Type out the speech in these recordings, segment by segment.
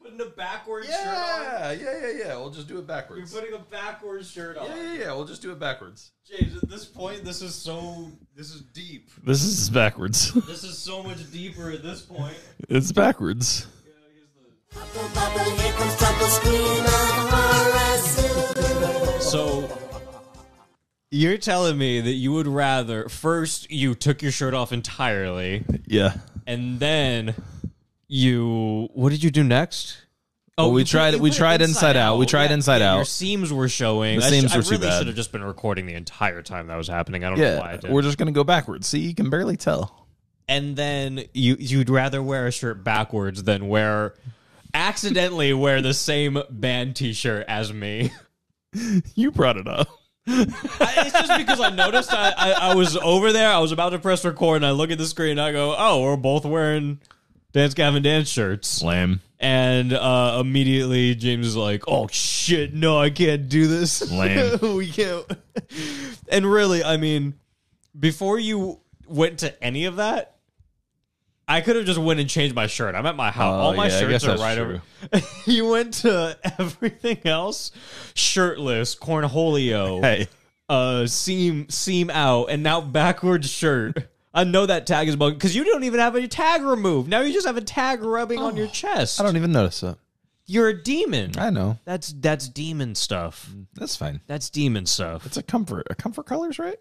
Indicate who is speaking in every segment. Speaker 1: putting a backwards shirt on.
Speaker 2: Yeah, yeah, yeah, yeah. We'll just do it
Speaker 1: You're
Speaker 2: backwards.
Speaker 1: putting a backwards shirt on.
Speaker 2: Yeah, yeah, yeah. We'll just do it backwards.
Speaker 1: James, at this point, this is so this is deep.
Speaker 2: This is backwards.
Speaker 1: This is so much deeper at this point.
Speaker 2: it's backwards.
Speaker 1: Yeah, here's the-
Speaker 3: Bubble, bubble, here comes trouble, scream of horror,
Speaker 1: So you're telling me that you would rather first you took your shirt off entirely
Speaker 2: Yeah.
Speaker 1: and then you what did you do next? Oh,
Speaker 2: Well, we
Speaker 1: you-
Speaker 2: tried-
Speaker 1: you
Speaker 2: we
Speaker 1: put it
Speaker 2: tried Inside Out. We tried Inside
Speaker 1: Your
Speaker 2: Out.
Speaker 1: seams were showing.
Speaker 2: The
Speaker 1: I sh-
Speaker 2: seams
Speaker 1: I
Speaker 2: were too
Speaker 1: really
Speaker 2: bad.
Speaker 1: should have just been recording the entire time that was happening. I don't know why I
Speaker 2: Yeah.
Speaker 1: did.
Speaker 2: We're just gonna go backwards. See, you can barely tell.
Speaker 1: and then you you'd rather wear a shirt backwards than wear accidentally wear the same band t-shirt as me.
Speaker 2: You brought it up.
Speaker 1: I, it's just because I noticed I, I, I was over there. I was about to press record, and I look at the screen. and I go, "Oh, we're both wearing Dance Gavin Dance shirts."
Speaker 2: Lame.
Speaker 1: And uh, immediately, James is like, "Oh shit, no, I can't do this.
Speaker 2: Lame.
Speaker 1: we can't." and really, I mean, before you went to any of that. I could have just went and changed my shirt. I'm at my house.
Speaker 2: Oh,
Speaker 1: All my
Speaker 2: yeah, I guess
Speaker 1: shirts are
Speaker 2: that's
Speaker 1: right
Speaker 2: true.
Speaker 1: over. you went to everything else, shirtless, cornholio
Speaker 2: Hey.
Speaker 1: uh seam seam out and now backwards shirt. I know that tag is bug because you don't even have a tag removed. Now you just have a tag rubbing on your chest.
Speaker 2: Oh, I don't even notice it.
Speaker 1: You're a demon.
Speaker 2: I Mm. know.
Speaker 1: That's that's demon stuff.
Speaker 2: That's fine.
Speaker 1: That's demon stuff.
Speaker 2: It's a comfort. A comfort colors, right?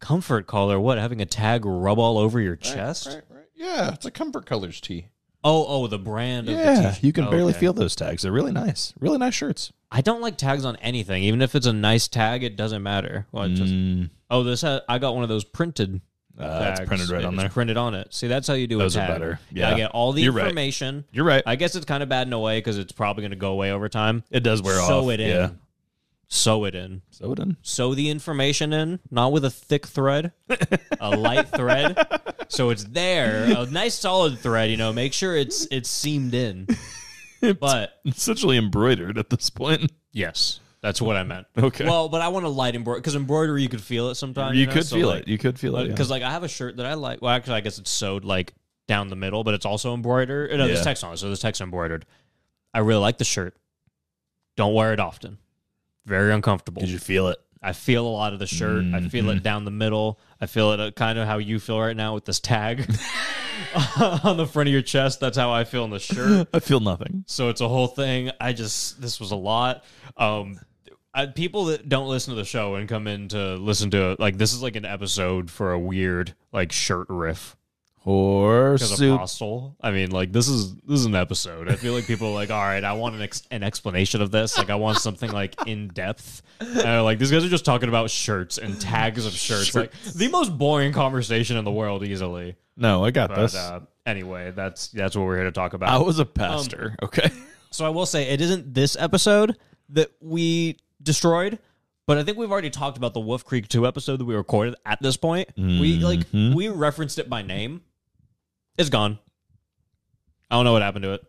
Speaker 1: comfort collar. What having a tag rub all over your chest?
Speaker 2: Right, right. Yeah, it's a comfort colors tee.
Speaker 1: Oh oh, the brand. of the
Speaker 2: Yeah,
Speaker 1: t-shirt.
Speaker 2: you can
Speaker 1: Oh,
Speaker 2: barely
Speaker 1: okay.
Speaker 2: feel those tags. They're really nice. Really nice shirts.
Speaker 1: I don't like tags on anything, even if it's a nice tag. It doesn't matter. Well, it just,
Speaker 2: Mm,
Speaker 1: oh, this ha- I got one of those printed
Speaker 2: uh, that's
Speaker 1: tags.
Speaker 2: printed right
Speaker 1: It-
Speaker 2: on
Speaker 1: it's
Speaker 2: there.
Speaker 1: Printed on it. See, that's how you do
Speaker 2: Those
Speaker 1: a
Speaker 2: are
Speaker 1: tag.
Speaker 2: better.
Speaker 1: I
Speaker 2: Yeah.
Speaker 1: get all the
Speaker 2: You're right.
Speaker 1: information.
Speaker 2: You're right.
Speaker 1: I guess it's kind of bad in a way because it's probably going to go away over time.
Speaker 2: it does wear off.
Speaker 1: Sew it in.
Speaker 2: Yeah.
Speaker 1: Sew it in.
Speaker 2: Sew it in.
Speaker 1: Sew the information in, not with a thick thread, a light thread. So it's there, a nice solid thread. You know, make sure it's it's seamed in. But
Speaker 2: essentially embroidered at this point.
Speaker 1: yes, that's what I meant.
Speaker 2: Okay.
Speaker 1: Well, but I want a light embroidery because embroidery you could feel it sometimes.
Speaker 2: you
Speaker 1: know?
Speaker 2: could
Speaker 1: So,
Speaker 2: feel
Speaker 1: like,
Speaker 2: it. You could feel it.
Speaker 1: because like I have a shirt that I like. Well, actually, I guess it's sewed like down the middle, but it's also embroidered. uh, No, there's
Speaker 2: Yeah.
Speaker 1: text on it, so there's text embroidered. I really like the shirt. Don't wear it often. Very uncomfortable.
Speaker 2: you feel it?
Speaker 1: I feel a lot of the shirt. I feel it down the middle. I feel it uh, kind of how you feel right now with this tag on the front of your chest. That's how I feel in the shirt.
Speaker 2: I feel nothing.
Speaker 1: So it's a whole thing. I just this was a lot. Um, I, people that don't listen to the show and come in to listen to it, like this is like an episode for a weird like shirt riff
Speaker 2: Or
Speaker 1: because
Speaker 2: soup.
Speaker 1: apostle. I mean, like this is this is an episode. I feel like people are like, all right, I want an ex- an explanation of this. Like I want something like in depth. And they're like these guys are just talking about shirts and tags of shirts. Like the most boring conversation in the world, easily.
Speaker 2: No, I got
Speaker 1: But
Speaker 2: this.
Speaker 1: uh, anyway, that's that's what we're here to talk about.
Speaker 2: I was a pastor.
Speaker 1: Um,
Speaker 2: okay.
Speaker 1: So I will say it isn't this episode that we destroyed, but I think we've already talked about the Wolf Creek 2 episode that we recorded at this point. We like
Speaker 2: Mhm.
Speaker 1: we referenced it by name. It's gone. I don't know what happened to it.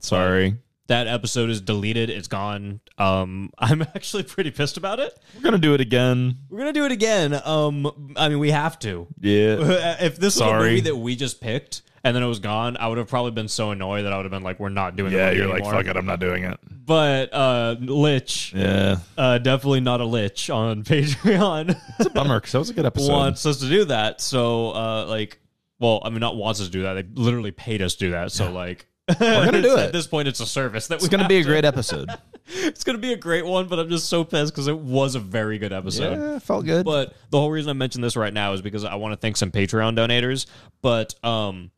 Speaker 2: Sorry.
Speaker 1: That episode is deleted. It's gone. Um, I'm actually pretty pissed about it.
Speaker 2: We're gonna do it again.
Speaker 1: We're gonna do it again. Um, I mean, we have to.
Speaker 2: Yeah.
Speaker 1: if this was a
Speaker 2: Sorry.
Speaker 1: movie that we just picked and then it was gone, I would have probably been so annoyed that I would have been like, "We're not doing." the
Speaker 2: yeah,
Speaker 1: movie
Speaker 2: you're like,
Speaker 1: anymore.
Speaker 2: fuck it, I'm not doing it.
Speaker 1: But uh, Lich,
Speaker 2: Yeah.
Speaker 1: uh, definitely not a lich on Patreon
Speaker 2: It's a bummer because that was a good episode.
Speaker 1: wants us to do that. So uh, like, well, I mean, not wants us to do that. They literally paid us to do that. So like, we're
Speaker 2: gonna do
Speaker 1: At
Speaker 2: it.
Speaker 1: this point, it's a service that
Speaker 2: It's gonna
Speaker 1: have
Speaker 2: be a
Speaker 1: to-
Speaker 2: great episode.
Speaker 1: It's gonna be a great one. But I'm just so pissed because it was a very good episode.
Speaker 2: yeah, felt good.
Speaker 1: But the whole reason I mention this right now is because I want to thank some Patreon donators. But um,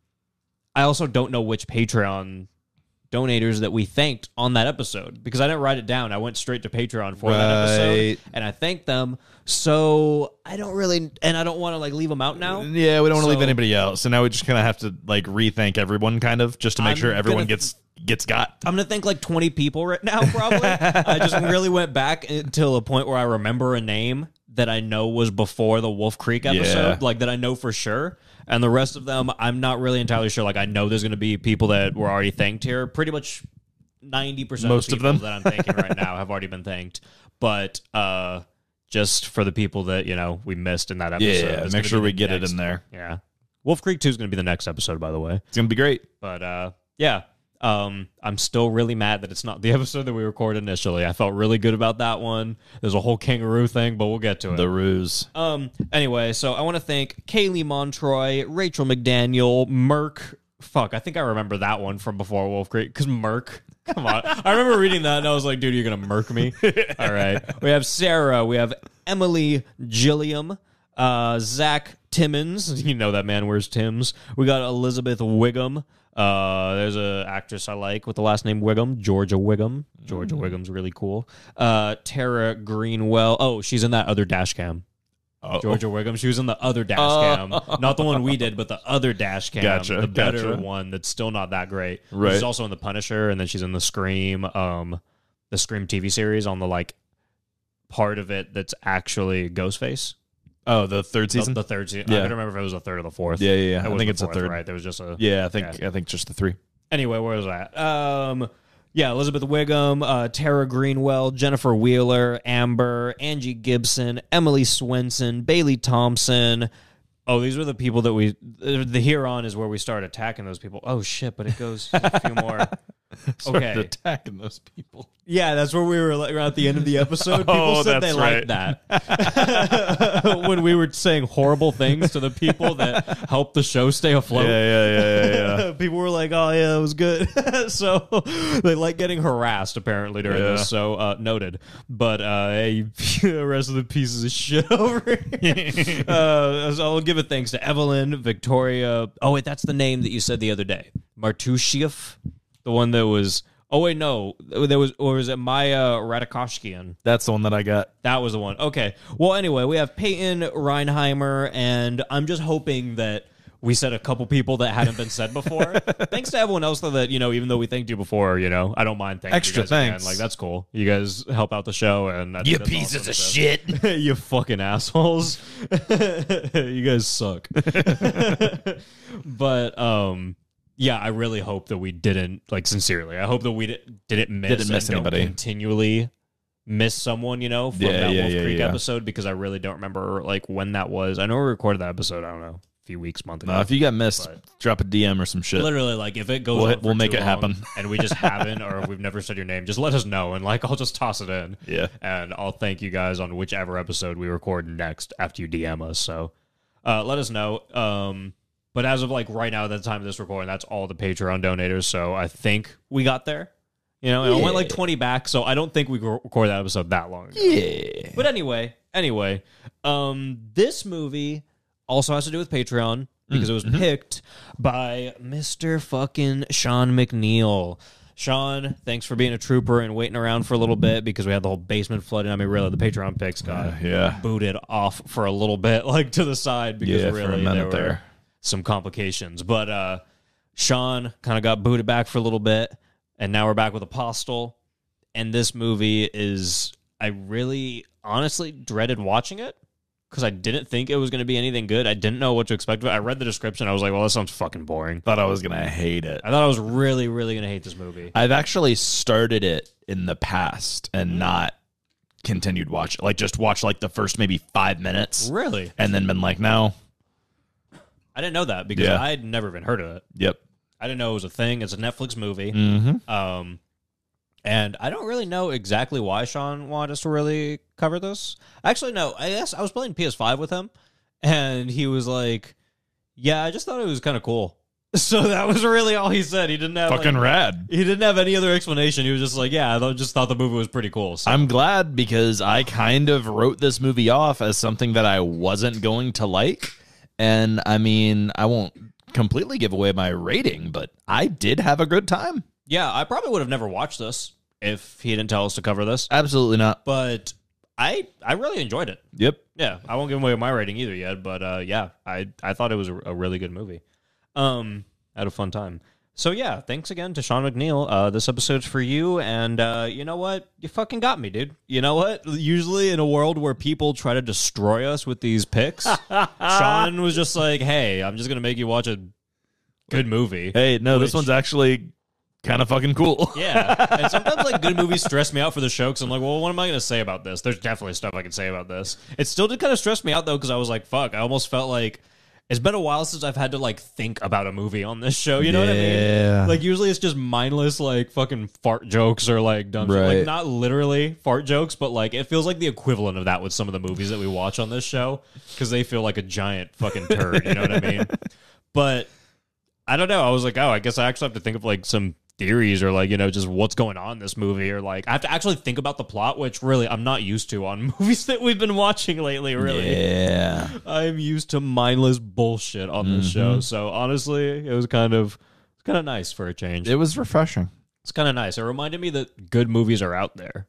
Speaker 1: I also don't know which Patreon donators that we thanked on that episode because I didn't write it down. I went straight to Patreon for that
Speaker 2: Right.
Speaker 1: episode and I thanked them. So I don't really, and I don't want to like leave them out now.
Speaker 2: yeah, we don't want to leave
Speaker 1: So-
Speaker 2: anybody out. So now we just kind of have to like rethink everyone, kind of, just to make
Speaker 1: I'm
Speaker 2: sure everyone
Speaker 1: gonna-
Speaker 2: gets gets got.
Speaker 1: I'm gonna thank like 20 people right now. Probably. I just really went back until a point where I remember a name that I know was before the Wolf Creek episode,
Speaker 2: Yeah.
Speaker 1: like that I know for sure. And the rest of them, I'm not really entirely sure. Like I know there's gonna be people that were already thanked here. Pretty much 90 percent
Speaker 2: Most of
Speaker 1: people
Speaker 2: them.
Speaker 1: that I'm thanking right now have already been thanked. But uh, just for the people that you know we missed in that episode, it's gonna
Speaker 2: make sure
Speaker 1: be
Speaker 2: we
Speaker 1: the
Speaker 2: get it
Speaker 1: next-
Speaker 2: in there.
Speaker 1: Yeah, Wolf Creek Two is gonna be the next episode, by the way.
Speaker 2: It's gonna be great.
Speaker 1: But uh, yeah, Um, I'm still really mad that it's not the episode that we recorded initially. I felt really good about that one. There's a whole kangaroo thing, but we'll get to it.
Speaker 2: The ruse.
Speaker 1: Um. Anyway, so I want to thank Kaylee Montroy, Rachel McDaniel, Merck. Fuck, I think I remember that one from before Wolf Creek because Merck. Come on, I remember reading that and I was like, dude, you're gonna Merck me. All right. We have Sarah. We have Emily Gilliam. Uh, Zach Timmons. You know that man wears Tim's. We got Elizabeth Wiggum. Uh, there's a actress I like with the last name Wiggum, Georgia Wiggum. Georgia Wiggum's really cool. Uh, Tara Greenwell. Oh, she's in that other dash cam.
Speaker 2: Oh.
Speaker 1: Georgia Wiggum. She was in the other dash cam, not the one we did, but the other dash cam,
Speaker 2: Gotcha,
Speaker 1: the better
Speaker 2: gotcha.
Speaker 1: one that's still not that great.
Speaker 2: Right.
Speaker 1: She's also in the Punisher, and then she's in the Scream, um, the Scream TV series on the like part of it that's actually Ghostface.
Speaker 2: Oh, the third
Speaker 1: The,
Speaker 2: season.
Speaker 1: the third season. I
Speaker 2: Yeah.
Speaker 1: don't remember if it was the third or the fourth.
Speaker 2: yeah, yeah,
Speaker 1: It
Speaker 2: yeah. I
Speaker 1: was
Speaker 2: think
Speaker 1: the
Speaker 2: it's a
Speaker 1: fourth,
Speaker 2: third.
Speaker 1: Right. There was just a
Speaker 2: Yeah, I think I think just the three.
Speaker 1: Anyway, where was that? Um, yeah, Elizabeth Wiggum, uh, Tara Greenwell, Jennifer Wheeler, Amber, Angie Gibson, Emily Swenson, Bailey Thompson. Oh, these were the people that we. uh, The here on is where we start attacking those people. Oh shit! But it goes a few more.
Speaker 2: Started
Speaker 1: Okay.
Speaker 2: attacking those people.
Speaker 1: Yeah, that's where we were like, at the end of the episode. People
Speaker 2: Oh,
Speaker 1: said they
Speaker 2: that's
Speaker 1: liked that when we were saying horrible things to the people that helped the show stay afloat.
Speaker 2: Yeah, yeah, yeah, yeah. yeah.
Speaker 1: people were like, "Oh yeah, it was good." so they like getting harassed apparently during
Speaker 2: Yeah.
Speaker 1: this. So uh, noted. But uh, hey, the rest of the pieces of shit over here. uh, so I'll give it thanks to Evelyn, Victoria. Oh wait, that's the name that you said the other day, Martushiev, the one that was. Oh wait, no, there was or was it Maya Radikoshkian?
Speaker 2: That's the one that I got.
Speaker 1: That was the one. Okay. Well, anyway, we have Peyton Reinheimer, and I'm just hoping that we said a couple people that hadn't been said before. thanks to everyone else, though, that, you know, even though we thanked you before, you know, I don't mind thanking
Speaker 2: Extra
Speaker 1: you guys again.
Speaker 2: thanks.
Speaker 1: Like, that's cool. You guys help out the show, and I think that's awesome, so-
Speaker 2: shit.
Speaker 1: you fucking assholes. you guys suck. but um yeah, I really hope that we didn't like sincerely. I hope that we di- didn't miss
Speaker 2: Didn't
Speaker 1: and
Speaker 2: miss
Speaker 1: don't
Speaker 2: anybody.
Speaker 1: Continually miss someone, you know, from
Speaker 2: Yeah,
Speaker 1: that
Speaker 2: yeah,
Speaker 1: Wolf
Speaker 2: yeah,
Speaker 1: Creek
Speaker 2: yeah.
Speaker 1: episode because I really don't remember like when that was. I know we recorded that episode, I don't know, a few weeks, month ago.
Speaker 2: No, if you got missed, drop a DM or some shit.
Speaker 1: Literally, like if it goes,
Speaker 2: We'll-
Speaker 1: on for
Speaker 2: we'll make
Speaker 1: too
Speaker 2: it
Speaker 1: long
Speaker 2: happen.
Speaker 1: and we just haven't, or if we've never said your name, just let us know, and like I'll just toss it in
Speaker 2: Yeah.
Speaker 1: and I'll thank you guys on whichever episode we record next after you DM us. So uh, let us know. Um, but as of like right now, at the time of this recording, that's all the Patreon donators. So I think we got there. You know, and I went like 20 back, so I don't think we could record that episode that long. ago.
Speaker 2: Yeah.
Speaker 1: But anyway, anyway, um, this movie also has to do with Patreon because it was
Speaker 2: Mm-hmm.
Speaker 1: picked by Mr. fucking Sean McNeil. Sean, thanks for being a trooper and waiting around for a little bit because we had the whole basement flooded. I mean, really, the Patreon picks got
Speaker 2: yeah.
Speaker 1: booted off for a little bit, like to the side because
Speaker 2: Yeah, for a
Speaker 1: really
Speaker 2: minute
Speaker 1: there were
Speaker 2: there.
Speaker 1: some complications. But uh, Sean kind of got booted back for a little bit, and now we're back with Apostle. And this movie is I really honestly dreaded watching it because I didn't think it was going to be anything good. I didn't know what to expect. of it. I read the description, I was like, well, that sounds fucking boring. uh,
Speaker 2: Thought I was gonna hate it.
Speaker 1: I thought I was really, really going to hate this movie.
Speaker 2: I've actually started it in the past and not continued watch. Like just watch like the first maybe five minutes,
Speaker 1: Really,
Speaker 2: and then been like, no,
Speaker 1: I didn't know that because
Speaker 2: Yeah.
Speaker 1: I had never even heard of it.
Speaker 2: yep,
Speaker 1: I didn't know it was a thing. It's a Netflix movie.
Speaker 2: mm-hmm.
Speaker 1: Um, and I don't really know exactly why Sean wanted us to really cover this. Actually, no. I guess I was playing PS5 with him, and he was like, "Yeah, I just thought it was kind of cool." So that was really all he said. He didn't have like-
Speaker 2: fucking rad.
Speaker 1: he didn't have any other explanation. He was just like, "Yeah, I thought- just thought the movie was pretty cool." So
Speaker 2: I'm glad because I kind of wrote this movie off as something that I wasn't going to like, and I mean, I won't completely give away my rating, but I did have a good time.
Speaker 1: yeah, I probably would have never watched this if he didn't tell us to cover this.
Speaker 2: Absolutely not.
Speaker 1: But I I really enjoyed it.
Speaker 2: Yep.
Speaker 1: Yeah, I won't give away my rating either yet, but uh, yeah, I I thought it was a, a really good movie. Um, I had a fun time. So yeah, thanks again to Sean McNeil. Uh, this episode's for you, and uh, you know what? You fucking got me, dude. You know what? Usually in a world where people try to destroy us with these picks, Sean was just like, "Hey, I'm just gonna make you watch a good movie."
Speaker 2: Hey, no,
Speaker 1: Which-
Speaker 2: this one's actually kind of fucking cool.
Speaker 1: Yeah, and sometimes like good movies stress me out for the show because I'm like, well, what am I going to say about this? There's definitely stuff I can say about this. It still did kind of stress me out though because I was like, fuck, I almost felt like It's been a while since I've had to like think about a movie on this show. You know what I
Speaker 2: Yeah.
Speaker 1: mean? Like usually it's just mindless like fucking fart jokes or like dumb shit. like
Speaker 2: Right.
Speaker 1: not literally fart jokes, but like it feels like the equivalent of that with some of the movies that we watch on this show because they feel like a giant fucking turd. You know what I mean? But I don't know. I was like, oh, I guess I actually have to think of like some theories or like you know just what's going on in this movie or like I have to actually think about the plot, which really I'm not used to on movies that we've been watching lately. Really.
Speaker 2: Yeah.
Speaker 1: I'm used to mindless bullshit on this
Speaker 2: Mm-hmm.
Speaker 1: show. So honestly, it was kind of it's kind of nice for a change.
Speaker 2: It was refreshing.
Speaker 1: it's kind of nice. It reminded me that good movies are out there.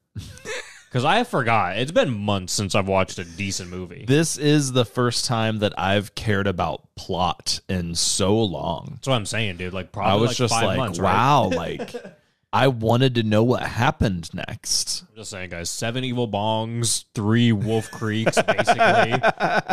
Speaker 1: Cuz I forgot. It's been months since I've watched a decent movie.
Speaker 2: This is the first time that I've cared about plot in so long.
Speaker 1: That's what I'm saying, dude. Like probably
Speaker 2: I was
Speaker 1: like
Speaker 2: just
Speaker 1: 5
Speaker 2: like,
Speaker 1: months, right?
Speaker 2: wow, like I wanted to know what happened next.
Speaker 1: I'm just saying, guys. Seven Evil Bongs, three Wolf Creeks, basically.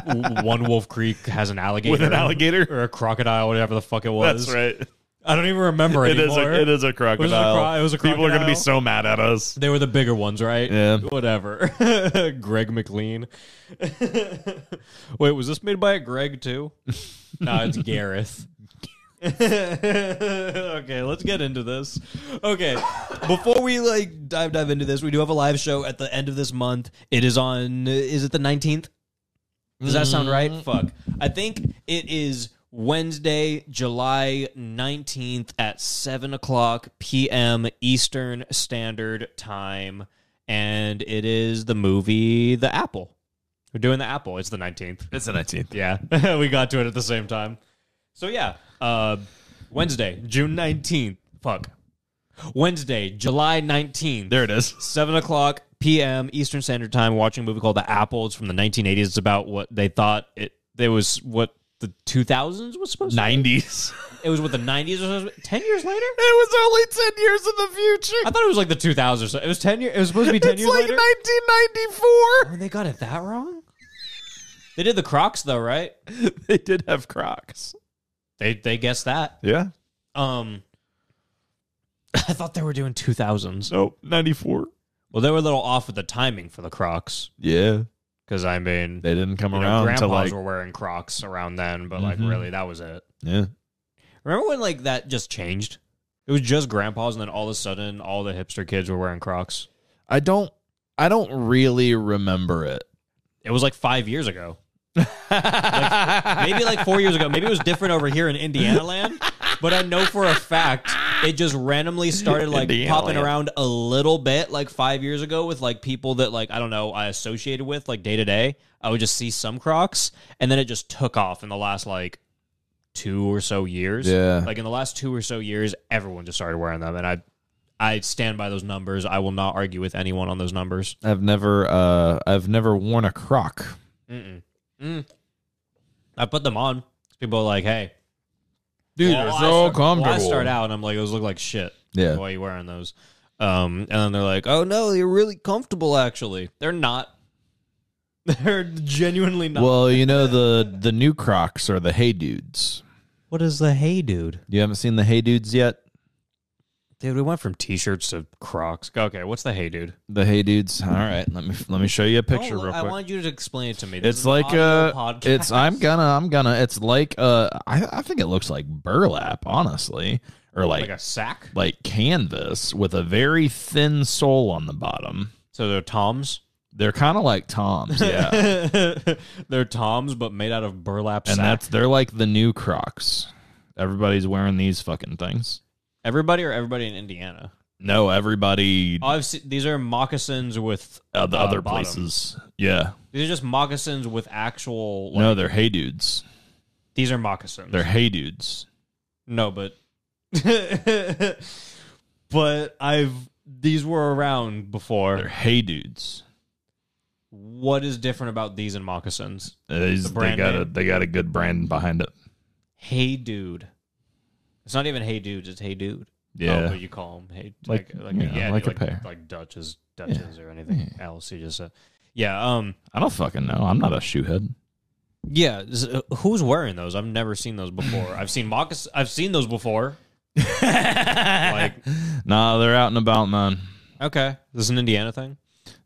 Speaker 1: W- One Wolf Creek has an alligator.
Speaker 4: With an alligator?
Speaker 1: Or a crocodile, whatever the fuck it was.
Speaker 4: That's right.
Speaker 1: I don't even remember
Speaker 4: It is,
Speaker 1: anymore.
Speaker 4: a, it is a crocodile.
Speaker 1: cro- it was a
Speaker 4: People are going to be
Speaker 1: crocodile.
Speaker 4: so mad at us.
Speaker 1: They were the bigger ones, right?
Speaker 2: Yeah.
Speaker 1: Whatever. Greg McLean. Wait, was this made by a Greg too? no, it's Gareth. okay, let's get into this. Okay, before we like dive dive into this, we do have a live show at the end of this month. It is on. Is it the nineteenth? Does that sound right? Fuck. I think it is Wednesday, July 19th at 7 o'clock p.m. Eastern Standard Time. And it is the movie The Apple. We're doing The Apple. It's the 19th.
Speaker 2: It's the 19th.
Speaker 1: Yeah, we got to it at the same time. So yeah, uh, Wednesday, June 19th. Fuck. Wednesday, July 19th.
Speaker 2: There it is.
Speaker 1: 7 o'clock p.m. Eastern Standard Time, watching a movie called The Apple. It's from the 1980s. It's about what they thought it, it was what the 2000s was supposed to
Speaker 2: 90s.
Speaker 1: be. It was what the 90s was supposed to be. 10 years later?
Speaker 2: It was only 10 years in the future.
Speaker 1: I thought it was like the 2000s. or so. It was 10 years. It was supposed to be 10 years later.
Speaker 2: 1994.
Speaker 1: Oh, they got it that wrong? They did the Crocs, though, right?
Speaker 2: They did have Crocs.
Speaker 1: They, they guessed that.
Speaker 2: Yeah.
Speaker 1: Um, I thought they were doing 2000s.
Speaker 2: Nope. 94.
Speaker 1: Well, they were a little off with the timing for the Crocs.
Speaker 2: Yeah.
Speaker 1: Because, I mean,
Speaker 2: They didn't come
Speaker 1: you know,
Speaker 2: around
Speaker 1: grandpas
Speaker 2: to like.
Speaker 1: were wearing Crocs around then, but like
Speaker 2: Mhm.
Speaker 1: really, that was it.
Speaker 2: yeah.
Speaker 1: Remember when like that just changed? It was just grandpas, and then all of a sudden, all the hipster kids were wearing Crocs.
Speaker 2: I don't. I don't really remember it.
Speaker 1: It was like five years ago, Like, maybe like four years ago. Maybe it was different over here in Indiana land, but I know for a fact it just randomly started like
Speaker 2: Indiana
Speaker 1: popping
Speaker 2: land.
Speaker 1: around a little bit, like five years ago, with like people that like I don't know I associated with like day to day. I would just see some Crocs, and then it just took off in the last like two or so years.
Speaker 2: Yeah.
Speaker 1: Like in the last two or so years, everyone just started wearing them, and I, I stand by those numbers. I will not argue with anyone on those numbers.
Speaker 2: I've never. Uh. I've never worn a Croc.
Speaker 1: Mm-mm. Mm. I put them on. People are like, "Hey,
Speaker 2: Dude,
Speaker 1: well,
Speaker 2: they're
Speaker 1: I
Speaker 2: so
Speaker 1: start- well,
Speaker 2: comfortable.
Speaker 1: I start out and I'm like, "Those look like shit."
Speaker 2: Yeah.
Speaker 1: Why are you wearing those? Um, and then they're like, "Oh no, they're really comfortable." Actually, they're not. They're genuinely not.
Speaker 2: Well, you know the the new Crocs are the Hey Dudes.
Speaker 1: what is the hey, dude?
Speaker 2: You haven't seen the Hey Dudes yet?
Speaker 1: Dude, we went from t-shirts to Crocs. Okay, what's the hey, dude?
Speaker 2: The Hey Dudes. All right, let me let me show you a picture
Speaker 1: Oh,
Speaker 2: real
Speaker 1: I
Speaker 2: quick.
Speaker 1: wanted you to explain it to me. This
Speaker 2: it's
Speaker 1: is an
Speaker 2: like
Speaker 1: audio
Speaker 2: a
Speaker 1: podcast.
Speaker 2: it's I'm gonna I'm gonna it's like uh I I think it looks like burlap honestly or
Speaker 1: like
Speaker 2: like
Speaker 1: a sack.
Speaker 2: like canvas with a very thin sole on the bottom.
Speaker 1: So they're toms.
Speaker 2: They're kind of like Toms, yeah.
Speaker 1: they're toms, but made out of burlap.
Speaker 2: and
Speaker 1: sack.
Speaker 2: that's they're like the new Crocs. Everybody's wearing these fucking things.
Speaker 1: everybody or everybody in Indiana.
Speaker 2: No, everybody
Speaker 1: I've seen, these are moccasins with
Speaker 2: uh, the
Speaker 1: Oh, uh,
Speaker 2: other
Speaker 1: bottom.
Speaker 2: places. Yeah.
Speaker 1: These are just moccasins with actual. Like,
Speaker 2: no, they're hey dudes.
Speaker 1: these are moccasins.
Speaker 2: They're hey dudes.
Speaker 1: no, but but I've these were around
Speaker 2: They're
Speaker 1: before.
Speaker 2: hey dudes.
Speaker 1: What is different about these and moccasins?
Speaker 2: Uh, these-
Speaker 1: The
Speaker 2: they
Speaker 1: brand
Speaker 2: got a
Speaker 1: name. Oh,
Speaker 2: they got a good brand behind it.
Speaker 1: Hey, dude. It's not even hey, dudes. It's hey, dude.
Speaker 2: Yeah.
Speaker 1: Oh, but you call them hey, like,
Speaker 2: Like-
Speaker 1: like,
Speaker 2: yeah,
Speaker 1: yeah,
Speaker 2: like
Speaker 1: like,
Speaker 2: a pair.
Speaker 1: like Dutch's, Dutch's, or anything else. You just said, yeah, um,
Speaker 2: I don't fucking know. I'm not a shoehead.
Speaker 1: yeah. this- uh, Who's wearing those? I've never seen those before. I've seen moccas. I've seen those before. like,
Speaker 2: Nah, they're out and about, man.
Speaker 1: okay, this is an Indiana thing.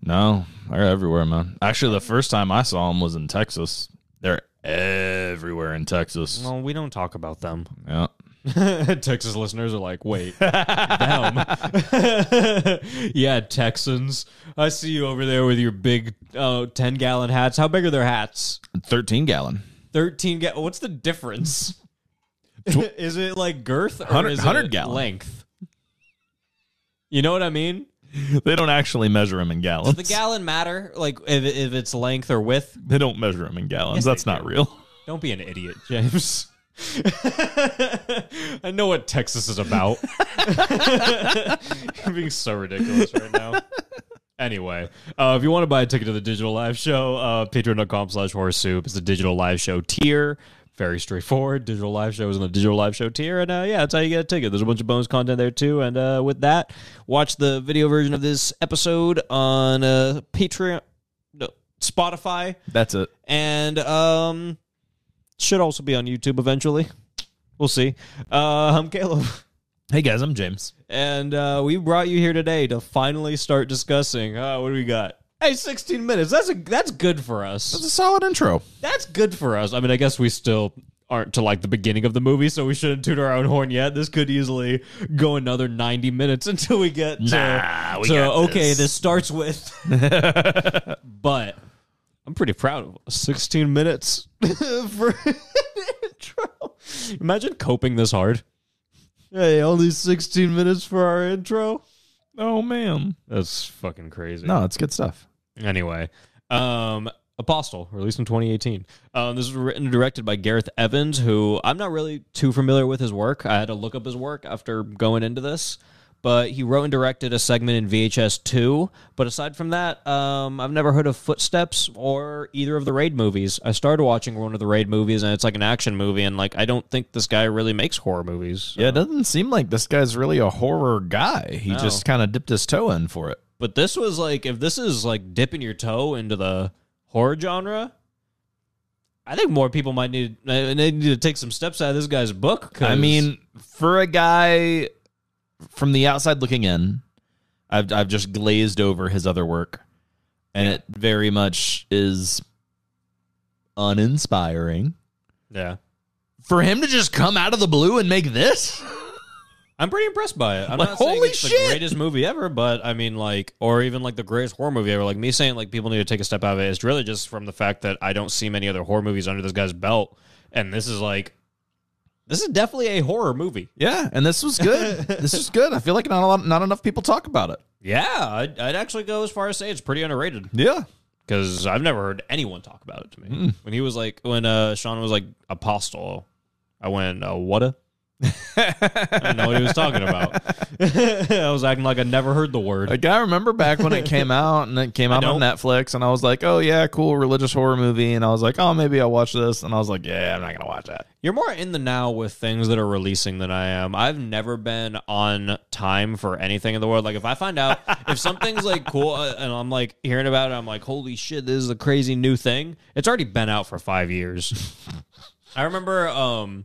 Speaker 2: No, they're everywhere, man. Actually, the first time I saw them was in Texas. They're everywhere in Texas.
Speaker 1: Well, we don't talk about them.
Speaker 2: Yeah.
Speaker 1: Texas listeners are like, wait, them? yeah, Texans. I see you over there with your big uh, ten gallon hats. How big are their hats?
Speaker 2: 13 gallon.
Speaker 1: Thirteen. Ga- What's the difference? is it like girth or
Speaker 2: 100
Speaker 1: is it
Speaker 2: 100 gallon.
Speaker 1: length? You know what I mean?
Speaker 2: They don't actually measure them in gallons.
Speaker 1: Does the gallon matter? Like if, if it's length or width?
Speaker 2: they don't measure them in gallons. That's not real.
Speaker 1: Don't be an idiot, James. I know what Texas is about. You're being so ridiculous right now. Anyway, uh, if you want to buy a ticket to the digital live show, uh, patreon.com slash horse soup. It's the digital live show tier. Very straightforward. Digital live show is in the digital live show tier. And uh, yeah, that's how you get a ticket. There's a bunch of bonus content there too. And uh, with that, watch the video version of this episode on uh, Patreon, no, Spotify
Speaker 2: That's it.
Speaker 1: and um should also be on YouTube eventually. We'll see. Uh, I'm Caleb,
Speaker 2: Hey guys, I'm James.
Speaker 1: and uh, we brought you here today to finally start discussing. Uh, what do we got? Hey, 16 minutes. That's a that's good for
Speaker 2: It's
Speaker 1: us.
Speaker 2: a solid intro.
Speaker 1: That's good for us. I mean, I guess we still aren't to like the beginning of the movie, so we shouldn't toot our own horn yet. This could easily go another 90 minutes until we get to.
Speaker 2: Nah, we
Speaker 1: to,
Speaker 2: got
Speaker 1: okay,
Speaker 2: this.
Speaker 1: this starts with, but I'm pretty proud of us. 16 minutes for an intro. Imagine coping this hard. Hey, only 16 minutes for our intro.
Speaker 2: Oh man.
Speaker 1: That's fucking crazy.
Speaker 2: No, it's good stuff.
Speaker 1: Anyway, um, Apostle, released in 2018. Um, this was written and directed by Gareth Evans, who I'm not really too familiar with his work. I had to look up his work after going into this, but he wrote and directed a segment in VHS 2. But aside from that, um, I've never heard of Footsteps or either of the Raid movies. I started watching one of the Raid movies, and it's like an action movie, and like I don't think this guy really makes horror movies.
Speaker 2: Yeah, it doesn't seem like this guy's really a horror guy. He just kind of dipped his toe in for it.
Speaker 1: But this was like, if this is like dipping your toe into the horror genre, I think more people might need and they need to take some steps out of this guy's book. 'cause-
Speaker 2: I mean, for a guy from the outside looking in, I've I've just glazed over his other work, and it very much is uninspiring.
Speaker 1: yeah,
Speaker 2: For him to just come out of the blue and make this,
Speaker 1: I'm pretty impressed by it. I'm
Speaker 2: Like,
Speaker 1: not saying
Speaker 2: holy
Speaker 1: it's the
Speaker 2: shit!
Speaker 1: greatest movie ever, but I mean, like, or even like the greatest horror movie ever. Like me saying like people need to take a step out of it is really just from the fact that I don't see many other horror movies under this guy's belt, and this is like, this is definitely a horror movie.
Speaker 2: yeah, and this was good. this was good. I feel like not a lot, not enough people talk about it.
Speaker 1: Yeah, I'd, I'd actually go as far as say it's pretty underrated.
Speaker 2: Yeah,
Speaker 1: because I've never heard anyone talk about it to me. When he was like, when uh, Sean was like apostle, I went, uh, what a? I didn't know what he was talking about. I was acting like I never heard the word.
Speaker 2: Like I remember back when it came out and it came out on
Speaker 1: don't-
Speaker 2: Netflix and I was like, "Oh yeah, cool religious horror movie." And I was like, "Oh, maybe I'll watch this." And I was like, "Yeah, I'm not going to watch that."
Speaker 1: You're more in the now with things that are releasing than I am. I've never been on time for anything in the world. Like if I find out if something's like cool uh, and I'm like hearing about it, I'm like, holy shit, this is a crazy new thing. It's already been out for five years. I remember, um,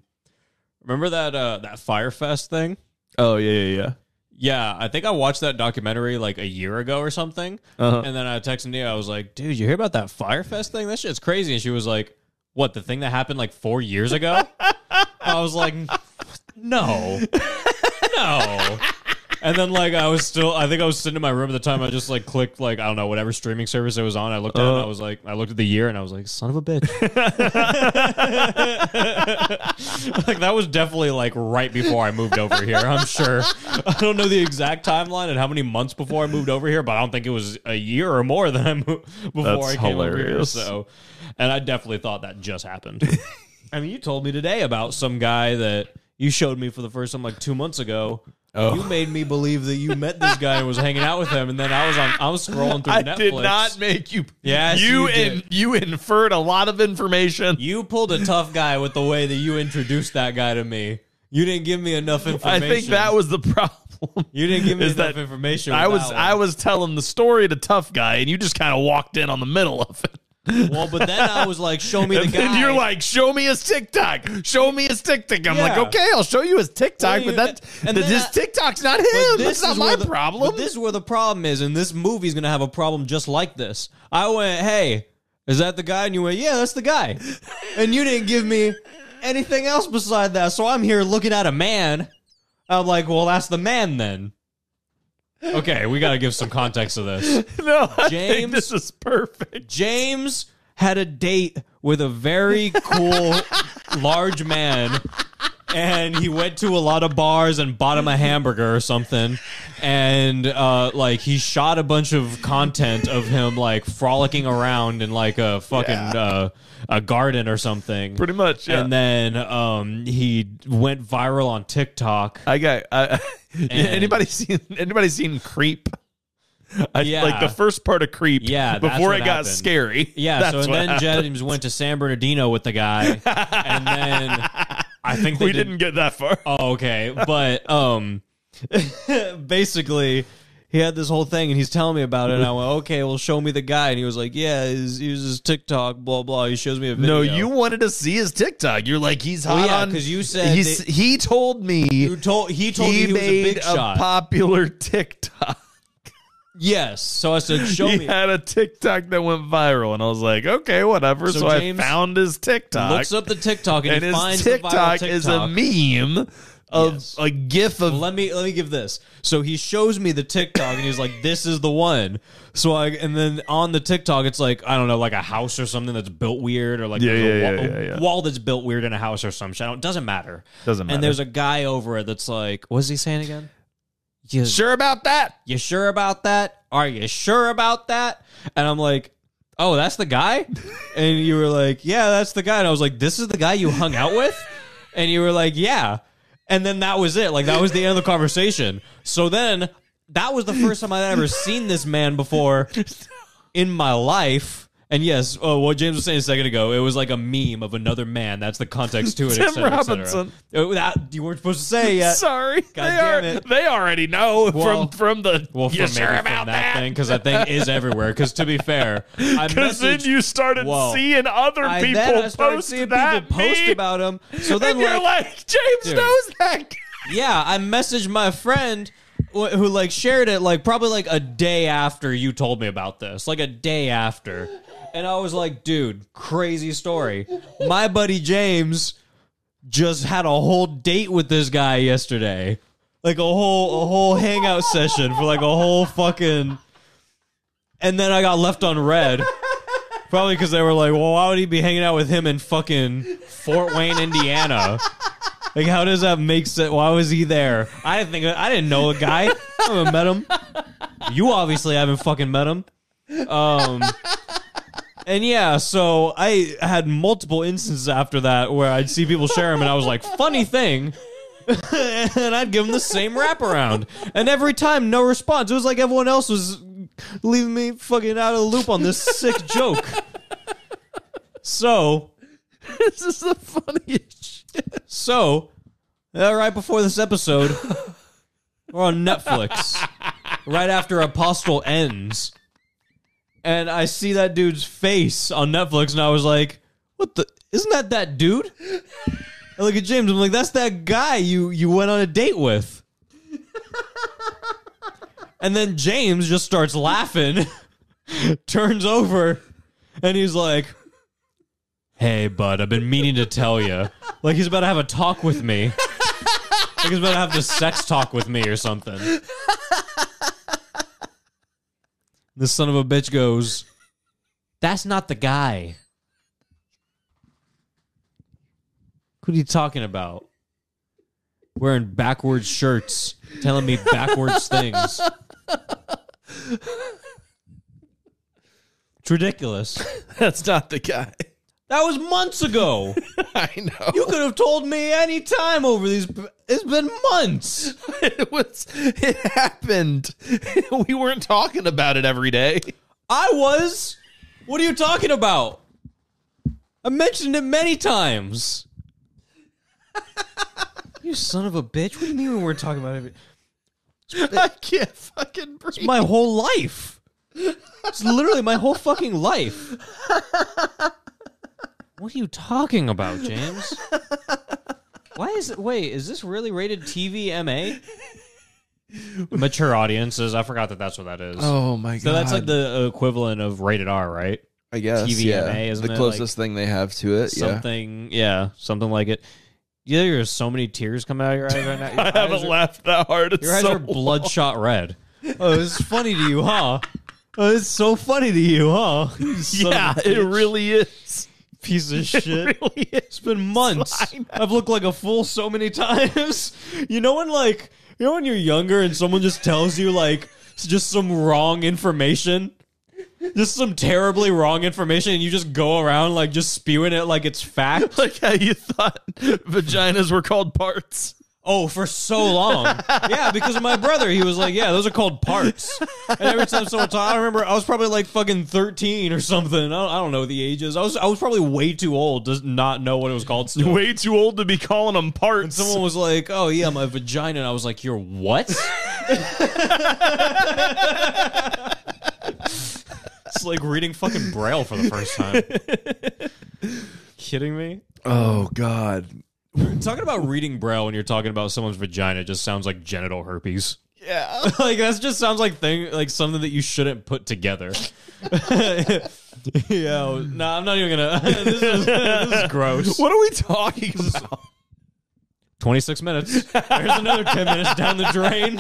Speaker 1: remember that uh, that Firefest thing.
Speaker 2: Oh, yeah, yeah, yeah.
Speaker 1: Yeah, I think I watched that documentary like a year ago or something.
Speaker 2: Uh-huh.
Speaker 1: And then I texted Nia. I was like, dude, you hear about that Firefest thing? That shit's crazy. And she was like, what, the thing that happened like four years ago? I was like, no. No. And then like I was still I think I was sitting in my room at the time I just like clicked like I don't know whatever streaming service it was on I looked at it
Speaker 2: Uh.
Speaker 1: and I was like I looked at the year and I was like son of a bitch like that was definitely like right before I moved over here. I'm sure. I don't know the exact timeline and how many months before I moved over here, but I don't think it was a year or more than I moved before
Speaker 2: That's
Speaker 1: I came over here.
Speaker 2: hilarious.
Speaker 1: So, and I definitely thought that just happened. I mean, you told me today about some guy that you showed me for the first time like two months ago.
Speaker 2: Oh.
Speaker 1: You made me believe that you met this guy and was hanging out with him, and then I was on. I was scrolling through
Speaker 2: I
Speaker 1: Netflix.
Speaker 2: did not make you
Speaker 1: Yes,
Speaker 2: you
Speaker 1: you did.
Speaker 2: in, you inferred a lot of information.
Speaker 1: You pulled a tough guy with the way that you introduced that guy to me. You didn't give me enough
Speaker 2: I
Speaker 1: information.
Speaker 2: think that was the problem.
Speaker 1: You didn't give me
Speaker 2: is
Speaker 1: enough
Speaker 2: that
Speaker 1: information. with
Speaker 2: I was
Speaker 1: that
Speaker 2: I
Speaker 1: one.
Speaker 2: was telling the story to tough guy and you just kind of walked in on the middle of it.
Speaker 1: well, but then I was like, show me the
Speaker 2: And
Speaker 1: guy.
Speaker 2: then you're like, show me his TikTok. Show me his TikTok. I'm like,
Speaker 1: Yeah.
Speaker 2: okay, I'll show you his TikTok,
Speaker 1: Well, you-
Speaker 2: but that,
Speaker 1: and
Speaker 2: that
Speaker 1: then
Speaker 2: his
Speaker 1: I-
Speaker 2: TikTok's not him.
Speaker 1: But
Speaker 2: That's not
Speaker 1: is where
Speaker 2: my
Speaker 1: the-
Speaker 2: problem.
Speaker 1: But this is where the problem is, and this movie's gonna have a problem just like this. I went, hey, Is that the guy? And you went, Yeah, that's the guy. And you didn't give me anything else beside that. So I'm here looking at a man. I'm like, Well, that's the man then. Okay, we got to give some context to this.
Speaker 2: No, I
Speaker 1: James-
Speaker 2: think this is perfect.
Speaker 1: James had a date with a very cool large man and he went to a lot of bars and bought him a hamburger or something and uh, like he shot a bunch of content of him like frolicking around in like a fucking uh, a garden or something
Speaker 2: Pretty much, yeah.
Speaker 1: and then um, he went viral on tiktok
Speaker 2: I got. I, anybody seen anybody seen Creep? I,
Speaker 1: Yeah.
Speaker 2: Like the first part of Creep.
Speaker 1: Yeah, that's
Speaker 2: Before
Speaker 1: what
Speaker 2: it got
Speaker 1: happened.
Speaker 2: scary.
Speaker 1: Yeah,
Speaker 2: That's
Speaker 1: so and
Speaker 2: what
Speaker 1: then
Speaker 2: happened.
Speaker 1: James went to San Bernardino with the guy, and then I think they
Speaker 2: we
Speaker 1: did-
Speaker 2: didn't get that far.
Speaker 1: Oh, okay, but um, basically, he had this whole thing, and he's telling me about it, and I went, "Okay, well, show me the guy," and he was like, "Yeah, he's he uses TikTok, blah blah." He shows me a video.
Speaker 2: No, you wanted to see his TikTok. You're like, he's hot
Speaker 1: Well, yeah,
Speaker 2: on
Speaker 1: 'cause you said
Speaker 2: he's,
Speaker 1: they-
Speaker 2: he told me
Speaker 1: You told he told me
Speaker 2: he,
Speaker 1: he was a
Speaker 2: made
Speaker 1: big shot.
Speaker 2: popular TikTok.
Speaker 1: yes, so I said, "Show
Speaker 2: he
Speaker 1: me."
Speaker 2: had a TikTok that went viral, and I was like, okay, whatever.
Speaker 1: So
Speaker 2: So,
Speaker 1: James
Speaker 2: I found his TikTok,
Speaker 1: Looks up the TikTok and,
Speaker 2: and
Speaker 1: he finds
Speaker 2: his
Speaker 1: the viral
Speaker 2: TikTok is a
Speaker 1: TikTok.
Speaker 2: meme of
Speaker 1: Yes.
Speaker 2: a GIF of
Speaker 1: let me let me give this. So he shows me the TikTok and he's like, "This is the one." So I and then on the TikTok, it's like I don't know, like a house or something that's built weird, or like
Speaker 2: Yeah,
Speaker 1: there's
Speaker 2: yeah,
Speaker 1: a, wa-
Speaker 2: yeah,
Speaker 1: a
Speaker 2: yeah, yeah.
Speaker 1: wall that's built weird in a house or some shit. I don't- Doesn't matter.
Speaker 2: Doesn't matter.
Speaker 1: And there's a guy over it that's like, "What is he saying again?" You,
Speaker 2: sure about that.
Speaker 1: you sure about that? Are you sure about that? And I'm like. Oh, that's the guy? And you were like, Yeah, that's the guy. And I was like, This is the guy you hung out with? And you were like, yeah. And then that was it. Like, that was the end of the conversation. So then that was the first time I'd ever seen this man before in my life. And yes, oh, what James was saying a second ago, it was like a meme of another man. That's the context to it. et
Speaker 2: Tim
Speaker 1: cetera, et cetera.
Speaker 2: Robinson.
Speaker 1: Oh, that, you weren't supposed to say yet.
Speaker 2: Sorry,
Speaker 1: God
Speaker 2: they
Speaker 1: damn
Speaker 2: are-
Speaker 1: it.
Speaker 2: They already know
Speaker 1: Well-
Speaker 2: from from the.
Speaker 1: Well, from
Speaker 2: you
Speaker 1: maybe
Speaker 2: sure
Speaker 1: from
Speaker 2: about
Speaker 1: that,
Speaker 2: that?
Speaker 1: thing, because that thing is everywhere. Because to be fair, I
Speaker 2: Because then
Speaker 1: messaged-
Speaker 2: you started
Speaker 1: Whoa.
Speaker 2: seeing other
Speaker 1: I
Speaker 2: people
Speaker 1: then I started
Speaker 2: post
Speaker 1: seeing
Speaker 2: that
Speaker 1: people post
Speaker 2: meme.
Speaker 1: about him. So then
Speaker 2: and you're
Speaker 1: like,
Speaker 2: like, James
Speaker 1: Dude.
Speaker 2: knows that.
Speaker 1: yeah, I messaged my friend wh- who like shared it like probably like a day after you told me about this, like a day after. And I was like, dude, crazy story. My buddy James just had a whole date with this guy yesterday. Like a whole a whole hangout session for like a whole fucking and then I got left on red. Probably because they were like, well, why would he be hanging out with him in fucking Fort Wayne, Indiana? Like, how does that make sense? Why was he there? I didn't think I didn't know a guy. I haven't met him. You obviously haven't fucking met him. Um, and yeah, so I had multiple instances after that where I'd see people share him, and I was like, funny thing. and I'd give him the same wraparound, and every time, no response. It was like everyone else was leaving me fucking out of the loop on this sick joke. So
Speaker 2: This is the funniest shit.
Speaker 1: so, uh, right before this episode, we're on Netflix. right after Apostle ends, and I see that dude's face on Netflix, and I was like, "What the? Isn't that that dude?" I look at James. I'm like, "That's that guy you you went on a date with." and then James just starts laughing, turns over, and he's like. Hey, bud, I've been meaning to tell you. Like, he's about to have a talk with me. Like, he's about to have this sex talk with me or something. The son of a bitch goes, That's not the guy. What are you talking about? Wearing backwards shirts, telling me backwards things. It's ridiculous.
Speaker 2: That's not the guy.
Speaker 1: That was months ago.
Speaker 2: I know.
Speaker 1: You could have told me any time over these. It's been months.
Speaker 2: it was. It happened. we weren't talking about it every day.
Speaker 1: I was. What are you talking about? I mentioned it many times. you son of a bitch. What do you mean we weren't talking about it?
Speaker 2: I can't fucking breathe.
Speaker 1: My whole life. It's literally my whole fucking life. What are you talking about, James? Why is it? Wait, is this really rated TVMA? Mature audiences. I forgot that that's what that is.
Speaker 2: oh my god.
Speaker 1: So that's like the equivalent of rated R, right?
Speaker 5: I guess. yeah.
Speaker 1: TVMA, isn't
Speaker 5: the
Speaker 1: it?
Speaker 5: closest thing they have to it. Yeah.
Speaker 1: something, yeah. something like it. Yeah, there's so many tears coming out of your eyes right now. Your
Speaker 2: I haven't
Speaker 1: eyes are,
Speaker 2: laughed that hard. in
Speaker 1: Your eyes
Speaker 2: so
Speaker 1: are bloodshot red. Oh, it's funny to you, huh? Oh, it's so funny to you, huh? You son of
Speaker 2: Yeah,
Speaker 1: a
Speaker 2: it
Speaker 1: bitch.
Speaker 2: really is.
Speaker 1: piece of shit.
Speaker 2: really
Speaker 1: It's been months. I've looked like a fool so many times. You know when like you know when you're younger and someone just tells you like s- just some wrong information? Just some terribly wrong information and you just go around like just spewing it like it's fact.
Speaker 2: Like how you thought vaginas were called parts.
Speaker 1: Oh, for so long. yeah, because of my brother. He was like, Yeah, those are called parts. And every time someone taught, I remember I was probably like fucking 13 or something. I don't, I don't know the ages. I was I was probably way too old to not know what it was called. Still.
Speaker 2: Way too old to be calling them
Speaker 1: And
Speaker 2: parts.
Speaker 1: someone was like, "Oh yeah, my vagina," and I was like, "Your what?" it's like reading fucking braille for the first time. Kidding me?
Speaker 5: Oh God.
Speaker 1: Talking about reading braille when you're talking about someone's vagina just sounds like genital herpes. Yeah, like that just sounds like thing like something that you shouldn't put together. yeah, no, I'm not even gonna. this, is, this is gross.
Speaker 2: what are we talking about?
Speaker 1: 26 minutes. There's another 10 minutes down the drain.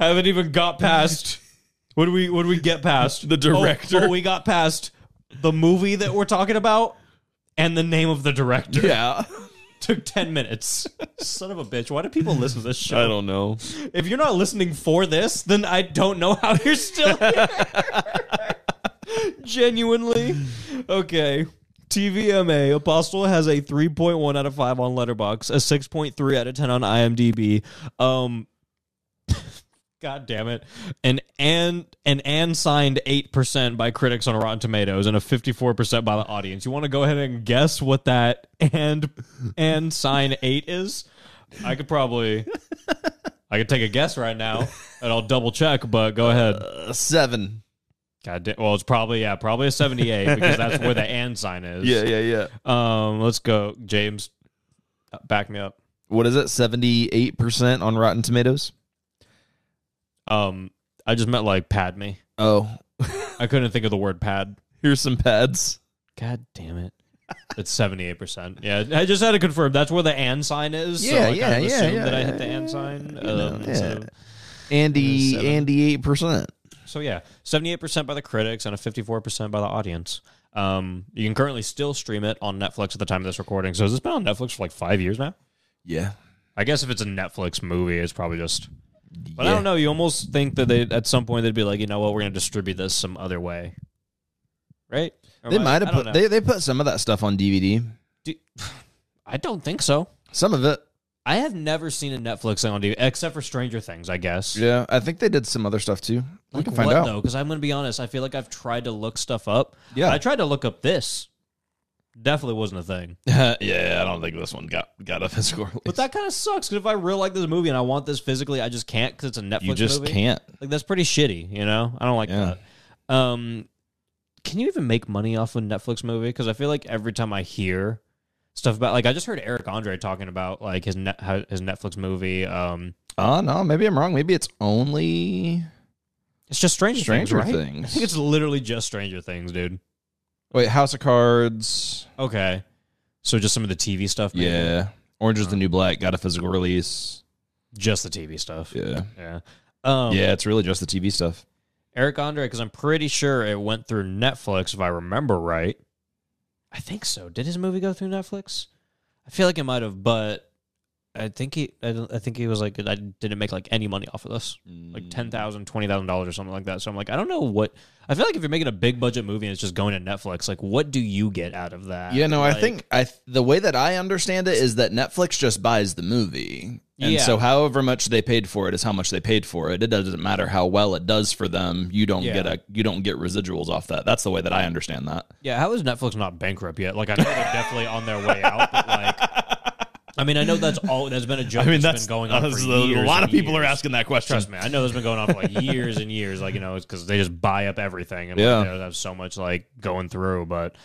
Speaker 1: I haven't even got past. What do we? What do we get past?
Speaker 2: The director.
Speaker 1: Oh, oh, we got past the movie that we're talking about and the name of the director.
Speaker 2: Yeah.
Speaker 1: Took 10 minutes. Son of a bitch. Why do people listen to this show?
Speaker 2: I don't know.
Speaker 1: If you're not listening for this, then I don't know how you're still here. Genuinely. Okay. TVMA Apostle has a 3.1 out of 5 on Letterbox, a 6.3 out of 10 on IMDb. Um God damn it. And and and and signed 8% by critics on Rotten Tomatoes and a 54% by the audience. You want to go ahead and guess what that and and sign 8 is? I could probably I could take a guess right now, and I'll double check. But go ahead.
Speaker 2: Uh, seven.
Speaker 1: God damn. Well, it's probably yeah, probably a seventy-eight because that's where the and sign is.
Speaker 2: Yeah, yeah, yeah.
Speaker 1: Um, let's go, James. Uh, Back me up.
Speaker 2: What is it? Seventy-eight percent on Rotten Tomatoes.
Speaker 1: Um, I just meant like pad me.
Speaker 2: Oh,
Speaker 1: I couldn't think of the word pad.
Speaker 2: here's some pads.
Speaker 1: God damn it. It's seventy-eight percent. Yeah, I just had to confirm that's where the and sign is. so
Speaker 2: Yeah,
Speaker 1: I
Speaker 2: yeah,
Speaker 1: kind of
Speaker 2: yeah,
Speaker 1: assumed
Speaker 2: yeah,
Speaker 1: That I
Speaker 2: yeah,
Speaker 1: hit the and
Speaker 2: yeah,
Speaker 1: sign.
Speaker 2: you know,
Speaker 1: um,
Speaker 2: yeah.
Speaker 1: so-
Speaker 2: Andy,
Speaker 1: Seven.
Speaker 2: Andy, eight percent.
Speaker 1: So yeah, seventy-eight percent by the critics and a fifty-four percent by the audience. Um, you can currently still stream it on Netflix at the time of this recording. So has this been on Netflix for like five years now?
Speaker 5: Yeah.
Speaker 1: I guess if it's a Netflix movie, it's probably just. But I don't know. You almost think that they at some point they'd be like, you know what, we're going to distribute this some other way, right? Or
Speaker 2: They
Speaker 1: am I-
Speaker 2: might
Speaker 1: I don't
Speaker 2: have put
Speaker 1: know.
Speaker 2: they, they put some of that stuff on DVD.
Speaker 1: Do- I don't think so.
Speaker 2: Some of it.
Speaker 1: I have never seen a Netflix thing on DVD except for Stranger Things, I guess.
Speaker 2: Yeah, I think they did some other stuff too. We
Speaker 1: Like,
Speaker 2: can find
Speaker 1: what,
Speaker 2: out.
Speaker 1: though, because I'm going to be honest. I feel like I've tried to look stuff up.
Speaker 2: Yeah.
Speaker 1: I tried to look up this. Definitely wasn't a thing.
Speaker 2: yeah, I don't think this one got got a physical release.
Speaker 1: But that kind of sucks because if I really like this movie and I want this physically, I just can't because it's a Netflix.
Speaker 2: you just
Speaker 1: movie.
Speaker 2: can't.
Speaker 1: Like that's pretty shitty. You know, I don't like
Speaker 2: Yeah.
Speaker 1: that. Um, can you even make money off a Netflix movie? Because I feel like every time I hear stuff about, like, I just heard Eric Andre talking about like his net, how- his Netflix movie. Um,
Speaker 2: Oh no, maybe I'm wrong. Maybe it's only
Speaker 1: it's just Stranger,
Speaker 2: Stranger
Speaker 1: Things, right? I
Speaker 2: Things.
Speaker 1: think it's literally just Stranger Things, dude.
Speaker 2: Wait, House of Cards.
Speaker 1: Okay, so just some of the TV stuff. maybe?
Speaker 2: Yeah. Orange is the New Black got a physical release. Oh.
Speaker 1: just the TV stuff.
Speaker 2: Yeah.
Speaker 1: yeah. Um,
Speaker 2: yeah, it's really just the TV stuff.
Speaker 1: Eric Andre, because I'm pretty sure it went through Netflix, if I remember right. I think so. Did his movie go through Netflix? I feel like it might have, but I think he, I, don't- I think he was like, I didn't make like any money off of this,
Speaker 2: Mm.
Speaker 1: like ten thousand, twenty thousand dollars or something like that. So I'm like, I don't know what. I feel like if you're making a big budget movie and it's just going to Netflix, like, what do you get out of that?
Speaker 2: Yeah, no, I
Speaker 1: Like,
Speaker 2: think I th- the way that I understand it is that Netflix just buys the movie. And
Speaker 1: Yeah.
Speaker 2: so however much they paid for it is how much they paid for it. It doesn't matter how well it does for them. You don't
Speaker 1: Yeah.
Speaker 2: get a you don't get residuals off that. That's the way that I understand that.
Speaker 1: Yeah, how is Netflix not bankrupt yet? Like, I know they're definitely on their way out, but like, I mean, I know that's all that's been a joke. that's been going on for years and years.
Speaker 2: that question.
Speaker 1: Trust me, I know this has been going on for like years and years. Like you know, it's because they just buy up everything and
Speaker 2: Yeah.
Speaker 1: like, they have so much like going through. But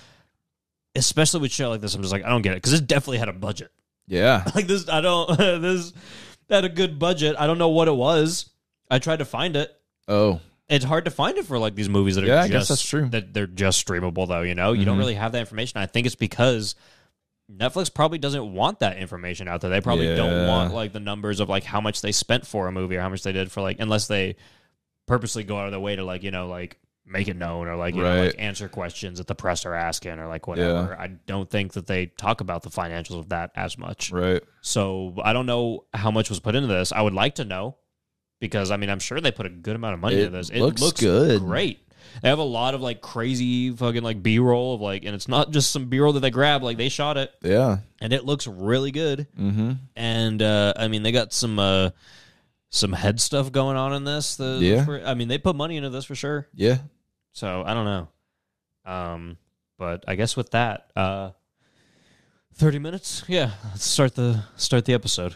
Speaker 1: especially with shit like this, I'm just like, I don't get it because this definitely had a budget.
Speaker 2: Yeah.
Speaker 1: Like this, I don't. this had a good budget. I don't know what it was. I tried to find it.
Speaker 2: Oh.
Speaker 1: it's hard to find it for like these movies that are
Speaker 2: Yeah, I
Speaker 1: just,
Speaker 2: guess that's true. Mm-hmm.
Speaker 1: that they're just streamable though. You know, you don't really have that information. I think it's because Netflix probably doesn't want that information out there. They probably don't
Speaker 2: Yeah.
Speaker 1: want like the numbers of like how much they spent for a movie or how much they did for like unless they purposely go out of their way to like you know like make it known or like you know like
Speaker 2: Right.
Speaker 1: answer questions that the press are asking or like whatever. I don't think that they talk about the financials of that as much.
Speaker 2: Right.
Speaker 1: So I don't know how much was put into this. I would like to know because I mean I'm sure they put a good amount of money
Speaker 5: It
Speaker 1: into this. It looks,
Speaker 5: looks good.
Speaker 1: great. They have a lot of like crazy fucking like B roll of like, and it's not just some B roll that they grab. Like they shot it,
Speaker 5: Yeah.
Speaker 1: and it looks really good.
Speaker 5: Mm-hmm.
Speaker 1: And uh, I mean they got some uh, some head stuff going on in this. The,
Speaker 5: Yeah.
Speaker 1: for- I mean they put money into this for sure.
Speaker 5: Yeah.
Speaker 1: So I don't know. Um, but I guess with that, uh, thirty minutes. Yeah, let's start the start the episode.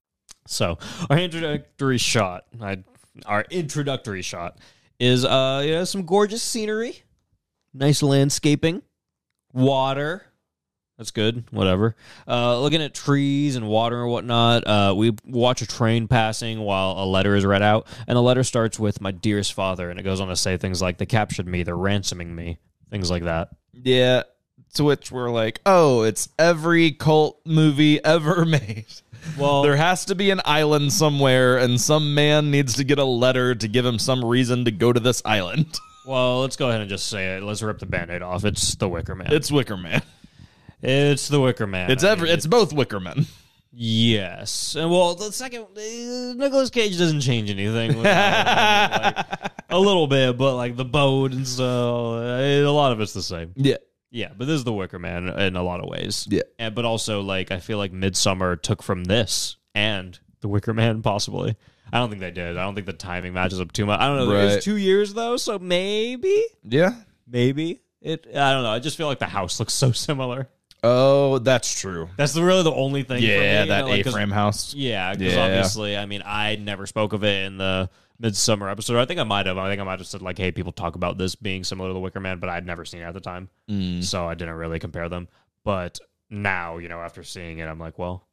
Speaker 1: So our introductory shot, I, our introductory shot is uh you know some gorgeous scenery, nice landscaping, water. That's good. Whatever. Uh, looking at trees and water and whatnot. Uh, we watch a train passing while a letter is read out, and the letter starts with "My dearest father," and it goes on to say things like "They captured me. They're ransoming me." Things like that.
Speaker 2: Yeah. To which we're like, oh, it's every cult movie ever made.
Speaker 1: Well,
Speaker 2: There has to be an island somewhere, and some man needs to get a letter to give him some reason to go to this island.
Speaker 1: well, let's go ahead and just say it. Let's rip the band-aid off. It's the Wicker Man. It's,
Speaker 2: It's Wicker Man.
Speaker 1: the Wicker Man.
Speaker 2: It's
Speaker 1: I mean,
Speaker 2: every. It's both Wicker Men.
Speaker 1: Yes, and well, the second uh, Nicolas Cage doesn't change anything, with that. I mean, like, a little bit, but like the boat and so uh, a lot of it's the same.
Speaker 5: Yeah.
Speaker 1: Yeah, but this is the Wicker Man in a lot of ways.
Speaker 5: Yeah.
Speaker 1: and, but also like I feel like Midsummer took from this and the Wicker Man possibly. I don't think they did. I don't think the timing matches up too much. I don't know. It's
Speaker 5: Right.
Speaker 1: two years though, so maybe,
Speaker 5: Yeah.
Speaker 1: maybe it. I don't know. I just feel like the house looks so similar.
Speaker 2: Oh, that's true.
Speaker 1: That's the, really the only thing. for me,
Speaker 2: Yeah,
Speaker 1: you
Speaker 2: that
Speaker 1: know, like, 'cause-
Speaker 2: A-frame house.
Speaker 1: yeah, because
Speaker 2: Yeah.
Speaker 1: obviously, I mean, I never spoke of it in the midsummer episode. I think I might have. I think I might have said like, "Hey, people talk about this being similar to the Wicker Man," but I'd never seen it at the time, so I didn't really compare them. But now, you know, after seeing it, I'm like, well,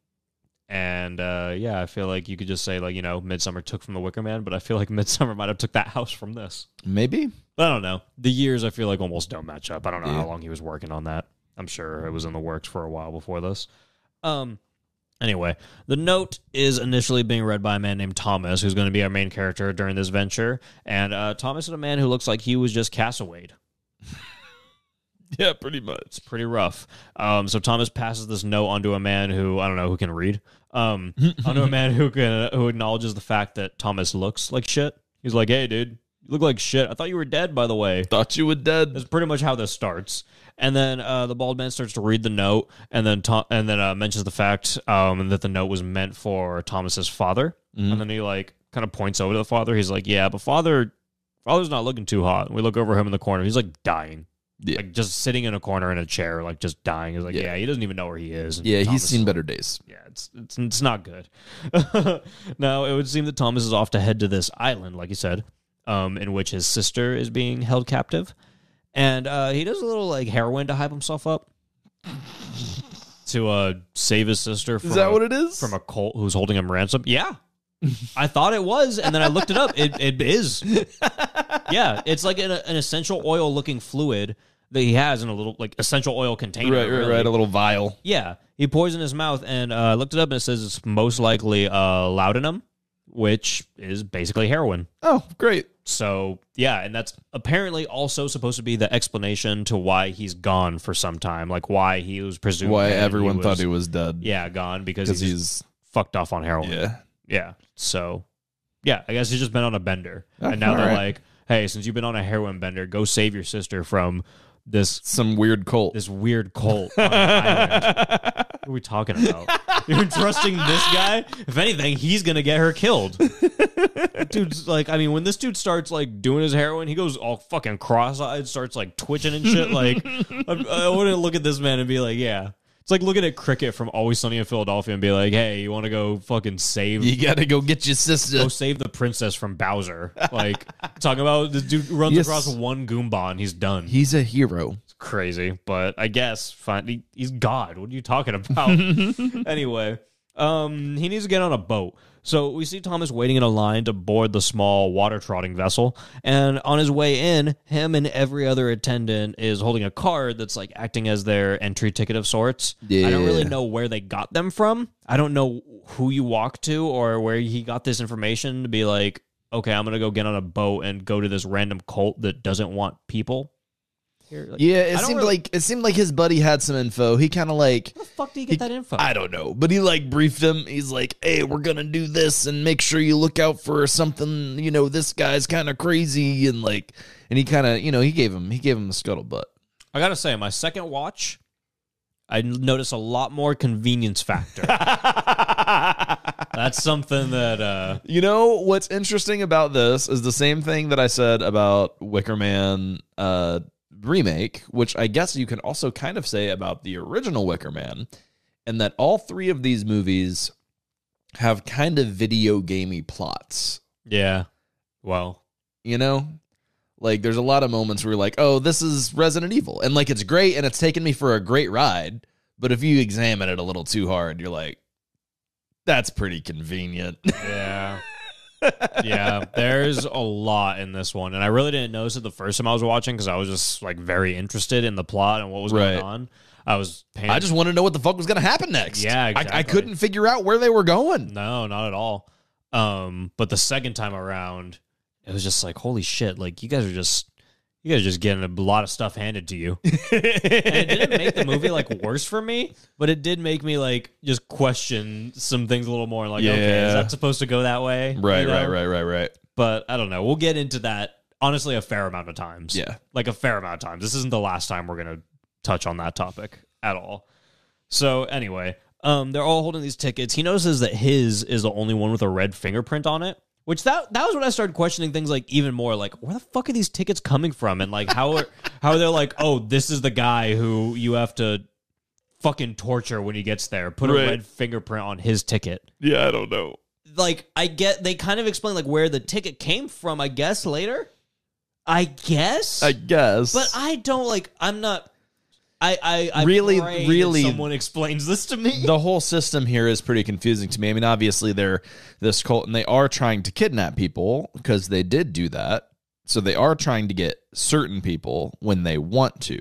Speaker 1: and uh, yeah, I feel like you could just say like, you know, Midsummer took from the Wicker Man, but I feel like Midsummer might have took that house from this.
Speaker 2: Maybe.
Speaker 1: But I don't know. The years I feel like almost don't match up. I don't know how long he was working on that. I'm sure it was in the works for a while before this. Um anyway, the note is initially being read by a man named Thomas, who's going to be our main character during this venture. And uh, Thomas is a man who looks like he was just castawayed.
Speaker 2: Yeah, pretty much.
Speaker 1: Pretty rough. Um, so Thomas passes this note onto a man who I don't know who can read. Um, onto a man who can uh, who acknowledges the fact that Thomas looks like shit. He's like, "Hey, dude, you look like shit. I thought you were dead, by the way."
Speaker 2: Thought you were dead.
Speaker 1: That's pretty much how this starts. And then uh, the bald man starts to read the note, and then Tom- and then uh, mentions the fact um, that the note was meant for Thomas's father.
Speaker 5: Mm-hmm.
Speaker 1: And then he like kind of points over to the father. He's like, "Yeah, but father, father's not looking too hot." And we look over him in the corner. He's like dying,
Speaker 5: Yeah.
Speaker 1: like just sitting in a corner in a chair, like just dying. He's like, "Yeah, he doesn't even know where he is." And
Speaker 5: Yeah.
Speaker 1: Thomas
Speaker 5: He's
Speaker 1: is
Speaker 5: seen better days.
Speaker 1: yeah, it's it's, it's not good. now it would seem that Thomas is off to head to this island, like you said, um, in which his sister is being held captive, and uh, he does a little like heroin to hype himself up to uh, save his sister. From
Speaker 2: Is that
Speaker 1: a,
Speaker 2: what it is?
Speaker 1: From a cult who's holding him ransom? Yeah. I thought it was, and then I looked it up. It, it is. Yeah, it's like an, an essential oil looking fluid that he has in a little like essential oil container.
Speaker 2: right, right,
Speaker 1: really.
Speaker 2: right. A little vial.
Speaker 1: Yeah, he pours in his mouth, and uh, I looked it up, and it says it's most likely uh, laudanum, which is basically heroin.
Speaker 2: Oh, great.
Speaker 1: So yeah, and that's apparently also supposed to be the explanation to why he's gone for some time, like why he was presumed.
Speaker 2: Why
Speaker 1: dead and
Speaker 2: everyone
Speaker 1: was-
Speaker 2: thought he was dead?
Speaker 1: yeah gone because
Speaker 2: because
Speaker 1: he's,
Speaker 2: he's
Speaker 1: fucked off on heroin.
Speaker 2: yeah.
Speaker 1: Yeah. So, yeah, I guess he's just been on a bender,
Speaker 2: Oh,
Speaker 1: and now they're
Speaker 2: alright.
Speaker 1: like, "Hey, since you've been on a heroin bender, go save your sister from this
Speaker 2: some weird cult.
Speaker 1: this weird cult on an island. What are we talking about? You're trusting this guy? If anything, he's gonna get her killed. dude's like, I mean, when this dude starts like doing his heroin, he goes all fucking cross-eyed, starts like twitching and shit. Like, I, I wouldn't look at this man and be like, yeah. It's like looking at cricket from Always Sunny in Philadelphia and be like, hey, you want to go fucking save
Speaker 2: You gotta go get your sister.
Speaker 1: go save the princess from Bowser. Like talking about this dude runs
Speaker 5: Yes.
Speaker 1: across one Goomba and he's done. He's
Speaker 5: He's a hero.
Speaker 1: crazy, but I guess fine. He, he's God. What are you talking about? anyway, um, he needs to get on a boat. So we see Thomas waiting in a line to board the small water trotting vessel, and on his way in, him and every other attendant is holding a card that's like acting as their entry ticket of sorts. I don't really
Speaker 5: Yeah.
Speaker 1: know where they got them from. I don't know who you walk to or where he got this information to be like, okay, I'm gonna go get on a boat and go to this random cult that doesn't want people. Here, like,
Speaker 5: Yeah,
Speaker 1: I
Speaker 5: it
Speaker 1: don't
Speaker 5: seemed
Speaker 1: really-
Speaker 5: like it seemed like his buddy had some info. He kind of like
Speaker 1: where the fuck do you get that info?
Speaker 2: I don't know, but he like briefed him. He's like, "Hey, we're gonna do this, and make sure you look out for something. You know, this guy's kind of crazy, and like,
Speaker 5: and he kind of you know he gave him he gave him the scuttlebutt.
Speaker 1: I gotta say, my second watch, I notice a lot more convenience factor. That's something that uh,
Speaker 5: You know what's
Speaker 2: interesting about this is the same thing that I said about Wicker Man uh, remake, which I guess you can also kind of say about the original Wicker Man, and that all three of these movies
Speaker 5: have kind of video gamey plots.
Speaker 1: yeah. Well,
Speaker 5: You know, like there's a lot of moments where you're like, oh, this is Resident Evil, and like it's great, and it's taken me for a great ride. But if you examine it a little too hard, you're like,
Speaker 2: that's pretty convenient.
Speaker 1: yeah, yeah. There's a lot in this one, and I really didn't notice it the first time I was watching because I was just like very interested in the plot and what was
Speaker 2: Right.
Speaker 1: going on. I was paying.
Speaker 2: I just want to know what the fuck was gonna happen next.
Speaker 1: Yeah,
Speaker 2: I, I
Speaker 1: exactly.
Speaker 2: couldn't figure out where they were going.
Speaker 1: No, not at all. Um, but the second time around, it was just like, holy shit! Like you guys are just, you guys are just getting a lot of stuff handed to you. and it didn't make the movie like worse for me, but it did make me like just question some things a little more. Like, okay,
Speaker 2: Yeah.
Speaker 1: is that supposed to go that way?
Speaker 2: Right,
Speaker 1: You know?
Speaker 2: right, right, right, right.
Speaker 1: But I don't know. We'll get into that. Honestly, a fair amount of times.
Speaker 2: Yeah.
Speaker 1: like a fair amount of times. This isn't the last time we're gonna touch on that topic at all. So anyway, um, they're all holding these tickets. He notices that his is the only one with a red fingerprint on it. Which that that was when I started questioning things like even more like where the fuck are these tickets coming from and like how are how are they like oh this is the guy who you have to fucking torture when he gets there put a
Speaker 4: Right.
Speaker 1: red fingerprint on his ticket
Speaker 4: Yeah, I don't know.
Speaker 1: like I get they kind of explain like where the ticket came from, I guess later. I guess.
Speaker 5: I guess.
Speaker 1: but I don't like I'm not I I, I
Speaker 5: Really,
Speaker 1: pray that
Speaker 5: really-
Speaker 1: someone explains this to me.
Speaker 2: the whole system here is pretty confusing to me. I mean, obviously they're this cult and they are trying to kidnap people because they did do that. So they are trying to get certain people when they want to,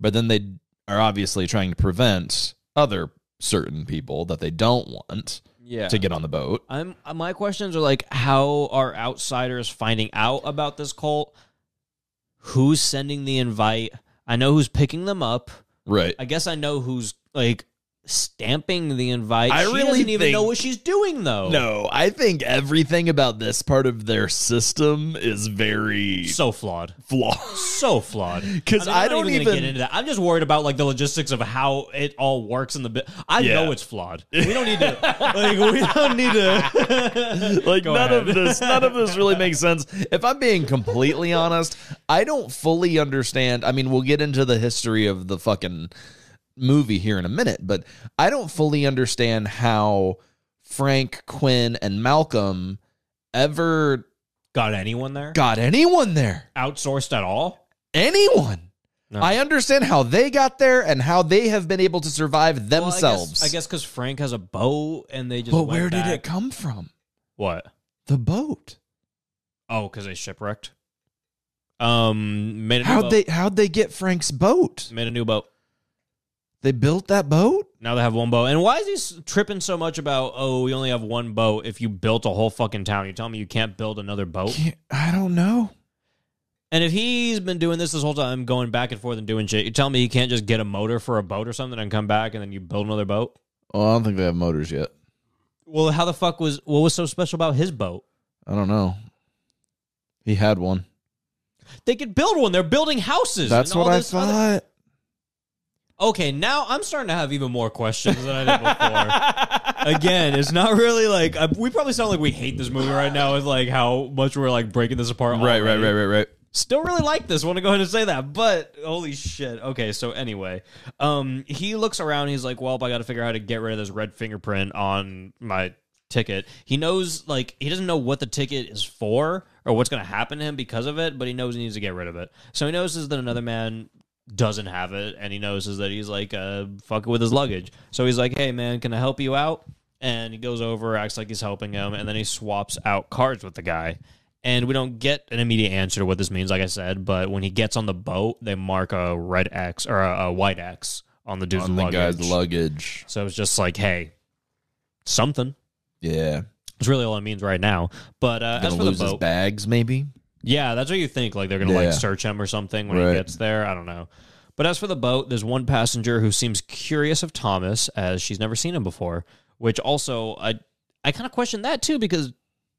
Speaker 2: but then they are obviously trying to prevent other certain people that they don't want
Speaker 1: Yeah.
Speaker 2: to get on the boat.
Speaker 1: I'm my questions are like how are outsiders finding out about this cult? Who's sending the invite? I know who's picking them up.
Speaker 2: Right.
Speaker 1: I guess I know who's like stamping the invite.
Speaker 2: I
Speaker 1: she
Speaker 2: really
Speaker 1: doesn't even
Speaker 2: think-
Speaker 1: know what she's doing though.
Speaker 2: No, I think everything about this part of their system is very
Speaker 1: So flawed.
Speaker 2: flawed.
Speaker 1: so flawed
Speaker 2: 'Cause I
Speaker 1: I'm not
Speaker 2: don't
Speaker 1: gonna
Speaker 2: even-
Speaker 1: get into that. I'm just worried about like the logistics of how it all works in the bit. I
Speaker 2: Yeah.
Speaker 1: know it's flawed. We don't need to. like we don't need to.
Speaker 2: like
Speaker 1: Go
Speaker 2: none of
Speaker 1: ahead.
Speaker 2: this none of this really makes sense if i'm being completely honest i don't fully understand i mean we'll get into the history of the fucking movie here in a minute but i don't fully understand how frank quinn and malcolm ever
Speaker 1: Got anyone there?
Speaker 2: got anyone there
Speaker 1: Outsourced at all?
Speaker 2: anyone
Speaker 1: No.
Speaker 2: i understand how they got there and how they have been able to survive
Speaker 1: Well, I guess-
Speaker 2: themselves
Speaker 1: I guess because Frank has a bow and they just.
Speaker 2: but
Speaker 1: went
Speaker 2: where did
Speaker 1: back.
Speaker 2: it come from
Speaker 1: What?
Speaker 2: the boat
Speaker 1: Oh, because they shipwrecked. Um, made a new
Speaker 2: how'd
Speaker 1: boat.
Speaker 2: they how'd they get frank's boat
Speaker 1: made a new boat.
Speaker 2: They built that boat?
Speaker 1: Now they have one boat. And why is he s- tripping so much about? Oh, we only have one boat. If you built a whole fucking town, you tell me you can't build another boat.
Speaker 2: Can't- I don't know.
Speaker 1: And if he's been doing this this whole time, going back and forth and doing shit, you tell me he can't just get a motor for a boat or something and come back and then you build another boat?
Speaker 5: well, I don't think they have motors yet.
Speaker 1: Well, how the fuck was what was so special about his boat?
Speaker 5: I don't know. He had one.
Speaker 1: They could build one. They're building houses.
Speaker 5: That's
Speaker 1: and all
Speaker 5: what I
Speaker 1: this other-
Speaker 5: thought.
Speaker 1: Okay, now I'm starting to have even more questions than I did before. Again, it's not really like uh, we probably sound like we hate this movie right now. Is like how much we're like breaking this apart.
Speaker 5: Right, right,
Speaker 1: already.
Speaker 5: right, right, right.
Speaker 1: Still really like this. Want to go ahead and say that, but holy shit. Okay, so anyway, um, he looks around. He's like, "Well, I got to figure out how to get rid of this red fingerprint on my ticket." He knows, like, he doesn't know what the ticket is for or what's going to happen to him because of it, but he knows he needs to get rid of it. So he knows is that another man doesn't have it, and he knows is that he's like, uh, fucking with his luggage. So he's like, "Hey, man, can I help you out?" And he goes over, acts like he's helping him, and then he swaps out cards with the guy. And we don't get an immediate answer to what this means, like I said. But when he gets on the boat, they mark a red X or a, a white X on the dude's
Speaker 5: On the
Speaker 1: luggage.
Speaker 5: guy's luggage.
Speaker 1: so it's just like, hey, something.
Speaker 5: Yeah.
Speaker 1: It's really all it means right now. But uh, as
Speaker 5: Gonna
Speaker 1: for the
Speaker 5: lose his
Speaker 1: boat,
Speaker 5: bags, maybe.
Speaker 1: yeah, that's what you think. Like they're gonna
Speaker 5: Yeah.
Speaker 1: like search him or something when
Speaker 5: Right.
Speaker 1: he gets there. I don't know. But as for the boat, there's one passenger who seems curious of Thomas as she's never seen him before. Which also, I I kind of question that too because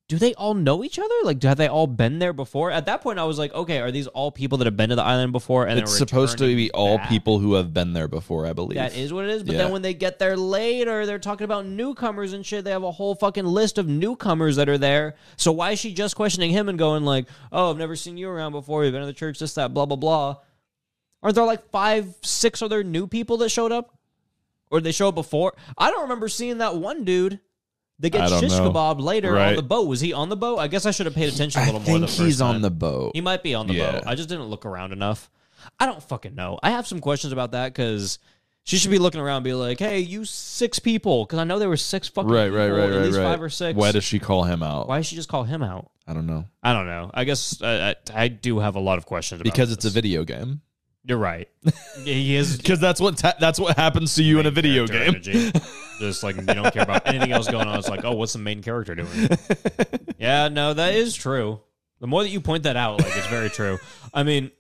Speaker 1: do they all know each other? Like, have they all been there before? At that point, I was like, okay, are these all people that have been to the island before? And
Speaker 5: it's
Speaker 1: they're
Speaker 5: supposed to
Speaker 1: returning
Speaker 5: be all
Speaker 1: back?
Speaker 5: people who have been there before, I believe.
Speaker 1: That is what it is. But
Speaker 5: Yeah.
Speaker 1: then when they get there later, they're talking about newcomers and shit. They have a whole fucking list of newcomers that are there. So why is she just questioning him and going like, "Oh, I've never seen you around before. You've been to the church, this, that, blah, blah, blah." Aren't there like five, six other new people that showed up, or they show up before? I don't remember seeing that one dude. They
Speaker 5: I
Speaker 1: get
Speaker 5: don't
Speaker 1: shish
Speaker 5: know.
Speaker 1: kebab later on
Speaker 4: Right.
Speaker 1: the boat. Was he on the boat? I guess I should have paid attention a
Speaker 5: I
Speaker 1: little more.
Speaker 5: think
Speaker 1: the first
Speaker 5: he's
Speaker 1: time.
Speaker 5: on the boat.
Speaker 1: He might be on the
Speaker 5: Yeah.
Speaker 1: boat. I just didn't look around enough. I don't fucking know. I have some questions about that because she should be looking around, and be like, "Hey, you six people," because I know there were six fucking
Speaker 5: Right,
Speaker 1: people,
Speaker 5: right, right,
Speaker 1: at
Speaker 5: right,
Speaker 1: least
Speaker 5: right.
Speaker 1: five or six.
Speaker 5: Why does she call him out?
Speaker 1: Why did she just call him out?
Speaker 5: I don't know.
Speaker 1: I don't know. I guess I, I, I do have a lot of questions about
Speaker 5: Because it's a
Speaker 1: this.
Speaker 5: video game.
Speaker 1: You're right. he is
Speaker 2: Because that's what ta- that's what happens to you in a video
Speaker 1: character
Speaker 2: game.
Speaker 1: energy. Just like you don't care about anything else going on. It's like, oh, what's the main character doing? yeah, no, that is true. The more that you point that out, like it's very true. I mean,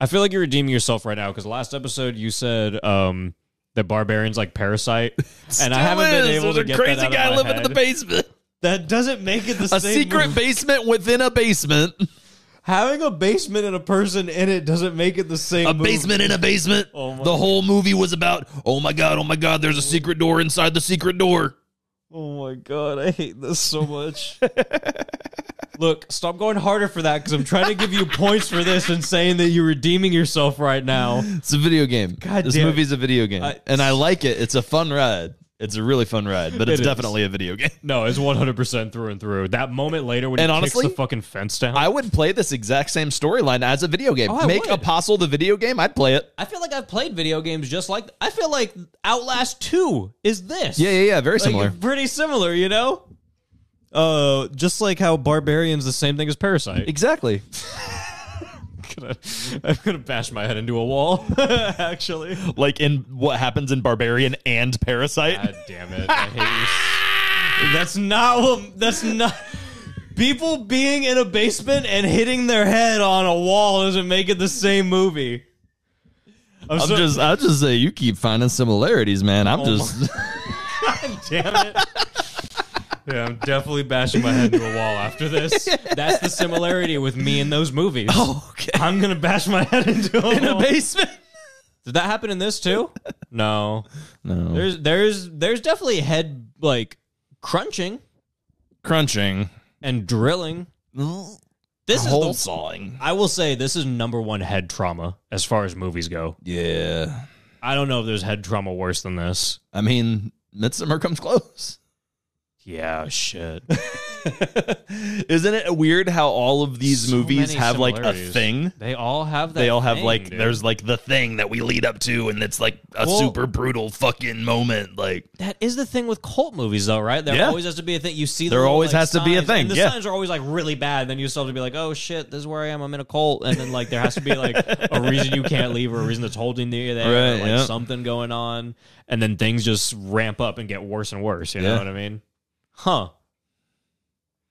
Speaker 1: I feel like you're redeeming yourself right now because last episode you said um that barbarians like parasite, and I haven't been
Speaker 2: Still
Speaker 1: able
Speaker 2: is. There's
Speaker 1: to
Speaker 2: a
Speaker 1: get
Speaker 2: crazy
Speaker 1: that out
Speaker 2: guy
Speaker 1: of my
Speaker 2: living in the
Speaker 1: head.
Speaker 2: basement.
Speaker 1: That doesn't make it the
Speaker 2: A
Speaker 1: same.
Speaker 2: secret
Speaker 1: movie.
Speaker 2: basement within a basement.
Speaker 1: Having a basement and a person in it doesn't make it the same.
Speaker 2: A
Speaker 1: movie.
Speaker 2: basement in a basement.
Speaker 1: Oh my
Speaker 2: the whole movie was about, oh my god, oh my god, there's a secret door inside the secret door.
Speaker 1: Oh my god, I hate this so much. Look, stop going harder for that because I'm trying to give you points for this and saying that you're redeeming yourself right now.
Speaker 5: It's a video game.
Speaker 1: God
Speaker 5: this
Speaker 1: damn it.
Speaker 5: movie's a video game.
Speaker 1: I-
Speaker 5: and I like it. It's a fun ride. It's a really fun ride, but it's
Speaker 1: is.
Speaker 5: definitely a video game.
Speaker 1: No, it's 100% through and through. That moment later when
Speaker 5: And
Speaker 1: he
Speaker 5: honestly,
Speaker 1: kicks the fucking fence down.
Speaker 5: I would play this exact same storyline as a video game.
Speaker 1: Oh, I
Speaker 5: Make
Speaker 1: would.
Speaker 5: Apostle the video game, I'd play it.
Speaker 1: I feel like I've played video games just like I feel like Outlast 2 is this.
Speaker 5: Yeah, yeah, yeah. Very
Speaker 1: Like,
Speaker 5: similar.
Speaker 1: Pretty similar, you know? Uh, just like how Barbarian's the same thing as Parasite.
Speaker 5: Exactly.
Speaker 1: gonna, I'm gonna bash my head into a wall. Actually,
Speaker 2: Like in what happens in Barbarian and Parasite.
Speaker 1: God damn it! I hate you. That's not what. That's not. People being in a basement and hitting their head on a wall doesn't make it the same movie. I'm,
Speaker 5: I'm
Speaker 1: so,
Speaker 5: just I just say you keep finding similarities, man.
Speaker 2: Oh
Speaker 5: I'm just
Speaker 1: damn it. Yeah, I'm definitely bashing my head into a wall after this. That's the similarity with me and those movies.
Speaker 5: okay.
Speaker 1: I'm gonna bash my head into a
Speaker 5: In a
Speaker 1: wall.
Speaker 5: basement.
Speaker 1: Did that happen in this too? No.
Speaker 5: No.
Speaker 1: There's there's there's definitely head like crunching
Speaker 2: Crunching.
Speaker 1: and drilling. This
Speaker 5: Hole
Speaker 1: is the,
Speaker 5: sawing.
Speaker 1: I will say this is number one head trauma as far as movies go.
Speaker 5: Yeah.
Speaker 1: I don't know if there's head trauma worse than this.
Speaker 5: I mean, Midsummer comes close.
Speaker 1: Yeah, shit.
Speaker 2: Isn't it weird how all of these
Speaker 1: So
Speaker 2: movies
Speaker 1: many
Speaker 2: have like a
Speaker 1: similarities.
Speaker 2: thing?
Speaker 1: They all have that.
Speaker 2: They all have
Speaker 1: thing,
Speaker 2: like
Speaker 1: dude.
Speaker 2: there's like the thing that we lead up to, and it's like a
Speaker 1: Well-
Speaker 2: super brutal fucking moment. Like
Speaker 1: that is the thing with cult movies though, right? There
Speaker 2: Yeah.
Speaker 1: always has to be a thing. You see, the
Speaker 2: There
Speaker 1: little,
Speaker 2: always
Speaker 1: like,
Speaker 2: has to be a
Speaker 1: signs,
Speaker 2: thing,
Speaker 1: And the
Speaker 2: yeah.
Speaker 1: signs are always like really bad. Then you still have to be like, oh shit, this is where I am. I'm in a cult, and then like there has to be like a reason you can't leave or a reason that's holding you there, or,
Speaker 5: Right,
Speaker 1: like
Speaker 5: yeah.
Speaker 1: something going on, and then things just ramp up and get worse and worse. You know
Speaker 5: Yeah.
Speaker 1: what I mean? Huh.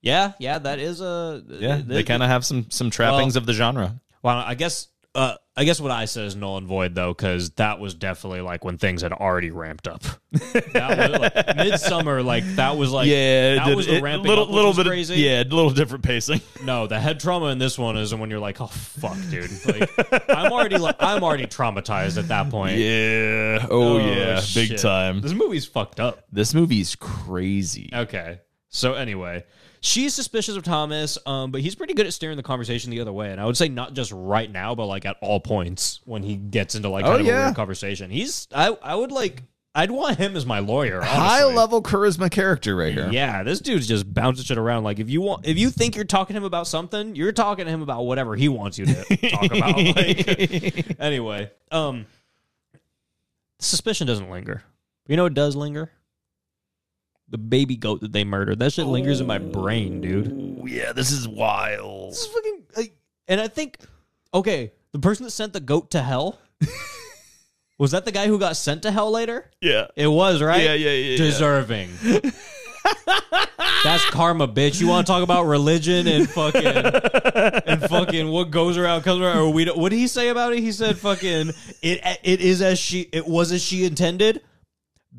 Speaker 1: Yeah, yeah, that is a
Speaker 2: yeah, they kind of have some some trappings of the genre.
Speaker 1: Well, I guess uh, I guess what I said is null and void though, because that was definitely like when things had already ramped up. that was like midsummer, like that was like
Speaker 2: yeah,
Speaker 1: that
Speaker 2: did-
Speaker 1: was the
Speaker 2: it-
Speaker 1: ramping
Speaker 2: little
Speaker 1: up, which
Speaker 2: little
Speaker 1: was
Speaker 2: bit,
Speaker 1: crazy.
Speaker 2: yeah, a little different pacing.
Speaker 1: No, the head trauma in this one is when you're like, oh fuck, dude. Like, I'm already like I'm already traumatized at that point.
Speaker 2: Yeah, oh, yeah, big
Speaker 1: shit.
Speaker 2: time.
Speaker 1: This movie's fucked up.
Speaker 2: This movie's crazy.
Speaker 1: Okay. So anyway, she's suspicious of Thomas, um, but he's pretty good at steering the conversation the other way. And I would say not just right now, but like at all points when he gets into like kind of a
Speaker 2: Oh, yeah.
Speaker 1: weird conversation. He's I I would like I'd want him as my lawyer. Honestly.
Speaker 2: High level charisma character right here.
Speaker 1: Yeah, this dude's just bouncing shit around. Like if you want, if you think you're talking to him about something, you're talking to him about whatever he wants you to talk about. Like, anyway, um, suspicion doesn't linger. You know, it does linger. The baby goat that they murdered. That shit lingers in my brain, dude.
Speaker 2: Ooh, Oh, yeah, this is wild.
Speaker 1: It's fucking. Like, and I think, okay, the person that sent the goat to hell was that the guy who got sent to hell later.
Speaker 2: Yeah,
Speaker 1: It was right.
Speaker 2: yeah, yeah, yeah. yeah.
Speaker 1: deserving. That's karma, bitch. You want to talk about religion and fucking and fucking what goes around comes around. Or we don't, what did he say about it? He said fucking it. It is as she. It was as she intended.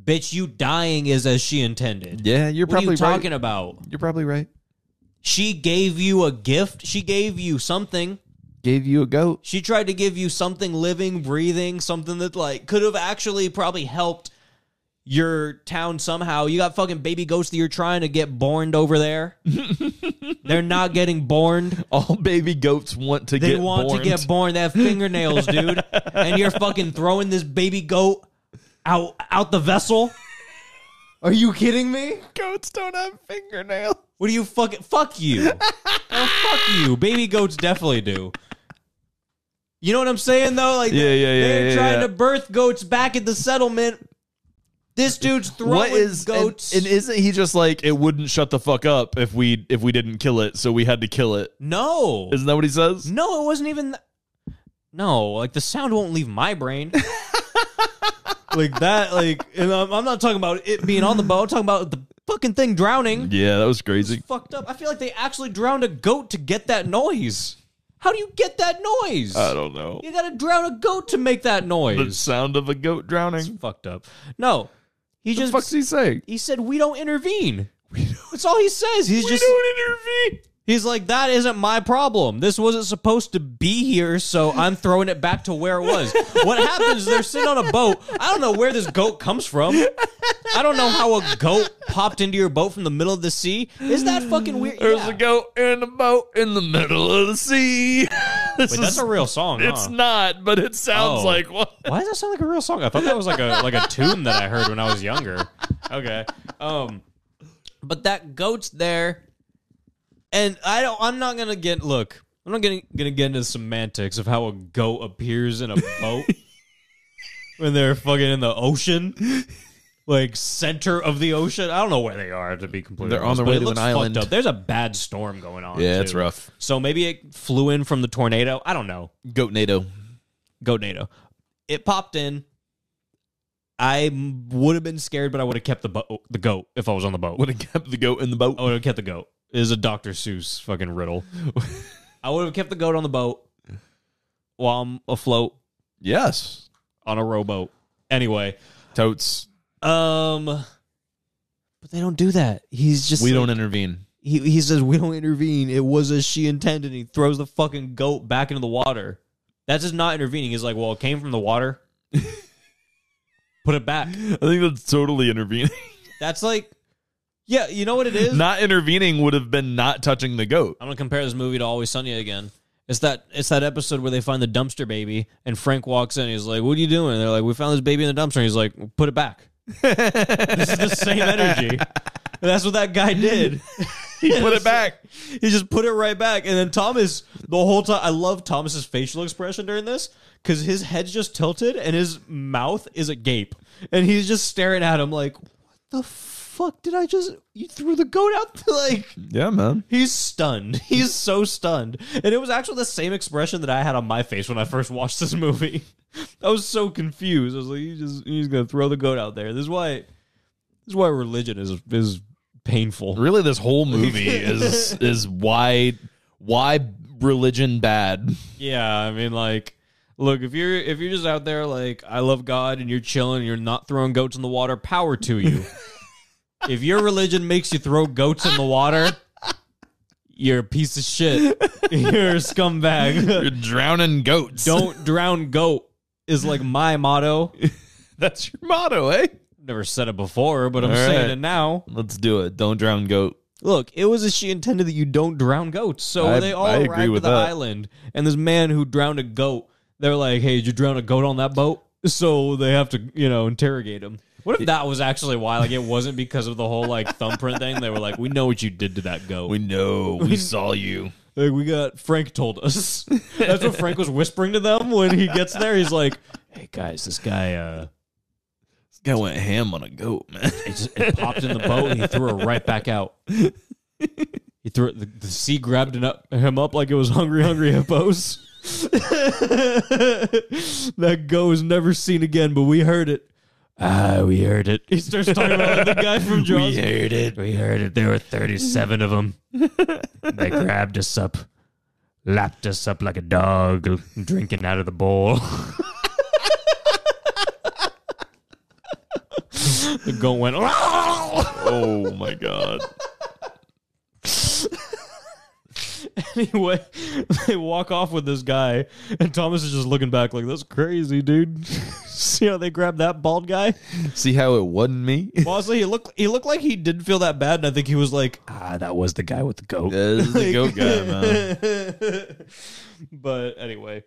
Speaker 1: Bitch, you dying is as she intended.
Speaker 2: Yeah, you're
Speaker 1: What are
Speaker 2: probably
Speaker 1: you
Speaker 2: right.
Speaker 1: talking about?
Speaker 2: You're probably right.
Speaker 1: She gave you a gift. She gave you something.
Speaker 2: Gave you a goat.
Speaker 1: She tried to give you something living, breathing, something that like could have actually probably helped your town somehow. You got fucking baby ghosts that you're trying to get borned over there. They're not getting borned.
Speaker 2: All baby goats want to
Speaker 1: They
Speaker 2: get
Speaker 1: want
Speaker 2: borned.
Speaker 1: to get born. They have fingernails, dude. and you're fucking throwing this baby goat out out the vessel. Are you kidding me?
Speaker 2: Goats don't have fingernails.
Speaker 1: What do you fucking fuck you? oh, fuck you. Baby goats definitely do. You know what I'm saying though? Like
Speaker 2: Yeah, yeah, yeah,
Speaker 1: they're
Speaker 2: yeah,
Speaker 1: trying
Speaker 2: yeah.
Speaker 1: to birth goats back at the settlement. This dude's throwing
Speaker 2: What is and-
Speaker 1: goats.
Speaker 2: And, isn't he just like it wouldn't shut the fuck up if we if we didn't kill it, so we had to kill it?
Speaker 1: no.
Speaker 2: Isn't that what he says?
Speaker 1: No, it wasn't even th- No, like the sound won't leave my brain. like that, like and I'm, I'm not talking about it being on the boat, I'm talking about the fucking thing drowning.
Speaker 2: Yeah, that was crazy.
Speaker 1: Fucked up. I feel like they actually drowned a goat to get that noise. How do you get that noise?
Speaker 2: I don't know.
Speaker 1: You gotta drown a goat to make that
Speaker 2: The
Speaker 1: noise.
Speaker 2: sound of a goat drowning.
Speaker 1: fucked up. No, he
Speaker 2: What the
Speaker 1: just
Speaker 2: fuck's he saying?
Speaker 1: he said we don't intervene. That's all he says. He's just
Speaker 2: intervene.
Speaker 1: he's like that isn't my problem. This wasn't supposed to be here, so I'm throwing it back to where it was. what happens? is They're sitting on a boat. I don't know where this goat comes from. I don't know how a goat popped into your boat from the middle of the sea. Is that fucking weird?
Speaker 2: There's
Speaker 1: Yeah.
Speaker 2: a goat in a boat in the middle of the sea. This
Speaker 1: Wait, that's
Speaker 2: is-
Speaker 1: a real song.
Speaker 2: It's
Speaker 1: huh?
Speaker 2: not, but it sounds
Speaker 1: Oh.
Speaker 2: like one.
Speaker 1: Why does that sound like a real song? I thought that was like a like a tune that I heard when I was younger. Okay. Um but that goat's there and I don't I'm not going to get look. I'm not going to get into semantics of how a goat appears in a boat when they're fucking in the ocean. Like center of the ocean. I don't know where they are to be completely.
Speaker 2: They're
Speaker 1: honest,
Speaker 2: on their
Speaker 1: but
Speaker 2: way
Speaker 1: it
Speaker 2: to
Speaker 1: looks
Speaker 2: an
Speaker 1: fucked
Speaker 2: island.
Speaker 1: Up. There's a bad storm going on.
Speaker 2: Yeah,
Speaker 1: too.
Speaker 2: it's rough.
Speaker 1: So maybe it flew in from the tornado. I don't know.
Speaker 2: Goat NATO.
Speaker 1: Go NATO. It popped in. I m- would have been scared, but I would have kept the bo- the goat if I was on the boat.
Speaker 2: Would have kept the goat in the boat.
Speaker 1: I would have kept the goat. It is a Dr. Seuss fucking riddle. I would have kept the goat on the boat while I'm afloat
Speaker 2: Yes.
Speaker 1: on a rowboat. Anyway,
Speaker 2: Totes.
Speaker 1: um, but they don't do that. He's just
Speaker 2: We
Speaker 1: like-
Speaker 2: don't intervene.
Speaker 1: He he says we don't intervene. It was as she intended. And he throws the fucking goat back into the water. That's just not intervening. He's like, well, it came from the water. Put it back.
Speaker 2: I think that's totally intervening.
Speaker 1: That's like, yeah, you know what it is.
Speaker 2: not intervening would have been not touching the goat.
Speaker 1: I'm gonna compare this movie to Always Sunny again. It's that it's that episode where they find the dumpster baby and Frank walks in. He's like, "What are you doing?" And they're like, "We found this baby in the dumpster." And he's like, "Put it back." this is the same energy. And that's what that guy did.
Speaker 2: He put it back.
Speaker 1: He just put it right back. And then Thomas, the whole time, I love Thomas's facial expression during this because his head's just tilted and his mouth is agape. And he's just staring at him like, what the fuck did I just. You threw the goat out? the-" like,
Speaker 2: Yeah, man.
Speaker 1: he's stunned. He's so stunned. And it was actually the same expression that I had on my face when I first watched this movie. I was so confused. I was like, you just, he's going to throw the goat out there. This is why. This is why religion is is painful.
Speaker 2: Really, this whole movie is is why why religion bad.
Speaker 1: Yeah, I mean, like, look if you're if you're just out there like I love God and you're chilling, and you're not throwing goats in the water. Power to you. if your religion makes you throw goats in the water, you're a piece of shit. You're a scumbag.
Speaker 2: You're drowning goats.
Speaker 1: Don't drown goat is like my motto.
Speaker 2: That's your motto, eh?
Speaker 1: Never said it before, but I'm
Speaker 2: All
Speaker 1: saying
Speaker 2: right.
Speaker 1: it now.
Speaker 2: Let's do it. Don't drown goat.
Speaker 1: Look, it was as she intended that you don't drown goats. So
Speaker 2: I-
Speaker 1: they all
Speaker 2: I agree
Speaker 1: arrived
Speaker 2: with
Speaker 1: to the
Speaker 2: that.
Speaker 1: island, and this man who drowned a goat, they're like, "Hey, did you drown a goat on that boat?" So they have to, you know, interrogate him. What if that was actually why? Like, it wasn't because of the whole like thumbprint thing. They were like, "We know what you did to that goat.
Speaker 2: We know. We saw you.
Speaker 1: Like we got Frank told us. That's what Frank was whispering to them when he gets there. He's like, "Hey guys, this guy uh
Speaker 2: This guy went ham on a goat, man.
Speaker 1: it just it popped in the boat and he threw it right back out. He threw it. The, the sea grabbed it up, him up like it was hungry, hungry hippos. that go is never seen again, but we heard it. Ah, we heard it. He starts talking about the guy from Jaws.
Speaker 2: heard it.
Speaker 1: We heard it. There were 37 of them. they grabbed us up, lapped us up like a dog, drinking out of the bowl. the goat went, "Row!"
Speaker 2: Oh my god.
Speaker 1: anyway, they walk off with this guy, and Thomas is just looking back like, that's crazy, dude. See how they grabbed that bald guy?
Speaker 2: See how it wasn't me?
Speaker 1: Honestly, he looked, he looked like he didn't feel that bad, and I think he was like, ah, that was the guy with the goat.
Speaker 2: this is the goat guy, man.
Speaker 1: but anyway,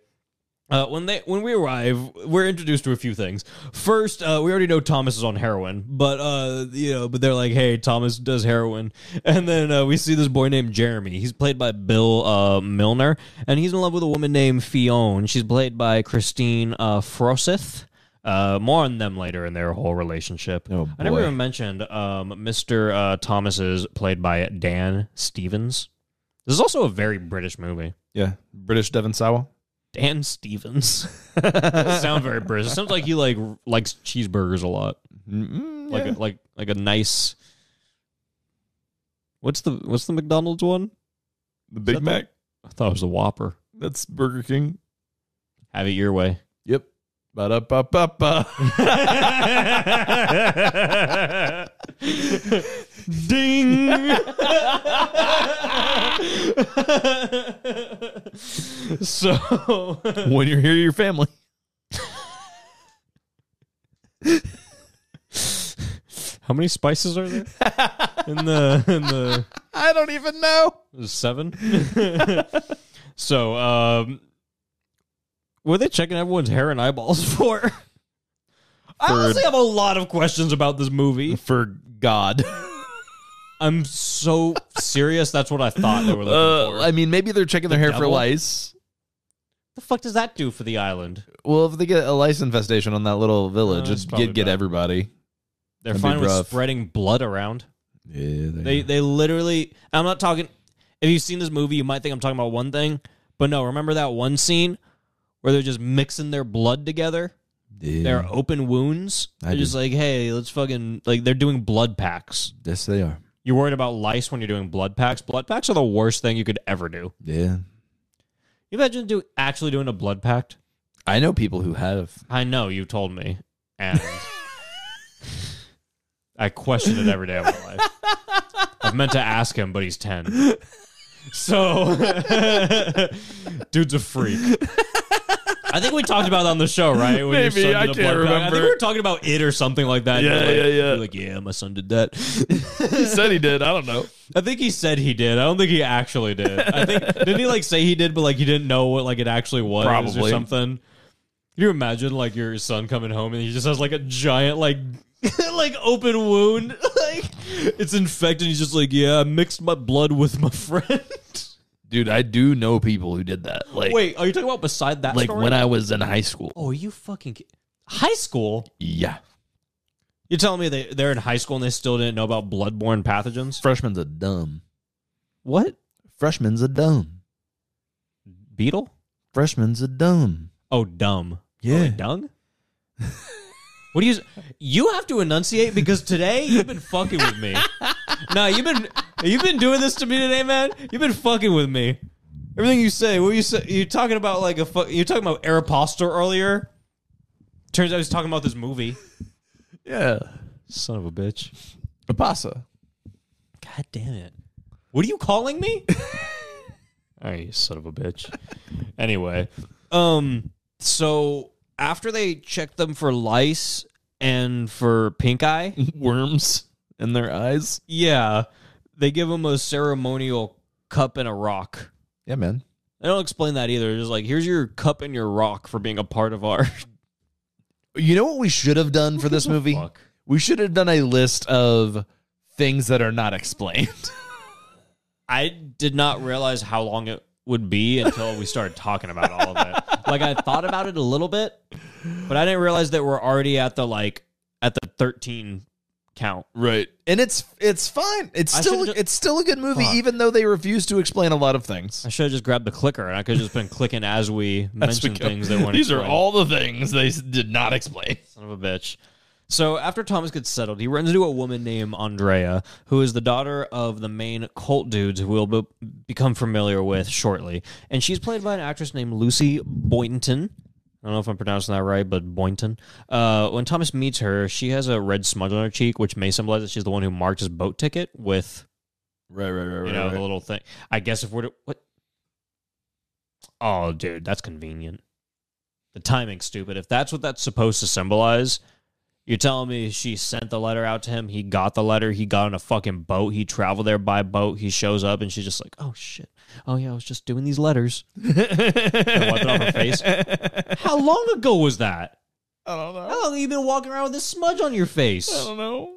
Speaker 1: uh, when they when we arrive, we're introduced to a few things. First, uh, we already know Thomas is on heroin, but uh, you know, but they're like, "Hey, Thomas does heroin," and then uh, we see this boy named Jeremy. He's played by Bill uh, Milner, and he's in love with a woman named Fionn. She's played by Christine uh, Froseth. Uh, more on them later in their whole relationship.
Speaker 2: Oh,
Speaker 1: I never
Speaker 2: boy.
Speaker 1: even mentioned um, Mr. Uh, Thomas is played by Dan Stevens. This is also a very British movie.
Speaker 2: Yeah. British Devon Sawa.
Speaker 1: Dan Stevens. Doesn't sound very British. Sounds like he like likes cheeseburgers a lot.
Speaker 2: Mm,
Speaker 1: Like a, like like a nice. What's the what's the McDonald's one?
Speaker 2: the Big
Speaker 1: that the-
Speaker 2: Mac.
Speaker 1: I thought it was a Whopper.
Speaker 2: That's Burger King.
Speaker 1: Have it your way.
Speaker 2: Yep. Ba-da-ba-ba-ba.
Speaker 1: Ding. so
Speaker 2: when you're here, your family.
Speaker 1: How many spices are there in the in the?
Speaker 2: I don't even know.
Speaker 1: seven. so, um, what are they checking everyone's hair and eyeballs for? I honestly have a lot of questions about this movie.
Speaker 2: For God.
Speaker 1: I'm so serious. That's what I thought they were looking for.
Speaker 2: Uh, I
Speaker 1: what
Speaker 2: mean, maybe they're checking their hair for
Speaker 1: devil?
Speaker 2: lice.
Speaker 1: the fuck does that do for the island?
Speaker 2: Well, if they get a lice infestation on that little village,
Speaker 1: Uh, it's
Speaker 2: it'd
Speaker 1: probably
Speaker 2: get, get
Speaker 1: bad.
Speaker 2: everybody.
Speaker 1: They're
Speaker 2: That'd be
Speaker 1: fine with
Speaker 2: rough.
Speaker 1: spreading blood around.
Speaker 2: Yeah,
Speaker 1: They they literally. I'm not talking. If you've seen this movie, you might think I'm talking about one thing, but no. Remember that one scene where they're just mixing their blood together. They're open wounds.
Speaker 2: I
Speaker 1: they're
Speaker 2: do.
Speaker 1: just like, hey, let's fucking like they're doing blood packs.
Speaker 2: yes, they are.
Speaker 1: You're worried about lice when you're doing blood packs. Blood packs are the worst thing you could ever do.
Speaker 2: Yeah,
Speaker 1: You imagine do actually doing a blood pact?
Speaker 2: I know people who have.
Speaker 1: I know you told me, and I question it every day of my life. I've meant to ask him, but he's ten. So, dude's a freak. I think we talked about it on the show, right? When
Speaker 2: Maybe, I
Speaker 1: did a blood
Speaker 2: can't
Speaker 1: pact. I think
Speaker 2: remember.
Speaker 1: we were talking about it or something like that.
Speaker 2: Yeah,
Speaker 1: You're like,
Speaker 2: yeah, yeah.
Speaker 1: you're Like, yeah, my son did that.
Speaker 2: he said he did. I don't know.
Speaker 1: I think he said he did. I don't think he actually did. I think didn't he like say he did, but like he didn't know what like it actually was or
Speaker 2: Probably.
Speaker 1: something. Can you imagine like your son coming home and he just has like a giant like like open wound, like it's infected. He's just like, yeah, I mixed my blood with my friend.
Speaker 2: Dude, I do know people who did that. Like,
Speaker 1: Wait, are you talking about beside that?
Speaker 2: like
Speaker 1: story?
Speaker 2: when I was in high school.
Speaker 1: oh, are you fucking ki- high school?
Speaker 2: Yeah,
Speaker 1: You're telling me they they're in high school and they still didn't know about bloodborne pathogens?
Speaker 2: freshmen's a dumb.
Speaker 1: What
Speaker 2: Freshmen's a dumb.
Speaker 1: beetle?
Speaker 2: Freshmen's a dumb.
Speaker 1: Oh, dumb.
Speaker 2: Yeah.
Speaker 1: Really, dung. what do you? You have to enunciate because today you've been fucking with me. no, you've been you've been doing this to me today, man. You've been fucking with me. Everything you say, what you say, you're talking about like a fu- you're talking about Aeropostale earlier. Turns out he's talking about this movie.
Speaker 5: Yeah.
Speaker 1: Son of a bitch.
Speaker 5: Apasa.
Speaker 1: God damn it. What are you calling me? All right, you son of a bitch. Anyway, um, so after they checked them for lice and for pink eye,
Speaker 2: Worms in their eyes.
Speaker 1: yeah, they give them a ceremonial cup and a rock.
Speaker 5: Yeah, man.
Speaker 1: They don't explain that either. They're just like, here's your cup and your rock for being a part of our.
Speaker 5: You know what we should have done for this movie?
Speaker 1: fuck?
Speaker 5: We should have done a list of things that are not explained.
Speaker 1: I did not realize how long it would be until we started talking about all of it. Like I thought about it a little bit, but I didn't realize that we're already at the like at the 13 count.
Speaker 5: Right. And it's it's fine. It's
Speaker 1: I
Speaker 5: still
Speaker 1: should've ju-
Speaker 5: it's still a good movie
Speaker 1: Fuck.
Speaker 5: even though they refuse to explain a lot of things.
Speaker 1: I should have just grabbed the clicker and I could have just been clicking as we mentioned things that weren't
Speaker 2: These are
Speaker 1: explained.
Speaker 2: all the things they s- did not explain.
Speaker 1: Son of a bitch. So after Thomas gets settled, he runs into a woman named Andrea, who is the daughter of the main cult dudes who we'll be- become familiar with shortly. And she's played by an actress named Lucy Boynton. I don't know if I'm pronouncing that right, but Boynton. Uh, when Thomas meets her, she has a red smudge on her cheek, which may symbolize that she's the one who marked his boat ticket with
Speaker 5: Right, right, right,
Speaker 1: you know, the little thing. I guess if we're to what? Oh, dude, that's convenient. The timing's stupid. If that's what that's supposed to symbolize, you're telling me she sent the letter out to him. He got the letter. He got on a fucking boat. He traveled there by boat. He shows up, and she's just like, "Oh shit! Oh yeah, I was just doing these letters." and wiped it off her face. How long ago was that?
Speaker 2: I don't know.
Speaker 1: How long have you been walking around with this smudge on your face?
Speaker 2: I don't know.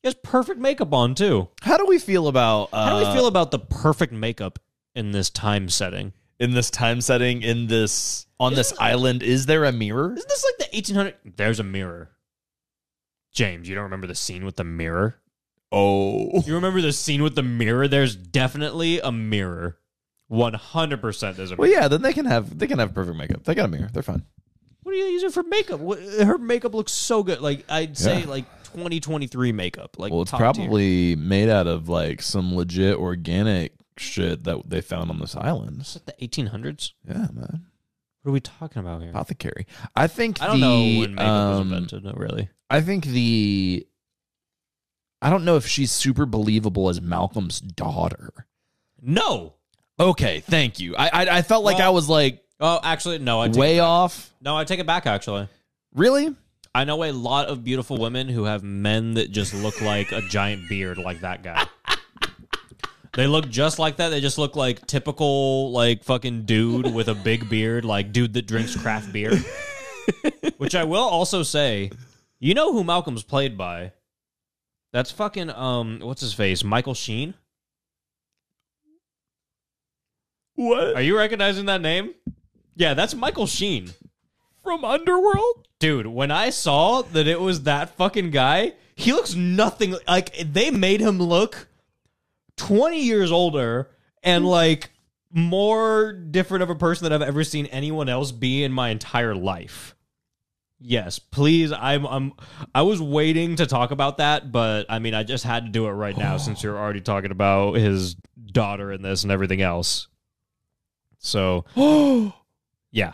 Speaker 1: He has perfect makeup on too.
Speaker 5: How do we feel about uh,
Speaker 1: How do we feel about the perfect makeup in this time setting?
Speaker 2: In this time setting, in this
Speaker 5: on this island is there a mirror?
Speaker 1: Isn't this like the 1800? There's a mirror. James, you don't remember the scene with the mirror?
Speaker 2: oh,
Speaker 1: You remember the scene with the mirror? There's definitely a mirror. 100% there's a mirror.
Speaker 5: Well, yeah, then they can have they can have perfect makeup. They got a mirror. They're fine.
Speaker 1: What are you using for makeup? What, her makeup looks so good. Like, I'd say like 2023 makeup. Like,
Speaker 5: Well, it's
Speaker 1: top tier.
Speaker 5: probably made out of like some legit organic shit that they found on this island.
Speaker 1: It's like the 1800s.
Speaker 5: Yeah, man.
Speaker 1: What are we talking about here?
Speaker 5: Apothecary. I think
Speaker 1: I don't
Speaker 5: the,
Speaker 1: know when makeup was
Speaker 5: um,
Speaker 1: invented, no, really.
Speaker 5: I think the I don't know if she's super believable as Malcolm's daughter.
Speaker 1: No.
Speaker 5: Okay, thank you. I I, I felt like
Speaker 1: Well,
Speaker 5: I was like
Speaker 1: Oh, actually, no. I take,
Speaker 5: way off.
Speaker 1: no, I take it back, actually.
Speaker 5: Really?
Speaker 1: I know a lot of beautiful women who have men that just look like a giant beard, like that guy. They look just like that. They just look like typical, like fucking dude with a big beard, like dude that drinks craft beer. Which I will also say, you know who Malcolm's played by? That's fucking um, what's his face, Michael Sheen.
Speaker 2: what
Speaker 1: Are you recognizing that name? Yeah, that's Michael Sheen.
Speaker 2: from Underworld?
Speaker 1: Dude, when I saw that it was that fucking guy, he looks nothing like they made him look 20 years older and
Speaker 5: Hmm.
Speaker 1: like more different of a person than I've ever seen anyone else be in my entire life. Yes, please. I'm I'm I was waiting to talk about that, but I mean I just had to do it right now since you're already talking about his daughter and this and everything else. So yeah.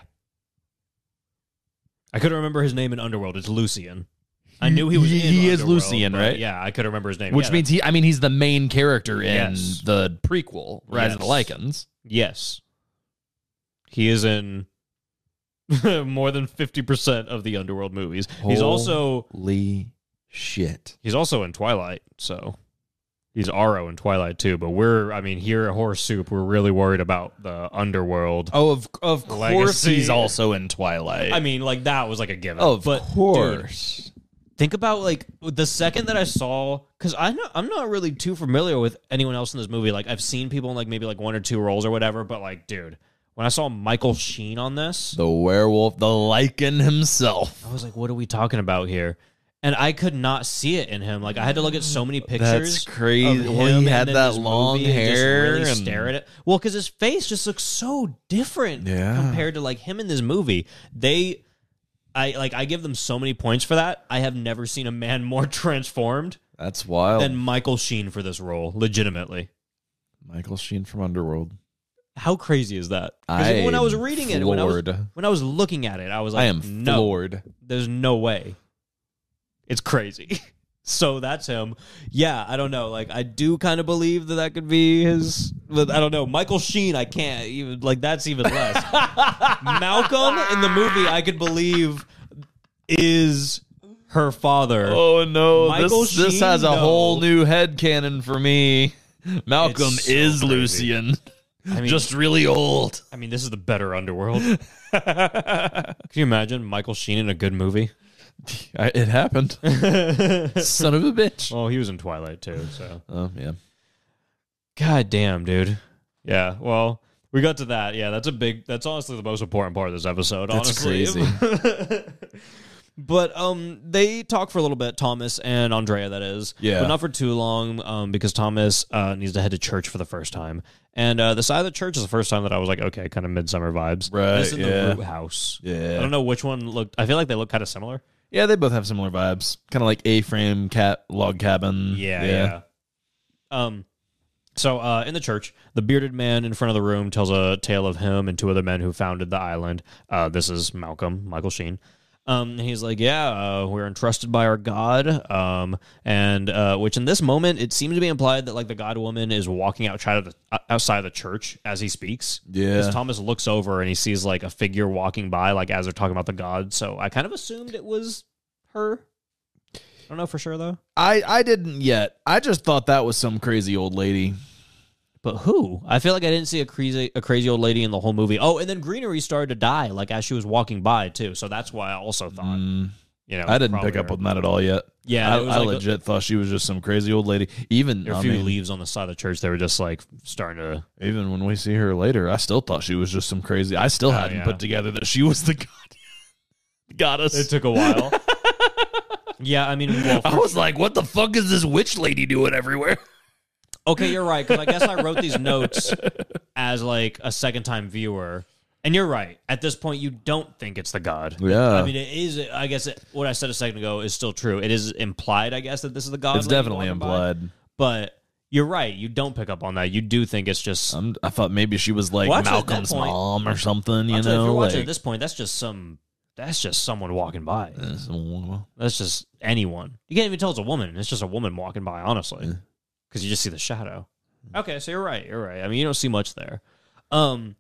Speaker 1: I couldn't remember his name in Underworld. It's Lucian. I knew he was.
Speaker 5: He-
Speaker 1: in
Speaker 5: he is
Speaker 1: Underworld,
Speaker 5: Lucian,
Speaker 1: but
Speaker 5: right?
Speaker 1: Yeah, I couldn't remember his name.
Speaker 5: Which
Speaker 1: Yeah,
Speaker 5: means he I mean he's the main character in
Speaker 1: Yes.
Speaker 5: the prequel, Rise of the
Speaker 1: Yes.
Speaker 5: Lycans.
Speaker 1: Yes. He is in more than 50% of the Underworld movies. He's also
Speaker 5: Holy shit.
Speaker 1: he's also in Twilight, so he's Aro in Twilight too, but we're I mean here at Horse Soup we're really worried about the Underworld.
Speaker 5: Oh, of of course
Speaker 1: Legacy.
Speaker 5: he's also in Twilight.
Speaker 1: I mean like that was like a given.
Speaker 5: of
Speaker 1: but dude,
Speaker 5: course.
Speaker 1: think about like the second that I saw because I know I'm not really too familiar with anyone else in this movie. Like I've seen people in like maybe like one or two roles or whatever, but like dude, when I saw Michael Sheen on this,
Speaker 5: the werewolf, the lycan himself.
Speaker 1: I was like, what are we talking about here? And I could not see it in him. Like I had to look at so many pictures.
Speaker 5: That's
Speaker 1: of
Speaker 5: crazy.
Speaker 1: him
Speaker 5: Well, he
Speaker 1: and
Speaker 5: had
Speaker 1: then
Speaker 5: that
Speaker 1: this
Speaker 5: long
Speaker 1: movie and just
Speaker 5: hair
Speaker 1: really
Speaker 5: and-
Speaker 1: stare at it. Well, because his face just looks so different
Speaker 5: Yeah.
Speaker 1: compared to like him in this movie. They, I like, I give them so many points for that. I have never seen a man more transformed
Speaker 5: That's wild.
Speaker 1: than Michael Sheen for this role, legitimately.
Speaker 5: Michael Sheen from Underworld.
Speaker 1: How crazy is that? 'Cause when I was
Speaker 2: I'm
Speaker 1: reading it, when I was
Speaker 2: floored.
Speaker 1: when I was looking at it, I was like,
Speaker 2: I am
Speaker 1: no,
Speaker 2: floored.
Speaker 1: there's no way. It's crazy. so that's him. Yeah, I don't know. Like I do kind of believe that that could be his. But I don't know. Michael Sheen, I can't even like that's even less. Malcolm in the movie, I could believe is her father.
Speaker 2: Oh no!
Speaker 1: Michael
Speaker 2: this, this
Speaker 1: Sheen,
Speaker 2: has a
Speaker 1: no.
Speaker 2: whole new head cannon for me. Malcolm
Speaker 1: It's so
Speaker 2: is
Speaker 1: crazy.
Speaker 2: Lucian,
Speaker 1: I mean,
Speaker 2: just really old.
Speaker 1: I mean, this is the better underworld. Can you imagine Michael Sheen in a good movie?
Speaker 2: I, it happened. Son of a bitch.
Speaker 1: Well, he was in Twilight too, so.
Speaker 2: Oh yeah.
Speaker 1: God damn, dude. Yeah. Well, we got to that. Yeah, that's a big. That's honestly the most important part of this episode. honestly. but um, they talk for a little bit, Thomas and Andrea. That is.
Speaker 2: Yeah.
Speaker 1: But not for too long, um, because Thomas uh, needs to head to church for the first time, and uh, the side of the church is the first time that I was like, okay, kind of midsummer vibes.
Speaker 2: Right,
Speaker 1: This is
Speaker 2: yeah.
Speaker 1: the root house.
Speaker 2: Yeah.
Speaker 1: I don't know which one looked. I feel like they look kind of similar.
Speaker 2: Yeah, they both have similar vibes. Kind of like A-frame cat log cabin.
Speaker 1: Yeah, yeah. Um, so uh, in the church, the bearded man in front of the room tells a tale of him and two other men who founded the island. Uh, this is Malcolm, Michael Sheen. Um, and he's like, yeah, uh, we're entrusted by our God. Um, and uh, which in this moment, it seems to be implied that like the God woman is walking outside of the uh, outside of the church as he speaks.
Speaker 2: Yeah.
Speaker 1: 'Cause Thomas looks over and he sees like a figure walking by, like as they're talking about the God. So I kind of assumed it was her. I don't know for sure though.
Speaker 2: I I didn't yet. I just thought that was some crazy old lady.
Speaker 1: But who? I feel like I didn't see a crazy a crazy old lady in the whole movie. Oh, and then Greenery started to die like as she was walking by too. So that's why I also thought.
Speaker 2: Mm,
Speaker 1: You know,
Speaker 2: I didn't
Speaker 1: probably
Speaker 2: pick up
Speaker 1: her.
Speaker 2: on that at all yet.
Speaker 1: Yeah,
Speaker 2: I,
Speaker 1: it was
Speaker 2: I
Speaker 1: like a-
Speaker 2: legit thought she was just some crazy old lady. Even
Speaker 1: There were
Speaker 2: I
Speaker 1: a few
Speaker 2: mean,
Speaker 1: leaves on the side of the church. They were just like starting to.
Speaker 2: even when we see her later, I still thought she was just some crazy. I still hadn't
Speaker 1: yeah.
Speaker 2: put together that she was the god, goddess.
Speaker 1: It took a while. yeah, I mean, well,
Speaker 2: I
Speaker 1: for-
Speaker 2: was like, what the fuck is this witch lady doing everywhere?
Speaker 1: okay, you're right because I guess I wrote these notes as like a second time viewer. And you're right. At this point, you don't think it's the god.
Speaker 2: Yeah.
Speaker 1: I mean, it is. I guess it, what I said a second ago is still true. It is implied, I guess, that this is the god.
Speaker 2: it's
Speaker 1: lady
Speaker 2: definitely
Speaker 1: walking by.
Speaker 2: implied.
Speaker 1: But you're right. You don't pick up on that. You do think it's just.
Speaker 2: I'm, I thought maybe she was like
Speaker 1: Well, actually, at that
Speaker 2: Malcolm's
Speaker 1: point-
Speaker 2: mom or something. You
Speaker 1: Actually, if you're
Speaker 2: know,
Speaker 1: watching
Speaker 2: like,
Speaker 1: at this point, that's just some. That's just someone walking by.
Speaker 2: Well,
Speaker 1: That's just anyone. You can't even tell it's a woman. It's just a woman walking by, honestly, because you just see the shadow.
Speaker 2: Hmm.
Speaker 1: Okay, so you're right. You're right. I mean, you don't see much there. Um,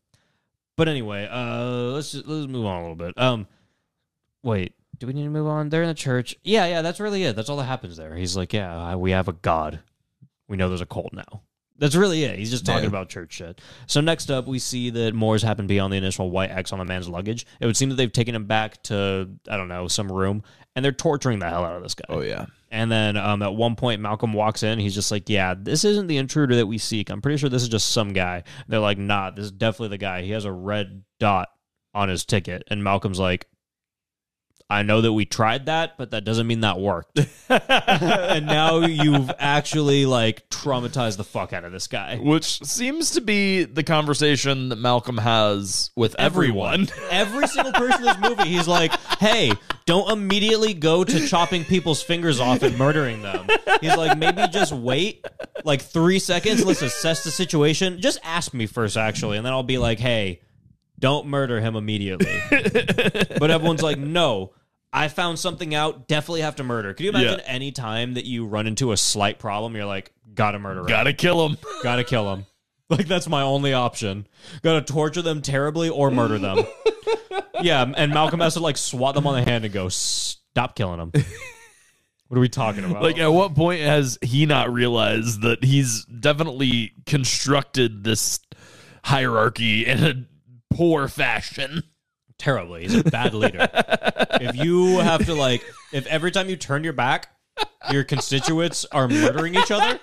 Speaker 1: but anyway, uh, let's just, let's move on a little bit. Um, wait, do we need to move on? They're in the church. Yeah, yeah. That's really it. That's all that happens there. He's like, yeah, I- we have a god. We know there's a cult now. That's really it. He's just talking about church shit. So next up, we see that Moore's happened beyond the initial white X on the man's luggage. It would seem that they've taken him back to I don't know some room, and they're torturing the hell out of this guy.
Speaker 2: oh yeah,
Speaker 1: And then um, at one point, Malcolm walks in. He's just like, "Yeah, this isn't the intruder that we seek. I'm pretty sure this is just some guy." They're like, "Nah, this is definitely the guy. He has a red dot on his ticket." And Malcolm's like, "I know that we tried that, but that doesn't mean that worked." and now you've actually like traumatized the fuck out of this guy.
Speaker 2: which seems to be the conversation that Malcolm has with everyone.
Speaker 1: Every single person in this movie, he's like, hey, don't immediately go to chopping people's fingers off and murdering them. He's like, maybe just wait like three seconds. Let's assess the situation. Just ask me first, actually. And then I'll be like, hey, don't murder him immediately. but everyone's like, no. I found something out. Definitely have to murder. Can you imagine any time that you run into a slight problem, you're like, gotta murder. him.
Speaker 2: Gotta kill him.
Speaker 1: Gotta kill them. Like that's my only option. Gotta torture them terribly or murder them. yeah, and Malcolm has to like swat them on the hand and go, stop killing them. What are we talking about?
Speaker 2: Like, at what point has he not realized that he's definitely constructed this hierarchy in a poor fashion?
Speaker 1: terribly. He's a bad leader. if you have to like, if every time you turn your back, your constituents are murdering each other,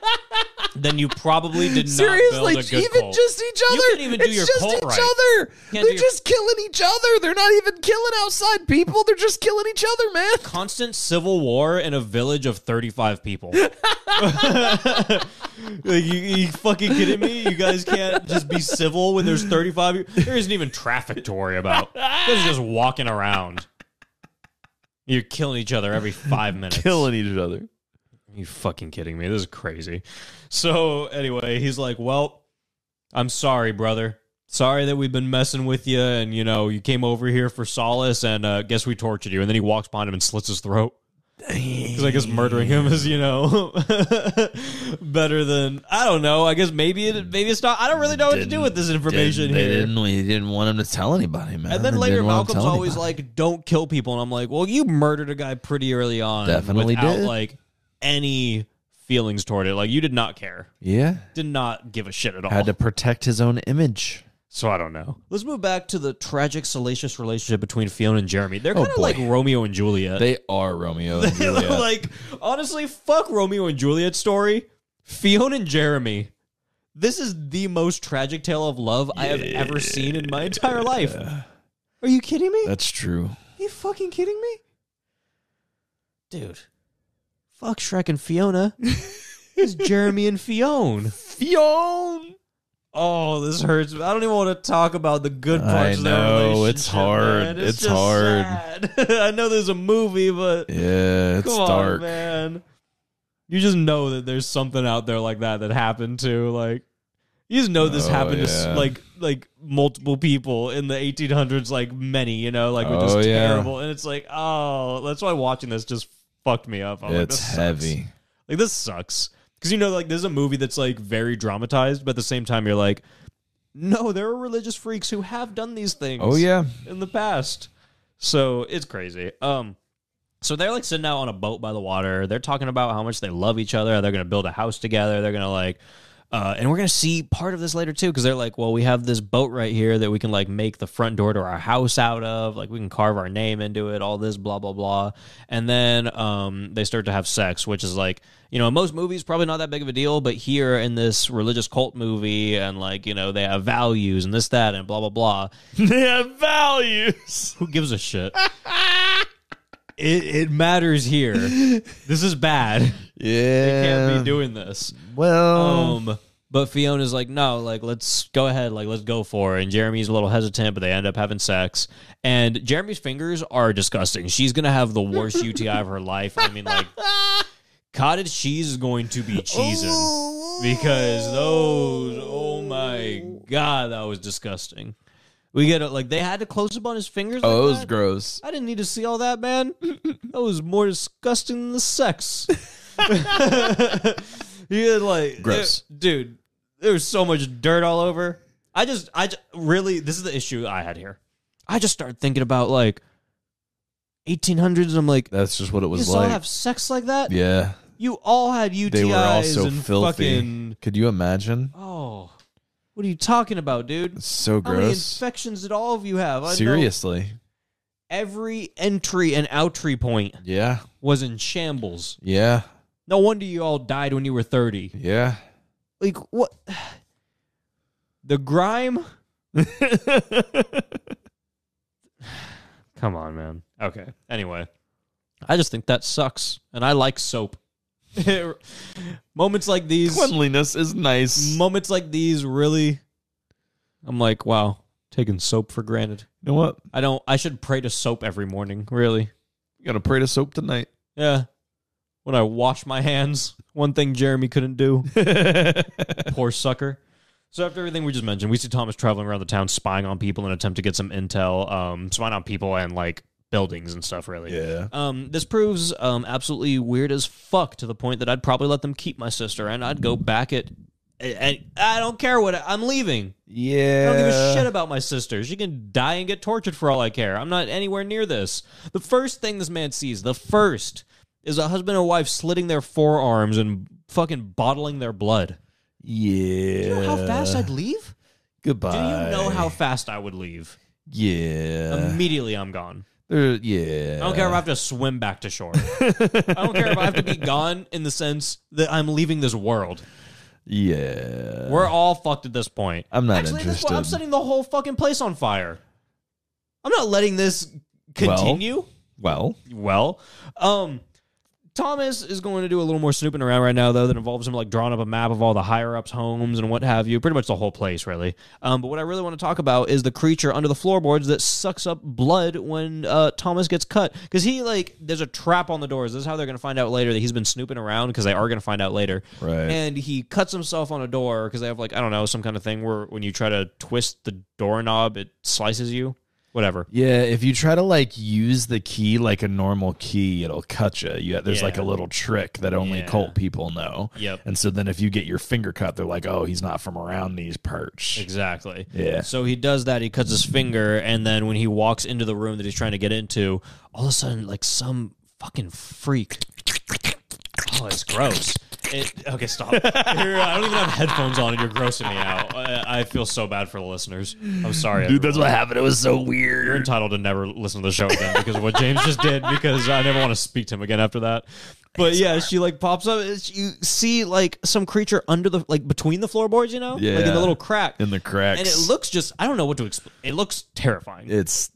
Speaker 1: then you probably did not
Speaker 2: Seriously,
Speaker 1: build a good
Speaker 2: even
Speaker 1: cult.
Speaker 2: just each other.
Speaker 1: You can't even do
Speaker 2: it's
Speaker 1: your
Speaker 2: just
Speaker 1: cult
Speaker 2: each
Speaker 1: right.
Speaker 2: other.
Speaker 1: can't
Speaker 2: They're
Speaker 1: do your-
Speaker 2: just killing each other. They're not even killing outside people. They're just killing each other, man.
Speaker 1: constant civil war in a village of 35 people. like, you, you fucking kidding me? You guys can't just be civil when there's 35. you- There isn't even traffic to worry about. You guys are just walking around. You're killing each other every five minutes.
Speaker 2: each other.
Speaker 1: Are you fucking kidding me? This is crazy. So, anyway, he's like, well, I'm sorry, brother. sorry that we've been messing with you, and you know you came over here for solace, and uh, guess we tortured you. And then he walks behind him and slits his throat. Because I guess murdering him is, you know, better than I don't know. I guess maybe it, maybe it's not. I don't really know what to do with this information
Speaker 5: Didn't-
Speaker 1: here.
Speaker 5: They didn't, we didn't want him to tell anybody, man.
Speaker 1: And then
Speaker 5: They
Speaker 1: later,
Speaker 5: didn't want him to
Speaker 1: Malcolm's
Speaker 5: tell
Speaker 1: always
Speaker 5: anybody.
Speaker 1: like, "Don't kill people," and I'm like, "Well, you murdered a guy pretty early on,
Speaker 5: Definitely
Speaker 1: without
Speaker 5: did.
Speaker 1: like any feelings toward it. Like you did not care,
Speaker 5: yeah,
Speaker 1: did not give a shit at all."
Speaker 5: had to protect his own image.
Speaker 1: so I don't know. Let's move back to the tragic, salacious relationship between Fiona and Jeremy. They're kind of
Speaker 5: Oh, boy.
Speaker 1: like Romeo and Juliet.
Speaker 5: They are Romeo and Juliet.
Speaker 1: like honestly, fuck Romeo and Juliet story. Fiona and Jeremy. This is the most tragic tale of love I have ever seen in my entire life. Are you kidding me?
Speaker 5: That's true.
Speaker 1: Are you fucking kidding me? Dude. Fuck Shrek and Fiona. it's Jeremy and Fiona.
Speaker 5: Fion.
Speaker 1: Oh, this hurts. I don't even want to talk about the good parts of that
Speaker 5: know,
Speaker 1: relationship.
Speaker 5: it's hard.
Speaker 1: man.
Speaker 5: It's
Speaker 1: just
Speaker 5: hard.
Speaker 1: sad. I know there's a movie, but
Speaker 5: Yeah, it's
Speaker 1: come on,
Speaker 5: dark.
Speaker 1: man. You just know that there's something out there like that that happened to like you just know this
Speaker 5: Oh,
Speaker 1: happened to
Speaker 5: yeah.
Speaker 1: s- like like multiple people in the 1800s, like many, you know, like were just
Speaker 5: Oh, yeah.
Speaker 1: terrible, and it's like, oh, that's why watching this just fucked me up. I'm like,
Speaker 5: it's
Speaker 1: this sucks.
Speaker 5: heavy.
Speaker 1: Like this sucks because you know, like there's a movie that's like very dramatized, but at the same time, you're like, no, there are religious freaks who have done these things
Speaker 5: Oh yeah,
Speaker 1: in the past. So it's crazy. Um, so they're like sitting out on a boat by the water. They're talking about how much they love each other. They're gonna build a house together. They're gonna like, uh, and we're gonna see part of this later too, because they're like, well, we have this boat right here that we can like make the front door to our house out of. Like we can carve our name into it. All this blah blah blah. And then um, they start to have sex, which is like, you know, in most movies probably not that big of a deal, but here in this religious cult movie, and like you know they have values and this that and blah blah blah. they have values. Who gives a shit? it, it matters here. this is bad.
Speaker 5: yeah.
Speaker 1: Can't be doing this.
Speaker 5: well,
Speaker 2: Oh.
Speaker 1: Um, but Fiona's like, no, like let's go ahead, like let's go for it. And Jeremy's a little hesitant, but they end up having sex. And Jeremy's fingers are disgusting. She's gonna have the worst UTI of her life. I mean, like cottage cheese is going to be cheesing because those. Oh my god, that was disgusting. We get it. Like they had to close up on his fingers. like
Speaker 5: oh, it was
Speaker 1: that?
Speaker 5: gross.
Speaker 1: I didn't need to see all that, man. that was more disgusting than the sex. you had like
Speaker 5: Gross.
Speaker 1: there- dude. There was so much dirt all over. I just, I ju- really, this is the issue I had here. I just started thinking about like 1800s, and I'm like,
Speaker 5: That's just what it
Speaker 1: you
Speaker 5: was
Speaker 1: guys all
Speaker 5: like.
Speaker 1: have sex like that.
Speaker 5: yeah,
Speaker 1: You all had UTIs
Speaker 5: they were all so
Speaker 1: and
Speaker 5: filthy.
Speaker 1: fucking.
Speaker 5: Could you imagine?
Speaker 1: Oh, what are you talking about, dude?
Speaker 5: It's so
Speaker 1: How many
Speaker 5: gross.
Speaker 1: infections did all of you have? I know
Speaker 5: Seriously.
Speaker 1: Every entry and outry point
Speaker 5: Yeah.
Speaker 1: was in shambles.
Speaker 5: Yeah.
Speaker 1: No wonder you all died when you were 30.
Speaker 5: Yeah.
Speaker 1: Like, what? The grime? Come on, man. Okay. Anyway, I just think that sucks. And I like soap. moments like these,
Speaker 5: Cleanliness is nice.
Speaker 1: moments like these really, I'm like, wow, taking soap for granted.
Speaker 5: You know what?
Speaker 1: I don't, I should pray to soap every morning, really.
Speaker 5: You gotta pray to soap tonight.
Speaker 1: Yeah. When I wash my hands, one thing Jeremy couldn't do. Poor sucker. So after everything we just mentioned, we see Thomas traveling around the town spying on people in an attempt to get some intel, um, spying on people and like buildings and stuff really.
Speaker 5: Yeah.
Speaker 1: Um, this proves um, absolutely weird as fuck to the point that I'd probably let them keep my sister and I'd go back at and I don't care what I'm leaving.
Speaker 5: Yeah.
Speaker 1: I don't give a shit about my sister. She can die and get tortured for all I care. I'm not anywhere near this. The first thing this man sees, the first, is a husband and wife slitting their forearms and fucking bottling their blood.
Speaker 5: Yeah.
Speaker 1: You know how fast I'd leave? Do
Speaker 5: Goodbye.
Speaker 1: you know how Um, fast I Uh. would leave?
Speaker 5: Yeah.
Speaker 1: Immediately I'm gone.
Speaker 5: There- yeah.
Speaker 1: I don't care if I have to swim back to shore. I don't care if I have to be gone in the sense that I'm leaving this world.
Speaker 5: Yeah.
Speaker 1: We're all fucked at this point.
Speaker 5: I'm not
Speaker 1: Actually,
Speaker 5: interested.
Speaker 1: That's why Uh. I'm setting the whole fucking place on fire. I'm not letting this
Speaker 5: Well-
Speaker 1: continue.
Speaker 5: well,
Speaker 1: Well, um, Thomas is going to do a little more snooping around right now, though, that involves him like drawing up a map of all the higher ups' homes and what have you, pretty much the whole place, really. Um, but what I really want to talk about is the creature under the floorboards that sucks up blood when uh, Thomas gets cut, because he like there's a trap on the doors. This is how they're going to find out later that he's been snooping around, because they are going to find out later.
Speaker 2: Right.
Speaker 1: And he cuts himself on a door because they have like I don't know some kind of thing where when you try to twist the doorknob, it slices you. Whatever.
Speaker 2: Yeah, if you try to like use the key like a normal key, it'll cut you. you there's like
Speaker 1: Yeah.
Speaker 2: a little trick that only
Speaker 1: Yeah.
Speaker 2: cult people know.
Speaker 1: Yep.
Speaker 2: And so then if you get your finger cut, they're like, "Oh, he's not from around these parts."
Speaker 1: Exactly.
Speaker 2: Yeah.
Speaker 1: So he does that. He cuts his finger, and then when he walks into the room that he's trying to get into, all of a sudden, like some fucking freak. Oh, it's gross. It, okay, stop. You're- I don't even have headphones on, and you're grossing me out. I, I feel so bad for the listeners. I'm sorry,
Speaker 2: Dude, that's
Speaker 1: everyone.
Speaker 2: what happened. It was so
Speaker 1: You're
Speaker 2: weird.
Speaker 1: entitled to never listen to the show again because of what James just did. Because I never want to speak to him again after that. But yeah, she like pops up. and You see like some creature under the like between the floorboards, you know, like in
Speaker 2: Yeah.
Speaker 1: the little crack
Speaker 2: In the cracks.
Speaker 1: and it looks just I don't know what to explain. It looks terrifying,
Speaker 2: it's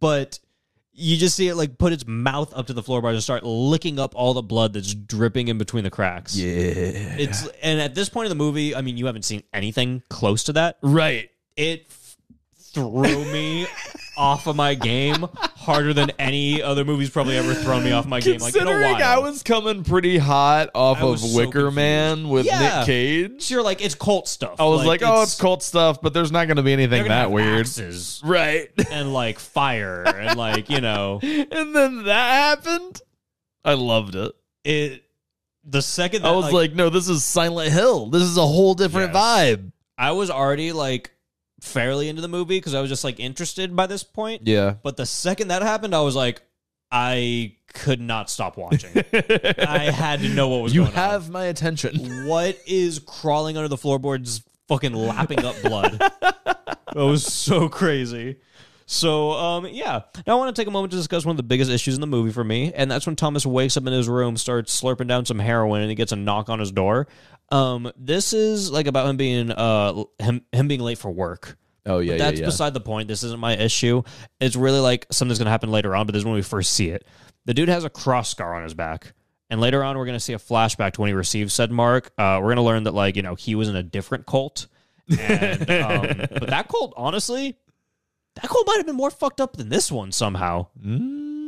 Speaker 1: but you just see it like put its mouth up to the floorboards and start licking up all the blood that's dripping in between the cracks.
Speaker 2: yeah.
Speaker 1: It's and at this point in the movie, I mean, you haven't seen anything close to that.
Speaker 2: right.
Speaker 1: It f- threw me off of my game harder than any other movie's probably ever thrown me off my game. Like in a
Speaker 2: Considering
Speaker 1: while.
Speaker 2: I was coming pretty hot off
Speaker 1: I was
Speaker 2: of
Speaker 1: so
Speaker 2: Wicker
Speaker 1: confused.
Speaker 2: Man with
Speaker 1: Yeah.
Speaker 2: Nick Cage,
Speaker 1: Sure, like it's cult stuff.
Speaker 2: I was like, "Oh, it's cult stuff, but there's not going to be anything that weird."
Speaker 1: Axes
Speaker 2: Right.
Speaker 1: and like fire and like you know
Speaker 2: and then that happened. I loved it.
Speaker 1: it. The second that,
Speaker 2: I was like,
Speaker 1: like
Speaker 2: no, this is Silent Hill. This is a whole different
Speaker 1: Yes.
Speaker 2: vibe.
Speaker 1: I was already like fairly into the movie because I was just like interested by this point.
Speaker 2: Yeah.
Speaker 1: But the second that happened, I was like, I could not stop watching. I had to know what was
Speaker 2: you
Speaker 1: going
Speaker 2: have my attention.
Speaker 1: on. What is crawling under the floorboards, fucking lapping up blood? that was so crazy. So, um, yeah. Now I want to take a moment to discuss one of the biggest issues in the movie for me, and that's when Thomas wakes up in his room, starts slurping down some heroin, and he gets a knock on his door. Um, this is like about him being uh him him being late for work.
Speaker 2: Oh yeah,
Speaker 1: That's beside the point. This isn't my issue. It's really like something's gonna happen later on, but this is when we first see it. The dude has a cross scar on his back. And later on, we're gonna see a flashback to when he received said mark. Uh, we're gonna learn that like you know he was in a different cult, and, um, but that cult, honestly, that cult might have been more fucked up than this one somehow.
Speaker 2: Mm.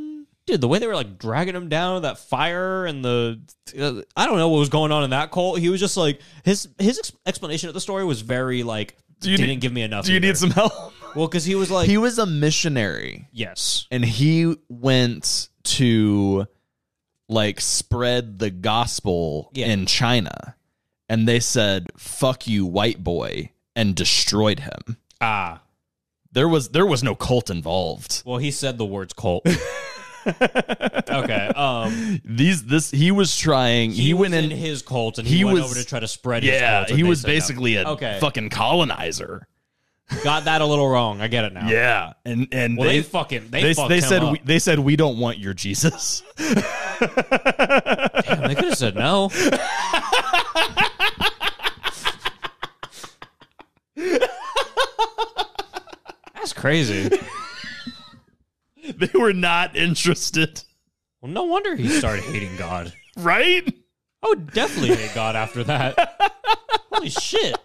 Speaker 1: Dude, the way they were like dragging him down to that fire and the uh, I don't know what was going on in that cult. He was just like his his ex- explanation of the story was very like
Speaker 2: you
Speaker 1: didn't
Speaker 2: need-
Speaker 1: give me enough.
Speaker 2: Do you
Speaker 1: either.
Speaker 2: need some help?
Speaker 1: Well, because he was like,
Speaker 2: he was a missionary,
Speaker 1: yes,
Speaker 2: and he went to like spread the gospel
Speaker 1: Yeah.
Speaker 2: in China, and they said "fuck you, white boy," and destroyed him.
Speaker 1: ah,
Speaker 2: There was there was no cult involved.
Speaker 1: well, he said the words cult. okay, um,
Speaker 2: These this he was trying. He,
Speaker 1: was
Speaker 2: went in.
Speaker 1: his cult and he,
Speaker 2: he
Speaker 1: went
Speaker 2: was-
Speaker 1: over to try to spread. his
Speaker 2: yeah,
Speaker 1: cult, and
Speaker 2: he
Speaker 1: they
Speaker 2: was
Speaker 1: said no.
Speaker 2: basically a
Speaker 1: Okay.
Speaker 2: fucking colonizer.
Speaker 1: got that a little wrong. I get it now.
Speaker 2: Yeah, and and
Speaker 1: well, they,
Speaker 2: they
Speaker 1: fucking they
Speaker 2: they,
Speaker 1: fucked
Speaker 2: they
Speaker 1: him
Speaker 2: said
Speaker 1: up.
Speaker 2: we, they said we don't want your Jesus.
Speaker 1: Damn, they could have said no. That's crazy.
Speaker 2: they were not interested,
Speaker 1: Well, no wonder he started hating God.
Speaker 2: right?
Speaker 1: I would definitely hate God after that. Holy shit.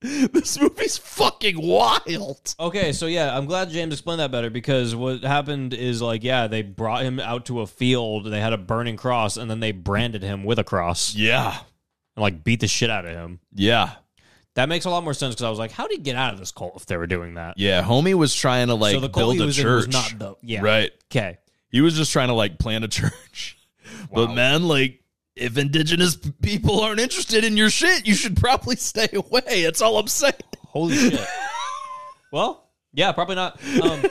Speaker 2: This movie's fucking wild.
Speaker 1: Okay, so yeah, I'm glad James explained that better because what happened is like, yeah, they brought him out to a field, they had a burning cross, and then they branded him with a cross
Speaker 2: Yeah,
Speaker 1: and like beat the shit out of him.
Speaker 2: yeah,
Speaker 1: That makes a lot more sense because I was like, how did he get out of this cult if they were doing that?
Speaker 2: yeah. Homie was trying to like
Speaker 1: so the cult
Speaker 2: build
Speaker 1: he
Speaker 2: a
Speaker 1: was
Speaker 2: church,
Speaker 1: in was not the yeah
Speaker 2: right?
Speaker 1: Okay,
Speaker 2: He was just trying to like plant a church. But man, like if indigenous p- people aren't interested in your shit, you should probably stay away. That's all I'm saying.
Speaker 1: holy shit. well, yeah, probably not. Um,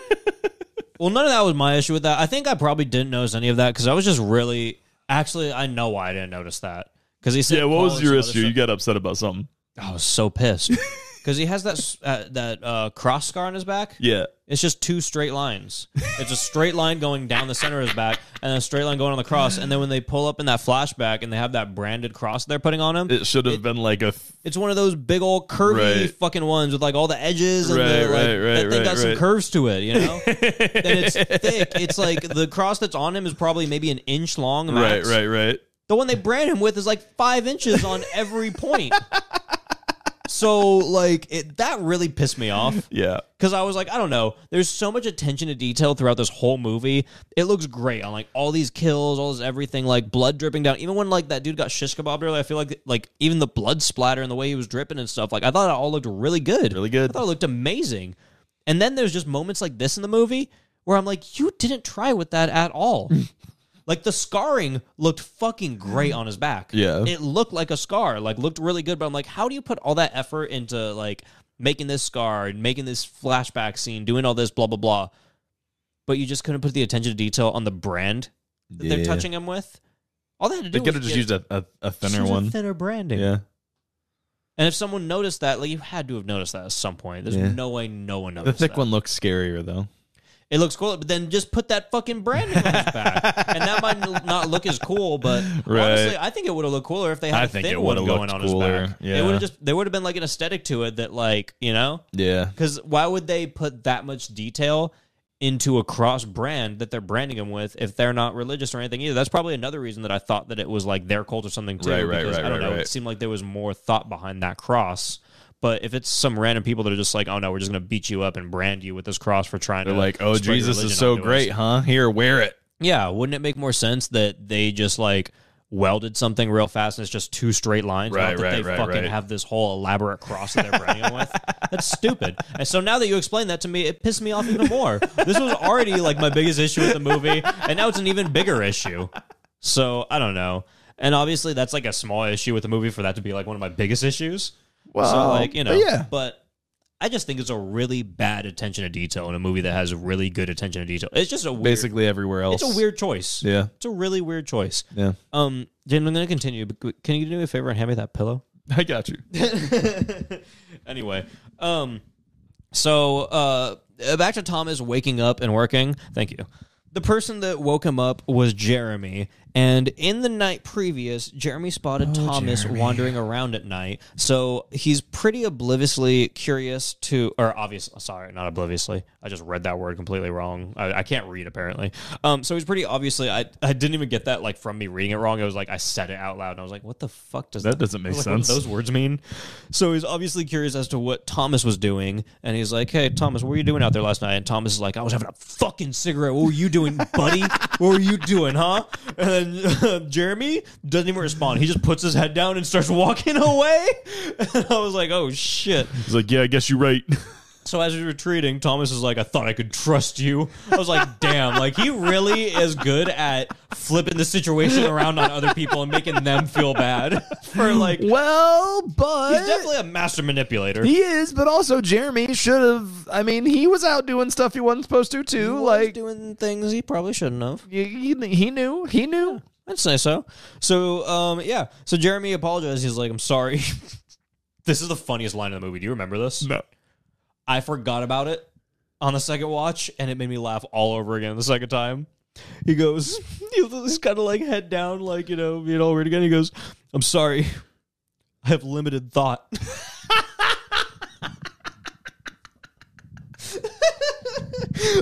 Speaker 1: well, none of that was my issue with that. I think I probably didn't notice any of that because I was just really actually I know why I didn't notice that because he said, Paul and some other stuff.
Speaker 2: got upset about something.
Speaker 1: I was so pissed. because he has that s- uh, that uh, cross scar on his back.
Speaker 2: Yeah.
Speaker 1: It's just two straight lines. It's a straight line going down the center of his back, and a straight line going on the cross. And then when they pull up in that flashback, and they have that branded cross they're putting on him,
Speaker 2: It should have been like a th-
Speaker 1: it's one of those big old curvy
Speaker 2: Right.
Speaker 1: fucking ones with like all the edges and the,
Speaker 2: Right,
Speaker 1: like,
Speaker 2: right, right,
Speaker 1: that thing
Speaker 2: right,
Speaker 1: got some
Speaker 2: right.
Speaker 1: curves to it, you know. and it's thick. It's like the cross that's on him is probably maybe an inch long.
Speaker 2: right,
Speaker 1: Max.
Speaker 2: right, right.
Speaker 1: The one they brand him with is like five inches on every point. so like it, that really pissed me off
Speaker 2: Yeah.
Speaker 1: because I was like, I don't know. There's so much attention to detail throughout this whole movie. It looks great on like all these kills, all this everything, like blood dripping down. Even when like that dude got shish kebabbed earlier, I feel like like even the blood splatter and the way he was dripping and stuff. Like I thought it all looked really good.
Speaker 2: Really good.
Speaker 1: I thought it looked amazing. And then there's just moments like this in the movie where I'm like, you didn't try with that at all. Like the scarring looked fucking great on his back.
Speaker 2: Yeah.
Speaker 1: It looked like a scar, like looked really good, but I'm like, how do you put all that effort into like making this scar and making this flashback scene, doing all this blah blah blah. But you just couldn't put the attention to detail on the brand that they're touching him with. All they had to do
Speaker 2: They could have
Speaker 1: was
Speaker 2: just used a, a, a
Speaker 1: just
Speaker 2: thinner
Speaker 1: use a
Speaker 2: one.
Speaker 1: thinner branding.
Speaker 2: Yeah.
Speaker 1: And if someone noticed that, like you had to have noticed that at some point. There's no way no one
Speaker 2: The
Speaker 1: noticed
Speaker 2: thick
Speaker 1: that.
Speaker 2: one looks scarier though.
Speaker 1: It looks cool, but then just put that fucking branding on his back, and that might n- not look as cool. But
Speaker 2: Right.
Speaker 1: honestly, I think it would have looked cooler if they had
Speaker 2: I
Speaker 1: a
Speaker 2: think
Speaker 1: thin
Speaker 2: it
Speaker 1: one
Speaker 2: would've
Speaker 1: going
Speaker 2: looked
Speaker 1: on
Speaker 2: cooler,
Speaker 1: his back.
Speaker 2: yeah.
Speaker 1: It would have just there would have been like an aesthetic to it that, like you know,
Speaker 2: Yeah.
Speaker 1: because why would they put that much detail into a cross brand that they're branding them with if they're not religious or anything either? That's probably another reason that I thought that it was like their cult or something too.
Speaker 2: Right, right,
Speaker 1: because
Speaker 2: right,
Speaker 1: I don't
Speaker 2: right,
Speaker 1: know.
Speaker 2: right.
Speaker 1: It seemed like there was more thought behind that cross. But if it's some random people that are just like, oh no, we're just gonna beat you up and brand you with this cross for trying
Speaker 2: They're
Speaker 1: to
Speaker 2: like, oh,
Speaker 1: spread your
Speaker 2: Jesus
Speaker 1: religion
Speaker 2: is so
Speaker 1: onto us."
Speaker 2: great, huh? Here, wear it.
Speaker 1: Yeah, wouldn't it make more sense that they just like welded something real fast and it's just two straight lines?
Speaker 2: Right,
Speaker 1: not that
Speaker 2: right,
Speaker 1: they
Speaker 2: right,
Speaker 1: fucking
Speaker 2: right.
Speaker 1: have this whole elaborate cross that they're running them with. That's stupid. And so now that you explain that to me, it pissed me off even more. This was already like my biggest issue with the movie, and now it's an even bigger issue. So I don't know. And obviously that's like a small issue with the movie for that to be like one of my biggest issues. so like, you know,
Speaker 2: but yeah.
Speaker 1: but I just think it's a really bad attention to detail in a movie that has really good attention to detail. It's just a weird
Speaker 2: Basically everywhere else.
Speaker 1: it's a weird choice.
Speaker 2: Yeah.
Speaker 1: It's a really weird choice.
Speaker 2: Yeah.
Speaker 1: Um, Jim, I'm going to continue. but Can you do me a favor and hand me that pillow?
Speaker 2: I got you.
Speaker 1: anyway, um, so uh, back to Thomas waking up and working. Thank you. The person that woke him up was Jeremy, and in the night previous, Jeremy spotted
Speaker 2: Oh,
Speaker 1: Thomas wandering around at night. So he's pretty obliviously curious to, or obvious. Sorry, not obliviously. I just read that word completely wrong. I, I can't read apparently. Um, so he's pretty obviously. I I didn't even get that like from me reading it wrong. It was like I said it out loud, and I was like, "What the fuck does
Speaker 2: That doesn't make
Speaker 1: I was like, what
Speaker 2: sense.
Speaker 1: do Those words mean. So he's obviously curious as to what Thomas was doing, and he's like, "Hey, Thomas, what were you doing out there last night?" And Thomas is like, "I was having a fucking cigarette. What were you doing, buddy? what were you doing, huh?" And then Jeremy doesn't even respond. He just puts his head down and starts walking away. And I was like, "Oh shit."
Speaker 2: He's like, yeah, I guess you're right.
Speaker 1: So as he's retreating, Thomas is like, I thought I could trust you. I was like, damn, like he really is good at flipping the situation around on other people and making them feel bad for like
Speaker 2: well, but
Speaker 1: He's definitely a master manipulator.
Speaker 2: he is, but also Jeremy should have. I mean, he was out doing stuff he wasn't supposed to, too. like,
Speaker 1: doing things he probably shouldn't have.
Speaker 2: he, he- he knew. He knew.
Speaker 1: I'd say so. So, um, yeah. So Jeremy apologized. He's like, "I'm sorry." this is the funniest line in the movie. Do you remember this?
Speaker 2: No.
Speaker 1: I forgot about it on the second watch, and it made me laugh all over again the second time. He goes, he's kind of like head down, like you know, being all weird again. He goes, "I'm sorry, I have limited thought."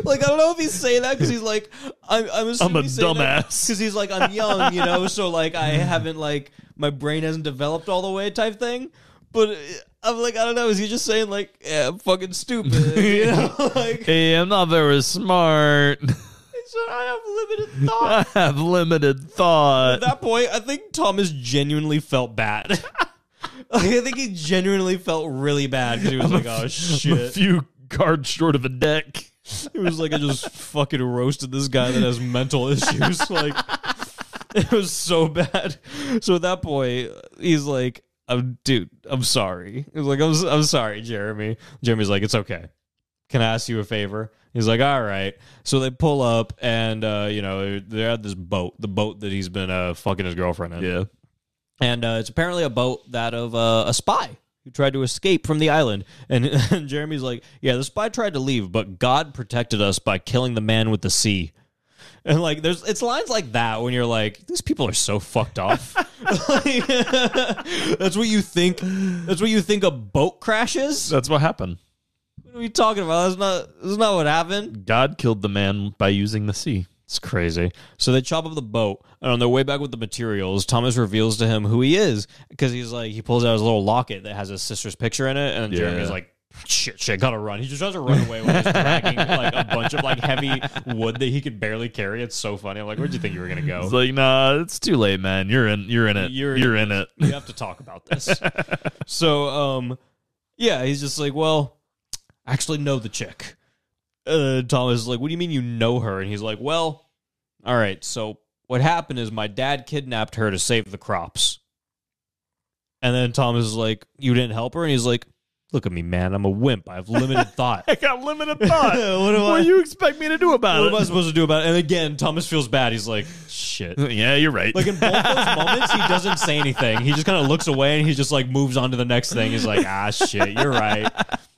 Speaker 1: like I don't know if he's saying that because he's like, I'm, I'm assuming
Speaker 2: a
Speaker 1: he's saying that
Speaker 2: dumbass.
Speaker 1: because he's like, I'm young, you know, so like I haven't like my brain hasn't developed all the way type thing. But uh, I'm like, I don't know. Is he just saying like, yeah, I'm fucking stupid, you know? like,
Speaker 2: Hey, I'm not very smart.
Speaker 1: so I have limited thought.
Speaker 2: I have limited thought.
Speaker 1: At that point, I think Thomas genuinely felt bad. like, I think he genuinely felt really bad because he was like, oh
Speaker 2: A
Speaker 1: shit.
Speaker 2: few cards short of a deck.
Speaker 1: It was like I just fucking roasted this guy that has mental issues. Like it was so bad. So at that point, he's like, "I'm dude, I'm sorry." He's like, "I'm I'm sorry, Jeremy." Jeremy's like, "It's okay. Can I ask you a favor?" He's like, "All right." So they pull up, and uh, you know they're at this boat, the boat that he's been uh, fucking his girlfriend in,
Speaker 2: Yeah.
Speaker 1: and uh, it's apparently a boat that of uh, a spy. who tried to escape from the island. And, and Jeremy's like, yeah, the spy tried to leave, but God protected us by killing the man with the sea. And like, there's it's lines like that when you're like, these people are so fucked off. Like, that's what you think. That's what you think a boat crashes.
Speaker 2: That's what happened.
Speaker 1: What are we talking about? That's not. That's not what happened.
Speaker 2: God killed the man by using the sea.
Speaker 1: It's crazy. So they chop up the boat, and on their way back with the materials, Thomas reveals to him who he is because he's like he pulls out his little locket that has his sister's picture in it, and Jeremy's like. Shit, shit, gotta run. He just tries to run away while he's dragging like a bunch of like heavy wood that he could barely carry. It's so funny. I'm like, where'd you think you were gonna go?
Speaker 2: It's like, nah, it's too late, man. You're in. You're in it.
Speaker 1: You're
Speaker 2: You're,
Speaker 1: in
Speaker 2: in it.
Speaker 1: we have to talk about this. so, um, yeah, he's just like, well, I actually know the chick. Uh, Thomas is like, what do you mean you know her? And he's like, well, all right. So what happened is my dad kidnapped her to save the crops. And then Thomas is like, you didn't help her? And he's like, look at me, man. I'm a wimp. I have limited thought.
Speaker 2: I got limited thought.
Speaker 1: What
Speaker 2: what
Speaker 1: do
Speaker 2: do
Speaker 1: I-
Speaker 2: you expect me to do about
Speaker 1: what am I
Speaker 2: it?
Speaker 1: supposed to do about it? And again, Thomas feels bad. He's like, shit.
Speaker 2: yeah, you're right.
Speaker 1: Like in both those moments, he doesn't say anything. He just kind of looks away and he just like moves on to the next thing. He's like, ah, shit, you're right.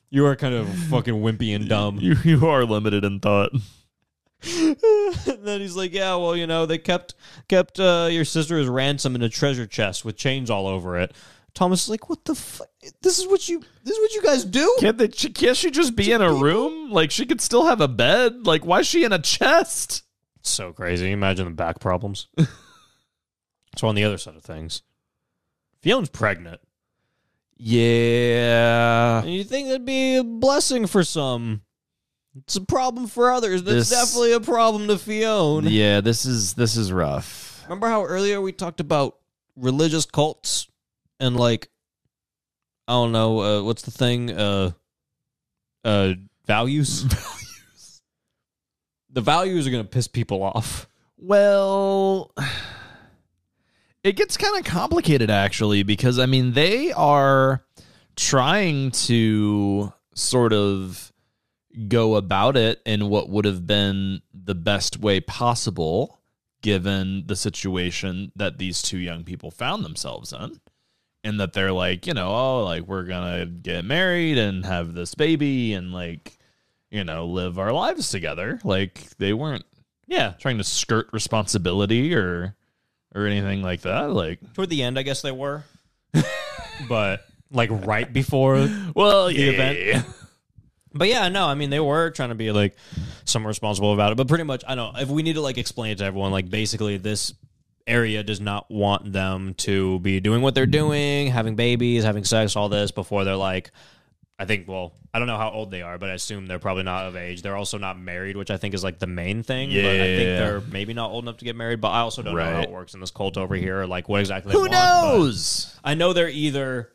Speaker 1: You are kind of fucking wimpy and dumb.
Speaker 2: you you are limited in thought.
Speaker 1: and then he's like, yeah, well, you know, they kept kept uh, your sister as ransom in a treasure chest with chains all over it. Thomas is like, what the fuck? This is what you this is what you guys do.
Speaker 2: Can't they? She, can't she just be in a room? Like she could still have a bed. Like why is she in a chest?
Speaker 1: So crazy. Imagine the back problems. so on the other side of things, Fiona's pregnant.
Speaker 2: Yeah.
Speaker 1: And you think that'd be a blessing for some. It's a problem for others. That's
Speaker 2: This-
Speaker 1: definitely a problem to Fiona.
Speaker 2: Yeah. This is this is rough.
Speaker 1: Remember how earlier we talked about religious cults and like I don't know, uh, what's the thing? Uh uh values. Values. The values are gonna piss people off.
Speaker 2: Well, it gets kind of complicated actually because I mean they are trying to sort of go about it in what would have been the best way possible given the situation that these two young people found themselves in and that they're like, you know, oh, like we're going to get married and have this baby and like you know, live our lives together. Like they weren't yeah, trying to skirt responsibility or or anything like that. Like,
Speaker 1: Toward the end, I guess they were. but like right before
Speaker 2: well, yeah,
Speaker 1: event. But yeah, no, I mean they were trying to be like some responsible about it, but pretty much I don't. If we need to like explain it to everyone, like basically this area does not want them to be doing what they're doing, having babies, having sex, all this before they're like. I think well, I don't know how old they are, but I assume they're probably not of age. They're also not married, which I think is like the main thing. but I think
Speaker 2: Yeah.
Speaker 1: they're maybe not old enough to get married, but I also don't know how
Speaker 2: Right.
Speaker 1: it works in this cult over here, or like what exactly. they
Speaker 2: Who
Speaker 1: want, but-
Speaker 2: knows?
Speaker 1: I know they're either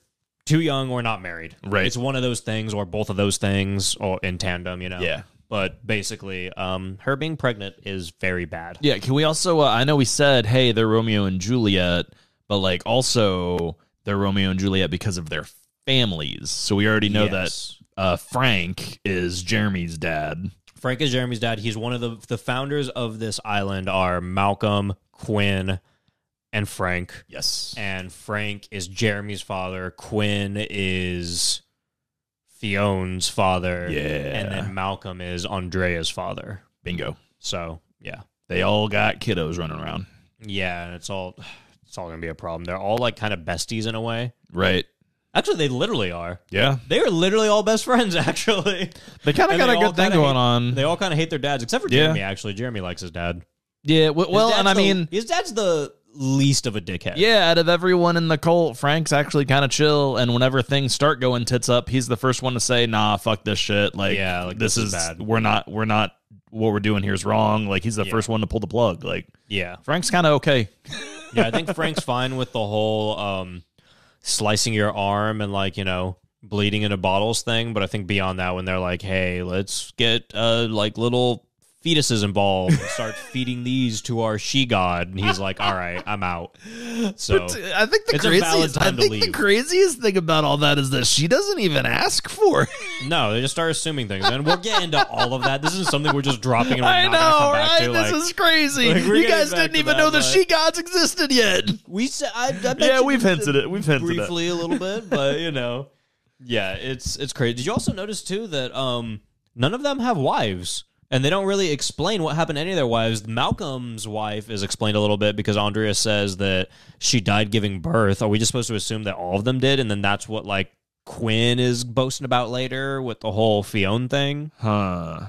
Speaker 1: too young or not married.
Speaker 2: Right.
Speaker 1: It's one of those things or both of those things or in tandem, you know.
Speaker 2: Yeah.
Speaker 1: But basically, um, her being pregnant is very bad.
Speaker 2: Yeah. Can we also? Uh, I know we said, hey, they're Romeo and Juliet, but like also they're Romeo and Juliet because of their families. So we already know
Speaker 1: Yes.
Speaker 2: that uh, Frank is Jeremy's dad.
Speaker 1: Frank is Jeremy's dad. He's one of the the founders of this island are Malcolm, Quinn, and Frank.
Speaker 2: Yes.
Speaker 1: And Frank is Jeremy's father. Quinn is Fiona's father.
Speaker 2: Yeah.
Speaker 1: And then Malcolm is Andrea's father.
Speaker 2: Bingo.
Speaker 1: So yeah.
Speaker 2: They all got kiddos running around.
Speaker 1: Yeah, and it's all it's all gonna be a problem. They're all like kind of besties in a way.
Speaker 2: Right.
Speaker 1: Actually, they literally are.
Speaker 2: Yeah.
Speaker 1: They are literally all best friends. Actually,
Speaker 2: They kind
Speaker 1: And
Speaker 2: of got
Speaker 1: they
Speaker 2: a
Speaker 1: all
Speaker 2: good thing
Speaker 1: kinda
Speaker 2: going
Speaker 1: hate-
Speaker 2: on.
Speaker 1: They all kind of hate their dads, except for
Speaker 2: Yeah.
Speaker 1: Jeremy. Actually, Jeremy likes his dad.
Speaker 2: yeah. w-
Speaker 1: His
Speaker 2: Well, and I
Speaker 1: dad's the-
Speaker 2: mean,
Speaker 1: his dad's the least of a dickhead.
Speaker 2: Yeah, out of everyone in the cult, Frank's actually kind of chill. And whenever things start going tits up, he's the first one to say, "Nah, fuck this shit. Like,
Speaker 1: Yeah, like,
Speaker 2: this,
Speaker 1: this is
Speaker 2: is,
Speaker 1: bad.
Speaker 2: we're not, we're not. What we're doing here is wrong." Like, he's the
Speaker 1: Yeah.
Speaker 2: first one to pull the plug. Like,
Speaker 1: yeah,
Speaker 2: Frank's kind of okay.
Speaker 1: yeah. I think Frank's fine with the whole um, slicing your arm and like you know bleeding into bottles thing. But I think beyond that, when they're like, "Hey, let's get uh, like little fetuses involved and start feeding these to our she god," and he's like, "All right, I'm out." So
Speaker 2: I think the
Speaker 1: It's a valid time to leave.
Speaker 2: craziest thing about all that is that she doesn't even ask for. It.
Speaker 1: no, they just start assuming things, and we'll get into all of that. This isn't something we're just dropping and we're
Speaker 2: I
Speaker 1: not gonna
Speaker 2: know,
Speaker 1: come back
Speaker 2: right?
Speaker 1: to.
Speaker 2: this
Speaker 1: like,
Speaker 2: is crazy.
Speaker 1: like, we're
Speaker 2: you
Speaker 1: getting
Speaker 2: guys
Speaker 1: back
Speaker 2: didn't
Speaker 1: to
Speaker 2: even
Speaker 1: that,
Speaker 2: know the
Speaker 1: but-
Speaker 2: she gods existed yet.
Speaker 1: we said, I, I bet
Speaker 2: Yeah,
Speaker 1: you
Speaker 2: we've
Speaker 1: did
Speaker 2: hinted it. We've hinted it.
Speaker 1: briefly a little bit, but you know. Yeah, it's it's crazy. Did you also notice too that um none of them have wives? And they don't really explain what happened to any of their wives. Malcolm's wife is explained a little bit because Andrea says that she died giving birth. Are we just supposed to assume that all of them did? And then that's what like Quinn is boasting about later with the whole Fionn thing.
Speaker 2: Huh.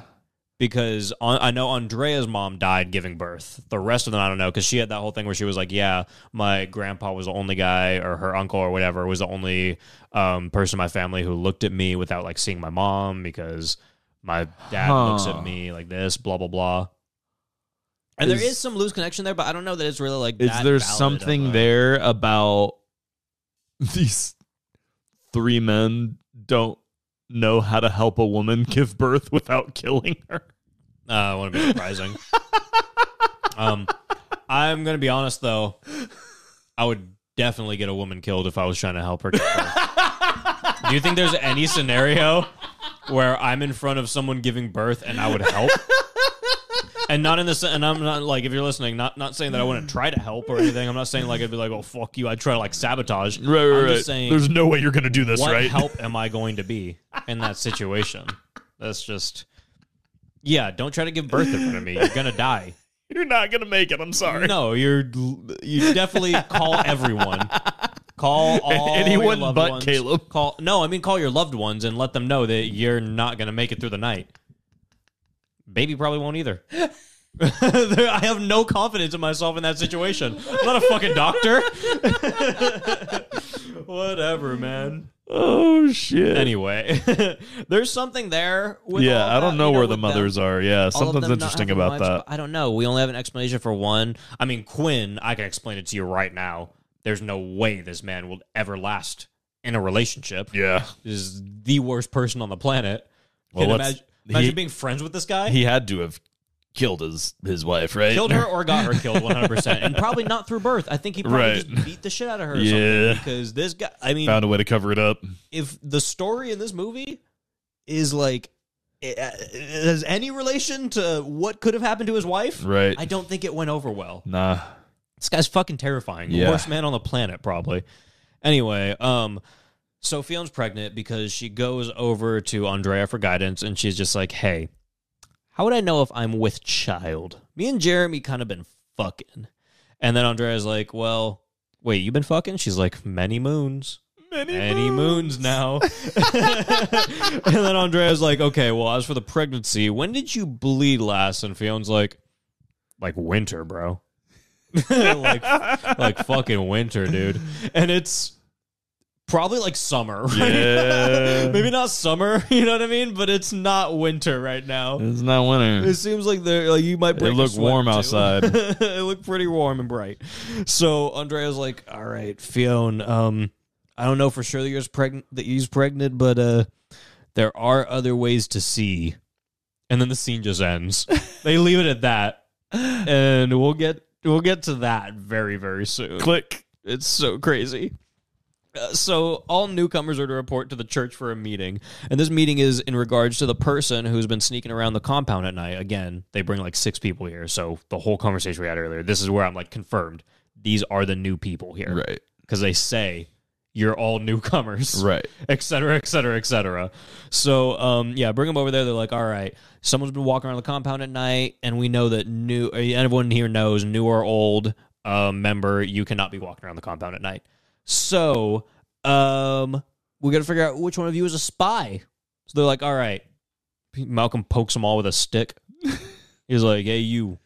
Speaker 1: because on, I know Andrea's mom died giving birth. The rest of them, I don't know, because she had that whole thing where she was like, "Yeah, my grandpa was the only guy, or her uncle, or whatever, was the only um, person in my family who looked at me without like seeing my mom because my dad looks
Speaker 2: Huh.
Speaker 1: at me like this, blah blah blah." And there
Speaker 2: Is-
Speaker 1: is some loose connection there, but I don't know that it's really like.
Speaker 2: Is
Speaker 1: that
Speaker 2: there
Speaker 1: valid of
Speaker 2: something
Speaker 1: a-
Speaker 2: there about these three men don't know how to help a woman give birth without killing her?
Speaker 1: Uh, wouldn't be surprising. um, I'm gonna be honest though, I would definitely get a woman killed if I was trying to help her. Get birth. Do you think there's any scenario where I'm in front of someone giving birth and I would help? And not in this, and I'm not like if you're listening, not not saying that I wouldn't try to help or anything. I'm not saying like I'd be like, oh fuck you, I'd try to like sabotage. I'm just saying,
Speaker 2: There's no way you're going to do this,
Speaker 1: what
Speaker 2: right?
Speaker 1: help am I going to be in that situation? That's just, yeah. Don't try to give birth in front of me. You're gonna die.
Speaker 2: You're not going to make it. I'm sorry.
Speaker 1: No, you're you definitely call everyone. Call all your
Speaker 2: Anyone
Speaker 1: loved
Speaker 2: but
Speaker 1: ones.
Speaker 2: Caleb.
Speaker 1: Call no, I mean call your loved ones and let them know that you're not gonna make it through the night. Baby probably won't either. There- I have no confidence in myself in that situation. I'm not a fucking doctor. Whatever, man.
Speaker 2: Oh, shit.
Speaker 1: Anyway, there's something there. With all
Speaker 2: yeah,
Speaker 1: of
Speaker 2: I don't
Speaker 1: that,
Speaker 2: know
Speaker 1: you
Speaker 2: where the
Speaker 1: with them-
Speaker 2: mothers are. Yeah,
Speaker 1: all of
Speaker 2: something's
Speaker 1: them not
Speaker 2: interesting
Speaker 1: having
Speaker 2: about
Speaker 1: wives,
Speaker 2: that.
Speaker 1: but I don't know. We only have an explanation for one. I mean, Quinn, I can explain it to you right now. There's no way this man will ever last in a relationship.
Speaker 2: Yeah.
Speaker 1: Is the worst person on the planet.
Speaker 2: Well,
Speaker 1: can
Speaker 2: what's-
Speaker 1: imagine, imagine
Speaker 2: he-
Speaker 1: being friends with this guy.
Speaker 2: He had to have killed his his wife, right?
Speaker 1: killed her or got her killed 100%. and probably not through birth. I think he probably
Speaker 2: Right.
Speaker 1: just beat the shit out of her or
Speaker 2: Yeah.
Speaker 1: something. Because this guy, I mean,
Speaker 2: Found a way to cover it up.
Speaker 1: if the story in this movie is like it, it has any relation to what could have happened to his wife,
Speaker 2: Right.
Speaker 1: I don't think it went over well.
Speaker 2: Nah.
Speaker 1: This guy's fucking terrifying.
Speaker 2: Yeah.
Speaker 1: Worst man on the planet, probably. Anyway, um, so Fion's pregnant because she goes over to Andrea for guidance, and she's just like, "Hey, how would I know if I'm with child? Me and Jeremy kind of been fucking." And then Andrea's like, "Well, wait, you've been fucking?" She's like, "Many moons." Many, moons. now. and then Andrea's like, okay, well, as for the pregnancy, when did you bleed last? And Fion's like, like winter, bro. like like fucking winter, dude. And it's probably like summer. Right?
Speaker 2: Yeah.
Speaker 1: Maybe not summer, you know what I mean? But it's not winter right now.
Speaker 2: It's not winter.
Speaker 1: It seems like they're like you might. Break a
Speaker 2: looked
Speaker 1: sweat,
Speaker 2: warm
Speaker 1: too.
Speaker 2: outside.
Speaker 1: it looked pretty warm and bright. So Andrea's like, "All right, Fionn, um, I don't know for sure that you're pregnant. That you're pregnant, but uh, there are other ways to see." And then the scene just ends. they leave it at that, and we'll get we'll get to that very very soon.
Speaker 2: Click.
Speaker 1: It's so crazy. Uh, so all newcomers are to report to the church for a meeting, and this meeting is in regards to the person who's been sneaking around the compound at night. Again, they bring like six people here, so the whole conversation we had earlier. This is where I'm like confirmed. These are the new people here,
Speaker 2: Right.
Speaker 1: Because they say you're all newcomers,
Speaker 2: Right.
Speaker 1: et cetera, et cetera, et cetera. So, um, yeah, bring them over there. They're like, all right, someone's been walking around the compound at night, and we know that new, everyone here knows, new or old uh, member, you cannot be walking around the compound at night. So, um, we got to figure out which one of you is a spy. So they're like, all right. Malcolm pokes them all with a stick. He's like, hey, you,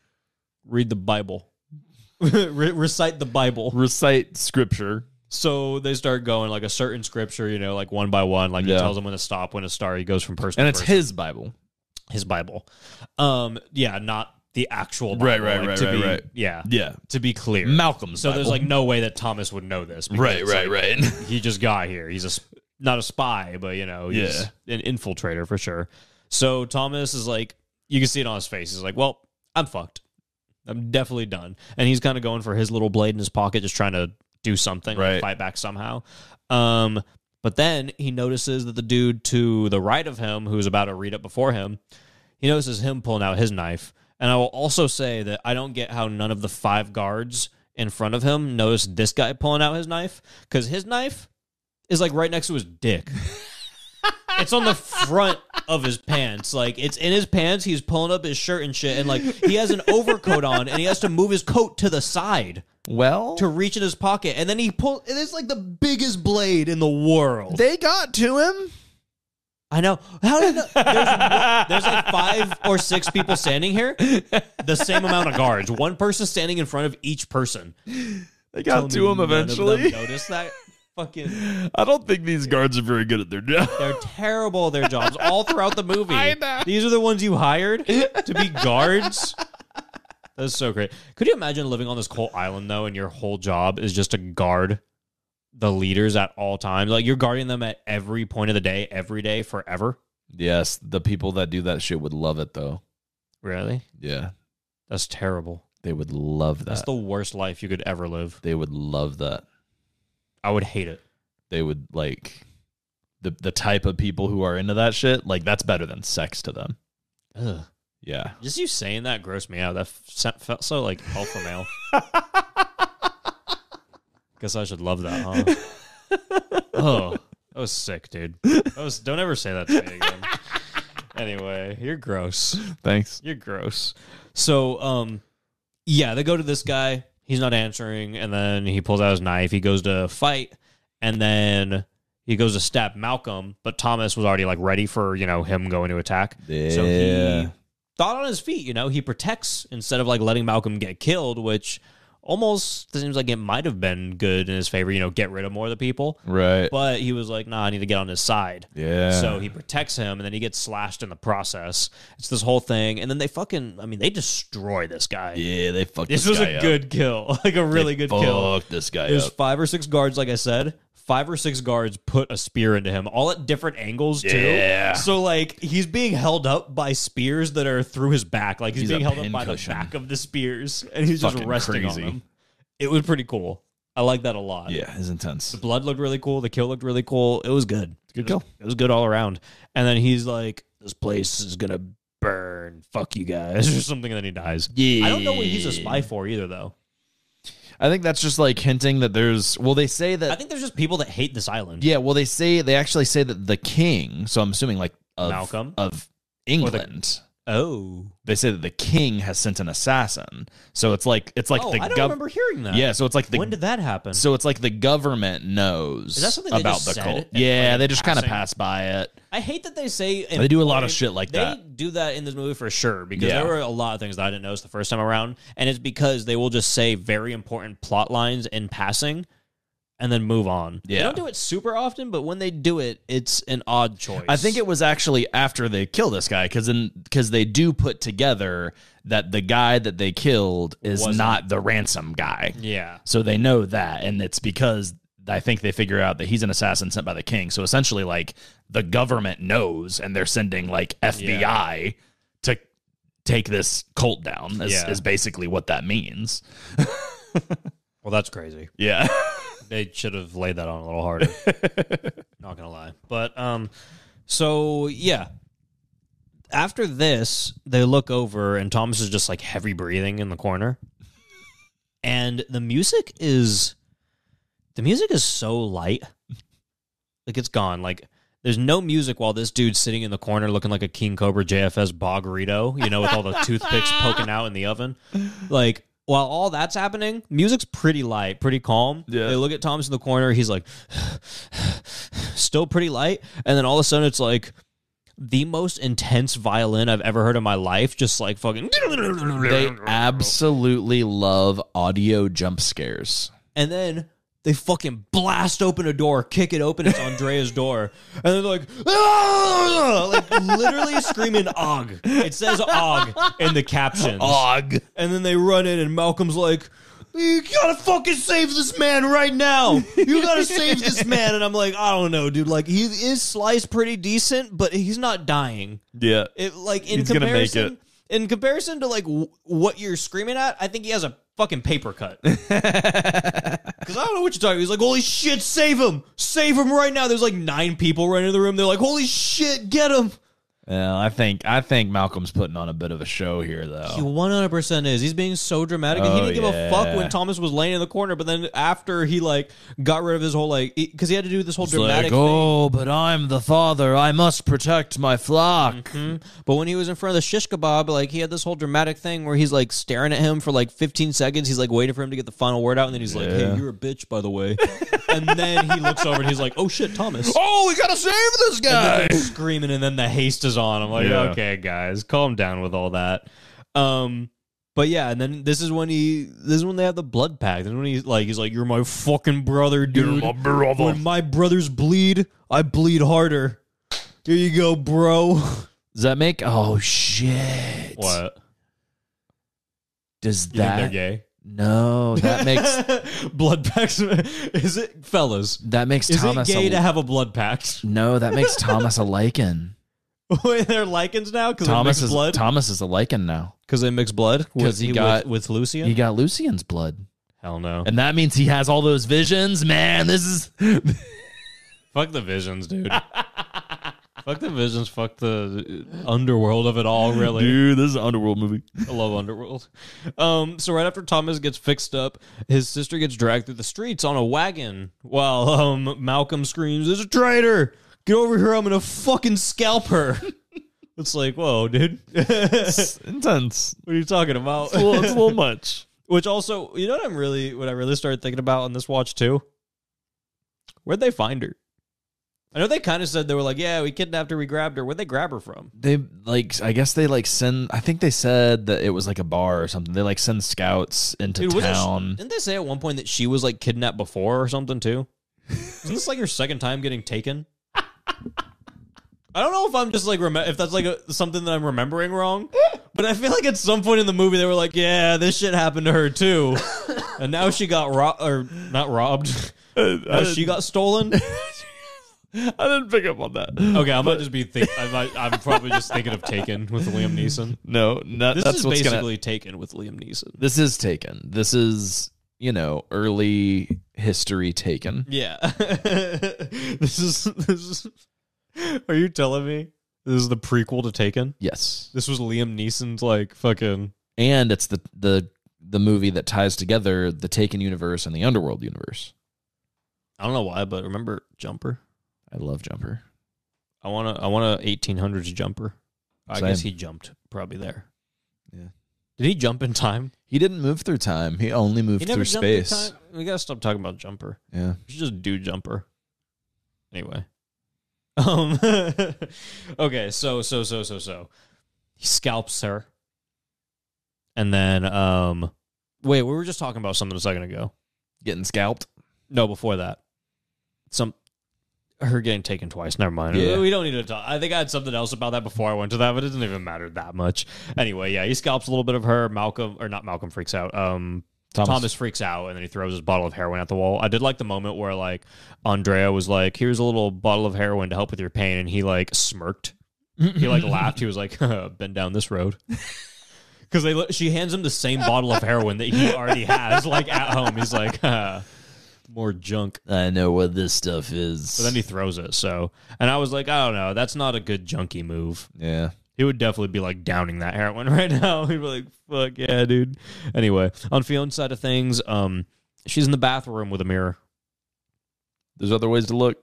Speaker 1: read the Bible. Re- recite the Bible.
Speaker 2: Recite scripture.
Speaker 1: So they start going like a certain scripture, you know, like one by one. Like
Speaker 2: Yeah.
Speaker 1: he tells them when to stop, when to start. He goes from person
Speaker 2: And
Speaker 1: to
Speaker 2: it's
Speaker 1: person.
Speaker 2: his Bible.
Speaker 1: his Bible. Um, yeah, not the actual Bible.
Speaker 2: Right, right,
Speaker 1: like,
Speaker 2: right,
Speaker 1: to
Speaker 2: right,
Speaker 1: be,
Speaker 2: right.
Speaker 1: Yeah,
Speaker 2: Yeah.
Speaker 1: to be clear,
Speaker 2: Malcolm's
Speaker 1: So there's
Speaker 2: Bible.
Speaker 1: like no way that Thomas would know this. because
Speaker 2: Right,
Speaker 1: it's,
Speaker 2: right,
Speaker 1: like,
Speaker 2: right.
Speaker 1: He just got here. He's a sp- not a spy, but you know, he's an infiltrator for sure. So Thomas is like, you can see it on his face. He's like, well, I'm fucked. I'm definitely done. And he's kind of going for his little blade in his pocket, just trying to do something, like,
Speaker 2: Right.
Speaker 1: fight back somehow. Um, but then he notices that the dude to the right of him, who's about to read it before him, he notices him pulling out his knife. And I will also say that I don't get how none of the five guards in front of him noticed this guy pulling out his knife because his knife is like right next to his dick. It's on the front of his pants. Like it's in his pants. He's pulling up his shirt and shit, and like he has an overcoat on, and he has to move his coat to the side
Speaker 2: Well,
Speaker 1: to reach in his pocket, and then he pull. and It's like the biggest blade in the world.
Speaker 2: they got to him.
Speaker 1: I know. How did the- there's, one- there's like five or six people standing here, the same amount of guards. One person standing in front of each person.
Speaker 2: They got to him eventually.
Speaker 1: Notice that fucking.
Speaker 2: I don't think these guards are very good at their job.
Speaker 1: They're terrible at their jobs all throughout the movie. These are the ones you hired to be guards. That's so great. Could you imagine living on this coal island though, and your whole job is just to guard the leaders at all times? Like you're guarding them at every point of the day, every day, forever.
Speaker 2: Yes, the people that do that shit would love it though.
Speaker 1: Really?
Speaker 2: Yeah,
Speaker 1: That's terrible.
Speaker 2: they would love
Speaker 1: That's
Speaker 2: that.
Speaker 1: the worst life you could ever live.
Speaker 2: they would love that.
Speaker 1: I would hate it.
Speaker 2: They would like the the type of people who are into that shit. Like that's better than sex to them.
Speaker 1: Ugh.
Speaker 2: Yeah.
Speaker 1: Just you saying that grossed me out. That f- se- felt so like alpha male. Guess I should love that, huh? oh, that was sick, dude. That was, don't ever say that to me again. anyway, you're gross.
Speaker 2: Thanks.
Speaker 1: You're gross. So, um, yeah, they go to this guy. He's not answering, and then he pulls out his knife. He goes to fight, and then he goes to stab Malcolm. But Thomas was already like ready for you know him going to attack. So he
Speaker 2: Yeah.
Speaker 1: thought on his feet. You know, he protects instead of like letting Malcolm get killed, which almost seems like it might have been good in his favor. You know, get rid of more of the people.
Speaker 2: Right.
Speaker 1: But he was like, nah, I need to get on his side.
Speaker 2: yeah.
Speaker 1: So he protects him, and then he gets slashed in the process. It's this whole thing, and then they fucking. I mean, they destroy this guy.
Speaker 2: yeah, they fucked
Speaker 1: This
Speaker 2: this,
Speaker 1: was
Speaker 2: guy
Speaker 1: a
Speaker 2: up.
Speaker 1: good kill, like a really good kill.
Speaker 2: Fuck this guy
Speaker 1: There's
Speaker 2: up.
Speaker 1: five or six guards, like I said. Five or six guards put a spear into him, all at different angles too.
Speaker 2: Yeah.
Speaker 1: So like he's being held up by spears that are through his back. Like he's,
Speaker 2: He's a
Speaker 1: being held up by
Speaker 2: pincushion.
Speaker 1: the back of the spears, and he's just
Speaker 2: Fucking
Speaker 1: resting
Speaker 2: crazy.
Speaker 1: on them. It was pretty cool. I like that a lot.
Speaker 2: Yeah, it's intense.
Speaker 1: The blood looked really cool. The kill looked really cool. It was good.
Speaker 2: Good kill.
Speaker 1: It was good all around. And then he's like, "This place is gonna burn. Fuck you guys," or something. And then he dies.
Speaker 2: Yeah.
Speaker 1: I don't know what he's a spy for either, though.
Speaker 2: I think that's just like hinting that there's. Well, they say
Speaker 1: I
Speaker 2: that.
Speaker 1: think there's just people that hate this island.
Speaker 2: Yeah. Well, they say they actually say that the king. So I'm assuming like of,
Speaker 1: Malcolm?
Speaker 2: of England.
Speaker 1: Oh,
Speaker 2: they say that the king has sent an assassin. So it's like it's like
Speaker 1: oh,
Speaker 2: the
Speaker 1: I don't
Speaker 2: government.
Speaker 1: remember hearing that.
Speaker 2: Yeah. So it's like the
Speaker 1: when did that happen?
Speaker 2: so it's like the government knows
Speaker 1: Is that something they
Speaker 2: about
Speaker 1: just
Speaker 2: the
Speaker 1: said
Speaker 2: cult.
Speaker 1: it,
Speaker 2: Yeah,
Speaker 1: like,
Speaker 2: they just kind of
Speaker 1: passing?
Speaker 2: pass by it.
Speaker 1: I hate that they say
Speaker 2: They do a lot of shit like
Speaker 1: they
Speaker 2: that.
Speaker 1: do that in this movie for sure because
Speaker 2: Yeah.
Speaker 1: there were a lot of things that I didn't notice the first time around, and it's because they will just say very important plot lines in passing. And then move on. They
Speaker 2: Yeah.
Speaker 1: don't do it super often, but when they do it, it's an odd choice.
Speaker 2: I think it was actually after they kill this guy because because they do put together that the guy that they killed is
Speaker 1: Wasn't.
Speaker 2: not the ransom guy.
Speaker 1: Yeah.
Speaker 2: So they know that, and it's because I think they figure out that he's an assassin sent by the king. So essentially, like the government knows, and they're sending like FBI to take this cult down. Is,
Speaker 1: Yeah.
Speaker 2: is basically what that means.
Speaker 1: Well, that's crazy.
Speaker 2: Yeah,
Speaker 1: They should have laid that on a little harder. Not gonna lie, but um, so yeah. After this, they look over and Thomas is just like heavy breathing in the corner, and the music is, the music is so light, like it's gone. Like there's no music while this dude's sitting in the corner looking like a King Cobra JFS Bogrito, you know, with all the toothpicks poking out in the oven, like. While all that's happening, music's pretty light, pretty calm.
Speaker 2: Yeah.
Speaker 1: They look at Thomas in the corner. He's like, still pretty light. And then all of a sudden, it's like the most intense violin I've ever heard in my life. Just like fucking.
Speaker 2: they absolutely love audio jump scares.
Speaker 1: And then they fucking blast open a door, kick it open. It's Andrea's door. And they're like, "Ah!" like literally screaming Og. It says Og in the captions.
Speaker 2: Og.
Speaker 1: And then they run in, and Malcolm's like, You gotta fucking save this man right now. You gotta save this man. And I'm like, I don't know, dude. Like, he is sliced pretty decent, but he's not dying.
Speaker 2: Yeah.
Speaker 1: It, like, in
Speaker 4: He's gonna make
Speaker 1: comparison, in comparison to like w- what you're screaming at, I think he has a fucking paper cut. Because I don't know what you're talking. He's like, "Holy shit, save him! Save him right now!" There's like nine people right in the room. They're like, "Holy shit, get him!"
Speaker 2: Well, I think I think Malcolm's putting on a bit of a show here, though.
Speaker 1: He 100% is. He's being so dramatic. and he
Speaker 2: Oh,
Speaker 1: didn't give a fuck
Speaker 2: yeah.
Speaker 1: when Thomas was laying in the corner, but then after he like got rid of his whole like because he had to do this whole dramatic thing.
Speaker 2: oh, but I'm the father. I must protect my flock.
Speaker 1: Mm-hmm. But when he was in front of the shish kebab, like he had this whole dramatic thing where he's like staring at him for like 15 seconds. He's like waiting for him to get the final word out, and then he's like, "Hey, you're a bitch, by the way." and then he looks over and he's like, "Oh shit, Thomas!"
Speaker 2: Oh, we gotta save this guy.
Speaker 1: And they're screaming, and then the haste is on. I'm like,
Speaker 4: Yeah.
Speaker 1: okay, guys, calm down with all that. Um, but yeah, and then this is when he, this is when they have the blood pact. And when he's like, he's like, "You're my fucking brother, dude. When my brothers bleed, I bleed harder." Here you go, bro.
Speaker 2: Does that make? Oh shit!
Speaker 1: What?
Speaker 2: does
Speaker 1: You think they're
Speaker 2: that?
Speaker 1: gay?
Speaker 2: No, that makes
Speaker 1: blood packs. Is it fellas?
Speaker 2: that makes
Speaker 1: Is
Speaker 2: Thomas.
Speaker 1: it gay
Speaker 2: a,
Speaker 1: to have a blood pact?
Speaker 2: no, that makes Thomas a lichen.
Speaker 1: Wait, they're lichens now because they
Speaker 2: Thomas
Speaker 1: mix
Speaker 2: is
Speaker 1: blood.
Speaker 2: Thomas is a lichen now.
Speaker 1: Because they mix blood.
Speaker 2: 'Cause
Speaker 1: With,
Speaker 2: he
Speaker 1: with-
Speaker 2: got-
Speaker 1: with, Lucian.
Speaker 2: He got Lucian's blood,
Speaker 1: Hell no.
Speaker 2: and that means he has all those visions. Man, this is
Speaker 1: Fuck the visions, dude. fuck the visions. Fuck the underworld of it all. Really,
Speaker 2: dude. This is an underworld movie.
Speaker 1: I love Underworld. Um, so right after Thomas gets fixed up, his sister gets dragged through the streets on a wagon while um Malcolm screams, "There's a traitor! Get over here! I'm gonna fucking scalp her." it's like, whoa, dude, what are
Speaker 4: Intense.
Speaker 1: you talking about?
Speaker 4: It's a little, it's a little much.
Speaker 1: Which also, you know what I'm really, what I really started thinking about on this watch too. Where'd they find her? I know they kind of said they were like, "Yeah, we kidnapped her, we grabbed her." Where'd they grab her from?
Speaker 2: They like, I guess they like send. I think they said that it was like a bar or something. They like send scouts into
Speaker 1: Dude, wasn't she-
Speaker 2: town.
Speaker 1: didn't they say at one point that she was like kidnapped before or something too? Isn't this like her second time getting taken? I don't know if I'm just like rem- if that's like a, something that I'm remembering wrong, but I feel like at some point in the movie they were like, "Yeah, this shit happened to her too," and now she got robbed or not robbed. Now she got stolen.
Speaker 4: I didn't pick up on that.
Speaker 1: Okay, I might just be think- I might, I'm probably just thinking of Taken with Liam Neeson.
Speaker 2: No, no,
Speaker 1: This
Speaker 2: that's
Speaker 1: is
Speaker 2: what's
Speaker 1: basically
Speaker 2: gonna.
Speaker 1: Taken with Liam Neeson.
Speaker 2: This is taken. This is you know early history taken.
Speaker 1: Yeah. this is this is Are you telling me this is the prequel to Taken?
Speaker 2: Yes,
Speaker 1: This was Liam Neeson's like fucking
Speaker 2: and it's the the the movie that ties together the Taken universe and the Underworld universe.
Speaker 1: I don't know why, but remember Jumper?
Speaker 2: I love Jumper.
Speaker 1: I want to I want a 1800s Jumper. I
Speaker 2: Same.
Speaker 1: guess he jumped probably there.
Speaker 2: Yeah.
Speaker 1: Did he jump in time?
Speaker 2: He didn't move through time. He only moved
Speaker 1: he
Speaker 2: through
Speaker 1: jumped in
Speaker 2: space.
Speaker 1: time. We got to stop talking about Jumper.
Speaker 2: Yeah.
Speaker 1: We should just do jumper. Anyway. Um Okay, so so so so so. He scalps her. And then um wait, we were just talking about something a second ago.
Speaker 2: Getting scalped.
Speaker 1: No, before that. Some her getting taken twice. Never mind.
Speaker 2: Yeah.
Speaker 1: We don't need to talk. I think I had something else about that before I went to that, but it doesn't even matter that much. Anyway, yeah, he scalps a little bit of her. Malcolm or not Malcolm freaks out. Um Thomas. freaks out and then he throws his bottle of heroin at the wall. I did like the moment where like Andrea was like, "Here's a little bottle of heroin to help with your pain," and he like smirked. He like laughed. He was like, "Been down this road." Because they, li- she hands him the same bottle of heroin that he already has, like at home. He's like, "More junk."
Speaker 2: I know what this stuff is.
Speaker 1: But then he throws it. So, and I was like, I don't know. That's not a good junkie move.
Speaker 2: yeah.
Speaker 1: He would definitely be like downing that heroin right now. He'd be like, "Fuck yeah, dude." Anyway, on Fiona's side of things, um, she's in the bathroom with a mirror.
Speaker 2: There's other ways to look.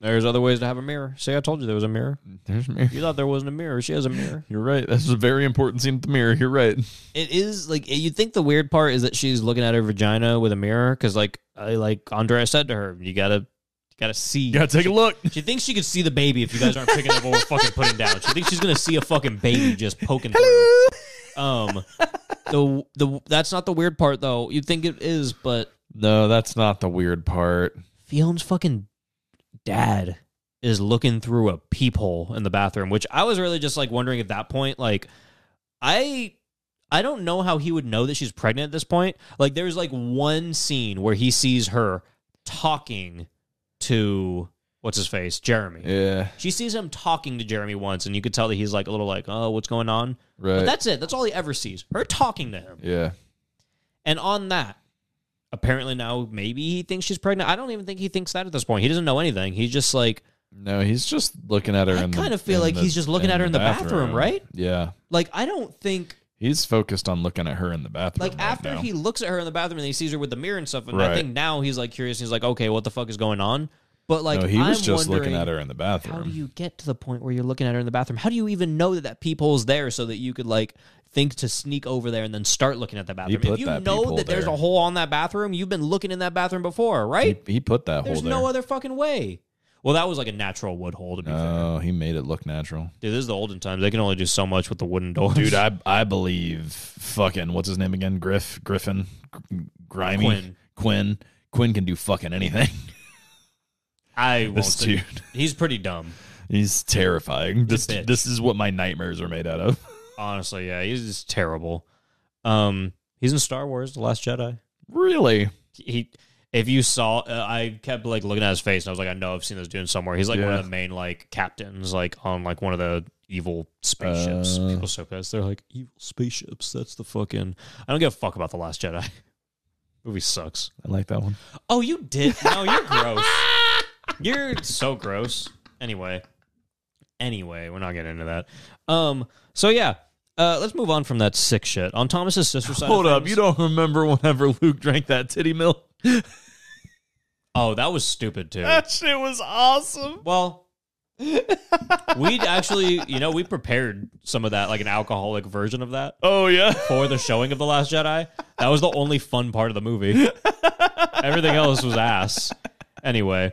Speaker 1: There's other ways to have a mirror. See, I told you there was a mirror.
Speaker 2: There's mirror.
Speaker 1: You thought there wasn't a mirror. She has a mirror.
Speaker 2: You're right. That's a very important scene with the mirror. You're right.
Speaker 1: It is like you think the weird part is that she's looking at her vagina with a mirror because, like, I, like Andrea said to her, you gotta, you gotta see.
Speaker 4: gotta take a look.
Speaker 1: She thinks she could see the baby if you guys aren't picking up what we're fucking putting down. She thinks she's gonna see a fucking baby just poking through. Um, the the that's not the weird part though. You think it is, but
Speaker 2: No, that's not the weird part.
Speaker 1: Fion's fucking dad is looking through a peephole in the bathroom, which I was really just like wondering at that point, like I I don't know how he would know that she's pregnant at this point. Like there's like one scene where he sees her talking to what's his face? Jeremy.
Speaker 2: Yeah.
Speaker 1: She sees him talking to Jeremy once and you could tell that he's like a little like, "Oh, what's going on?" But
Speaker 2: Right.
Speaker 1: that's it. That's all he ever sees. Her talking to him.
Speaker 2: yeah.
Speaker 1: And on that, apparently now maybe he thinks she's pregnant. I don't even think he thinks that at this point. He doesn't know anything. He's just like,
Speaker 2: No, he's just looking at her.
Speaker 1: I
Speaker 2: in the-
Speaker 1: kind of feel
Speaker 2: in
Speaker 1: like
Speaker 2: the-
Speaker 1: he's just looking at her in the bathroom, right?
Speaker 2: Yeah,
Speaker 1: Like I don't think
Speaker 2: he's focused on looking at her in the bathroom.
Speaker 1: like
Speaker 2: right
Speaker 1: after
Speaker 2: now.
Speaker 1: he looks at her in the bathroom and he sees her with the mirror and stuff, and I
Speaker 2: Right.
Speaker 1: think now he's like curious. He's like, okay, what the fuck is going on? But like
Speaker 2: no, he was
Speaker 1: I'm
Speaker 2: just looking
Speaker 1: wondering,
Speaker 2: at her in the
Speaker 1: How
Speaker 2: bathroom.
Speaker 1: do you get to the point where you're looking at her in the bathroom? How do you even know that that peephole's there so that you could like think to sneak over there and then start looking at that bathroom?
Speaker 2: put
Speaker 1: if you
Speaker 2: that
Speaker 1: know
Speaker 2: peephole
Speaker 1: that there's
Speaker 2: there.
Speaker 1: a hole on that bathroom, you've been looking in that bathroom before,
Speaker 2: he,
Speaker 1: right?
Speaker 2: he put that
Speaker 1: There's
Speaker 2: hole
Speaker 1: no
Speaker 2: there.
Speaker 1: other fucking way. Well, that was like a natural wood hole to be fair.
Speaker 2: Oh, he made it look natural.
Speaker 1: Dude, this is the olden times. They can only do so much with the wooden doors.
Speaker 2: Dude, I I believe fucking what's his name again? Griff Griffin Gr- Grimy
Speaker 1: Quinn.
Speaker 2: Quinn Quinn can do fucking anything.
Speaker 1: I won't
Speaker 2: This
Speaker 1: say-
Speaker 2: dude.
Speaker 1: He's pretty dumb.
Speaker 2: He's terrifying. This
Speaker 1: bitch.
Speaker 2: this is what my nightmares are made out of.
Speaker 1: Honestly, yeah, he's just terrible. Um, he's in Star Wars: The Last Jedi.
Speaker 2: Really?
Speaker 1: He, if you saw, uh, I kept like looking at his face, and I was like, I know I've seen this dude somewhere. He's like one
Speaker 2: Yeah.
Speaker 1: of the main like captains, like on like one of the evil spaceships.
Speaker 2: Uh.
Speaker 1: People so pissed. They're like, evil spaceships. That's the fucking. I don't give a fuck about the Last Jedi. Movie sucks.
Speaker 2: I like that one.
Speaker 1: Oh, you did. No, you're gross. You're so gross. Anyway, anyway, we're not getting into that. Um. So yeah, uh, let's move on from that sick shit on Thomas's sister side.
Speaker 2: Hold
Speaker 1: of
Speaker 2: up,
Speaker 1: things-
Speaker 2: you don't remember whenever Luke drank that titty milk?
Speaker 1: Oh, that was stupid too.
Speaker 2: shit was awesome.
Speaker 1: well. we actually, you know, we prepared some of that, like an alcoholic version of that,
Speaker 2: Oh yeah.
Speaker 1: for the showing of The Last Jedi. That was the only fun part of the movie. Everything else was ass. Anyway,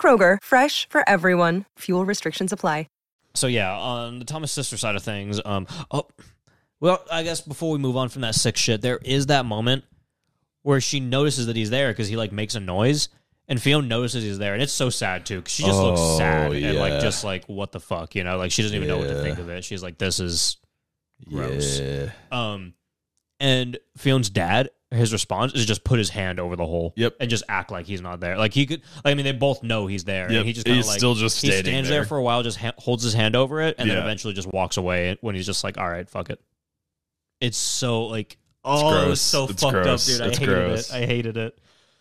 Speaker 6: Kroger, fresh for everyone. Fuel restrictions apply.
Speaker 1: So yeah, on the Thomas sister side of things, um, oh, well, I guess before we move on from that sick shit, there is that moment where she notices that he's there because he like makes a noise, and Fiona notices he's there, and it's so sad too because she just
Speaker 2: Oh,
Speaker 1: looks sad and like
Speaker 2: yeah.
Speaker 1: just like what the fuck, you know, like she doesn't even know what to
Speaker 2: Yeah.
Speaker 1: think of it. She's like, this is Gross.
Speaker 2: Yeah.
Speaker 1: um, and Fiona's dad, his response is just put his hand over the hole,
Speaker 2: Yep.
Speaker 1: and just act like he's not there. Like he could, I mean, they both know he's there,
Speaker 2: Yep.
Speaker 1: and he just kind of
Speaker 2: He's
Speaker 1: like
Speaker 2: still just
Speaker 1: he
Speaker 2: standing
Speaker 1: stands
Speaker 2: there.
Speaker 1: for a while, just ha- holds his hand over it, and then
Speaker 2: Yeah.
Speaker 1: eventually just walks away when he's just like, all right, fuck it. It's so like oh, it was
Speaker 2: gross.
Speaker 1: so
Speaker 2: It's
Speaker 1: fucked
Speaker 2: gross.
Speaker 1: up, dude. I
Speaker 2: It's
Speaker 1: hated
Speaker 2: gross.
Speaker 1: it. I hated it.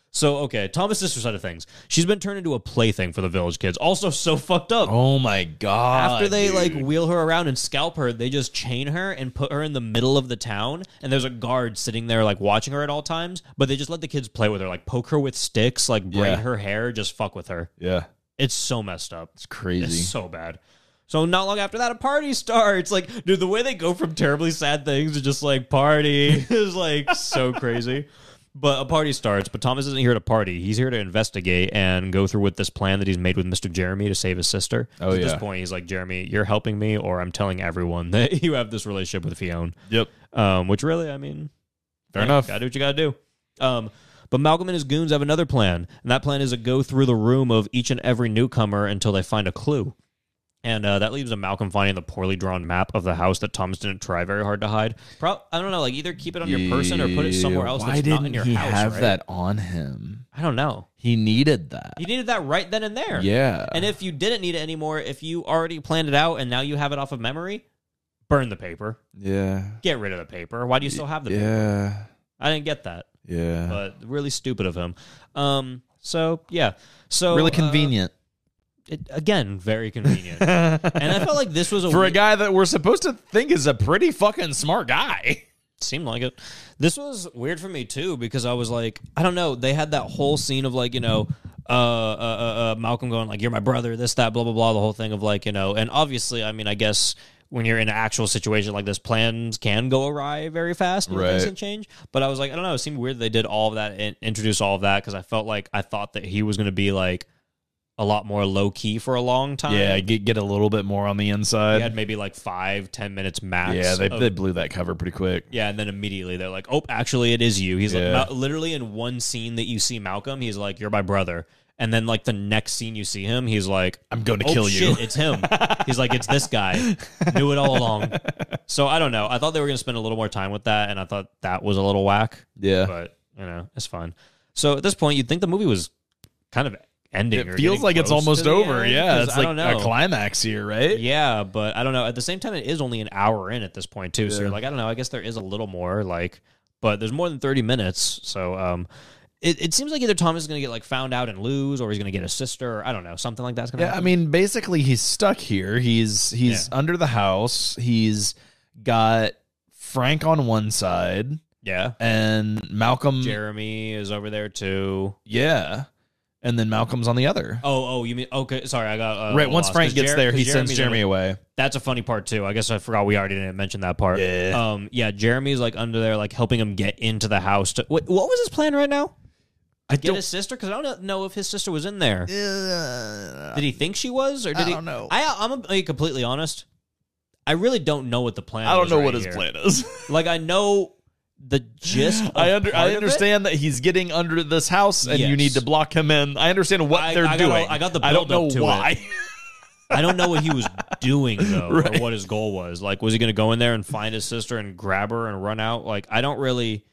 Speaker 1: So okay, Thomas' sister side of things, she's been turned into a plaything for the village kids. Also, so fucked up.
Speaker 2: Oh my god.
Speaker 1: After they like
Speaker 2: dude.
Speaker 1: wheel her around and scalp her, they just chain her and put her in the middle of the town. And there's a guard sitting there like watching her at all times. But they just let the kids play with her, like poke her with sticks, like braid
Speaker 2: Yeah.
Speaker 1: her hair, just fuck with her.
Speaker 2: Yeah.
Speaker 1: It's so messed up.
Speaker 2: It's crazy.
Speaker 1: It's so bad. So not long after that, a party starts. Like, dude, the way they go from terribly sad things to just like party is like so crazy. But a party starts. But Thomas isn't here to party. He's here to investigate and go through with this plan that he's made with Mister Jeremy to save his sister.
Speaker 2: Oh,
Speaker 1: So At this
Speaker 2: yeah.
Speaker 1: point, he's like, Jeremy, you're helping me, or I'm telling everyone that you have this relationship with Fiona.
Speaker 2: yep.
Speaker 1: Um, which really, I mean,
Speaker 2: Fair
Speaker 1: yeah,
Speaker 2: enough.
Speaker 1: Gotta do what you gotta do. Um, but Malcolm and his goons have another plan, and that plan is to go through the room of each and every newcomer until they find a clue. And uh, that leaves a Malcolm finding the poorly drawn map of the house that Thomas didn't try very hard to hide. Pro- I don't know, like either keep it on your person or put it somewhere else
Speaker 2: Why
Speaker 1: that's
Speaker 2: didn't
Speaker 1: not in your
Speaker 2: he
Speaker 1: house.
Speaker 2: have
Speaker 1: right?
Speaker 2: that on him?
Speaker 1: I don't know.
Speaker 2: He needed that.
Speaker 1: You needed that right then and there.
Speaker 2: Yeah.
Speaker 1: And if you didn't need it anymore, if you already planned it out and now you have it off of memory, burn the paper.
Speaker 2: yeah.
Speaker 1: Get rid of the paper. Why do you still have the paper?
Speaker 2: Yeah.
Speaker 1: I didn't get that.
Speaker 2: Yeah.
Speaker 1: but really stupid of him. Um, so yeah, so
Speaker 2: really
Speaker 1: uh,
Speaker 2: convenient.
Speaker 1: it, again, very convenient. and I felt like this was a
Speaker 2: For a
Speaker 1: weird-
Speaker 2: guy that we're supposed to think is a pretty fucking smart guy.
Speaker 1: seemed like it. This was weird for me too because I was like, I don't know. They had that whole scene of like you know, uh, uh, uh, uh Malcolm going like, "You're my brother," this, that, blah, blah, blah. The whole thing of like you know, and obviously, I mean, I guess when you're in an actual situation like this, plans can go awry very fast. and Things
Speaker 2: Right.
Speaker 1: can change. But I was like, I don't know. It seemed weird that they did all of that and introduce all of that because I felt like I thought that he was going to be like a lot more low key for a long time.
Speaker 2: Yeah, get get a little bit more on the
Speaker 1: He
Speaker 2: inside.
Speaker 1: had maybe like five, ten minutes max.
Speaker 2: Yeah, they,
Speaker 1: of
Speaker 2: they blew that cover pretty quick.
Speaker 1: yeah, and then immediately they're like, "Oh, actually, it is you." He's
Speaker 2: Yeah.
Speaker 1: like, "Ma- literally in one scene that you see Malcolm, he's like, "You're my brother," And then like the next scene you see him, he's like,
Speaker 5: I'm going to
Speaker 1: oh,
Speaker 5: kill you.
Speaker 1: shit, It's him. He's like, it's this guy. Knew it all along. So I don't know. I thought they were gonna spend a little more time with that, and I thought that was a little whack.
Speaker 7: Yeah.
Speaker 1: But you know, it's fine. So at this point, you'd think the movie was kind of ending. or
Speaker 5: It feels
Speaker 1: getting
Speaker 5: like it's
Speaker 1: close to
Speaker 5: almost
Speaker 1: the
Speaker 5: over.
Speaker 1: end,
Speaker 5: yeah,
Speaker 1: 'cause
Speaker 5: it's
Speaker 1: I
Speaker 5: like
Speaker 1: don't
Speaker 5: a
Speaker 1: know.
Speaker 5: climax here, right?
Speaker 1: Yeah, but I don't know. At the same time, it is only an hour in at this point too. So you're like, I don't know. I guess there is a little more like, but there's more than thirty minutes. So um, it, it seems like either Thomas is gonna get like found out and lose, or he's gonna get a sister, or I don't know, something like that's gonna.
Speaker 5: Yeah, I
Speaker 1: happen.
Speaker 5: mean, basically, he's stuck here. He's he's under the house. He's got Frank on one side
Speaker 1: yeah.
Speaker 5: and Malcolm.
Speaker 1: Jeremy is over there too.
Speaker 5: Yeah, and then Malcolm's on the other.
Speaker 1: Oh, oh, you mean okay? Sorry, I got uh,
Speaker 5: right. Once
Speaker 1: lost.
Speaker 5: Frank
Speaker 1: 'Cause
Speaker 5: gets
Speaker 1: Jer-
Speaker 5: there, he
Speaker 1: 'cause
Speaker 5: sends
Speaker 1: Jeremy's
Speaker 5: Jeremy
Speaker 1: over-
Speaker 5: away.
Speaker 1: That's a funny part too. I guess I forgot we already didn't mention that part.
Speaker 5: Yeah.
Speaker 1: Um. Yeah. Jeremy's like under there, like helping him get into the house. To what? What was his plan right now?
Speaker 5: I
Speaker 1: Get his sister? Because I don't know if his sister was in there. Did he think she was, or did
Speaker 5: I
Speaker 1: he?
Speaker 5: don't know.
Speaker 1: I, I'm gonna be completely honest. I really don't know what the plan.
Speaker 5: I don't
Speaker 1: was
Speaker 5: know
Speaker 1: right
Speaker 5: what his
Speaker 1: here.
Speaker 5: plan is.
Speaker 1: Like I know the gist. Of
Speaker 5: I under
Speaker 1: part of
Speaker 5: I
Speaker 1: it.
Speaker 5: understand that he's getting under this house and you
Speaker 1: Yes.
Speaker 5: need to block him in. I understand what
Speaker 1: I-
Speaker 5: they're
Speaker 1: I got all-
Speaker 5: doing.
Speaker 1: I got the
Speaker 5: I don't
Speaker 1: build-up
Speaker 5: know
Speaker 1: to it.
Speaker 5: why.
Speaker 1: I don't know what he was doing though,
Speaker 5: Right.
Speaker 1: or what his goal was. Like, was he going to go in there and find his sister and grab her and run out? Like, I don't really.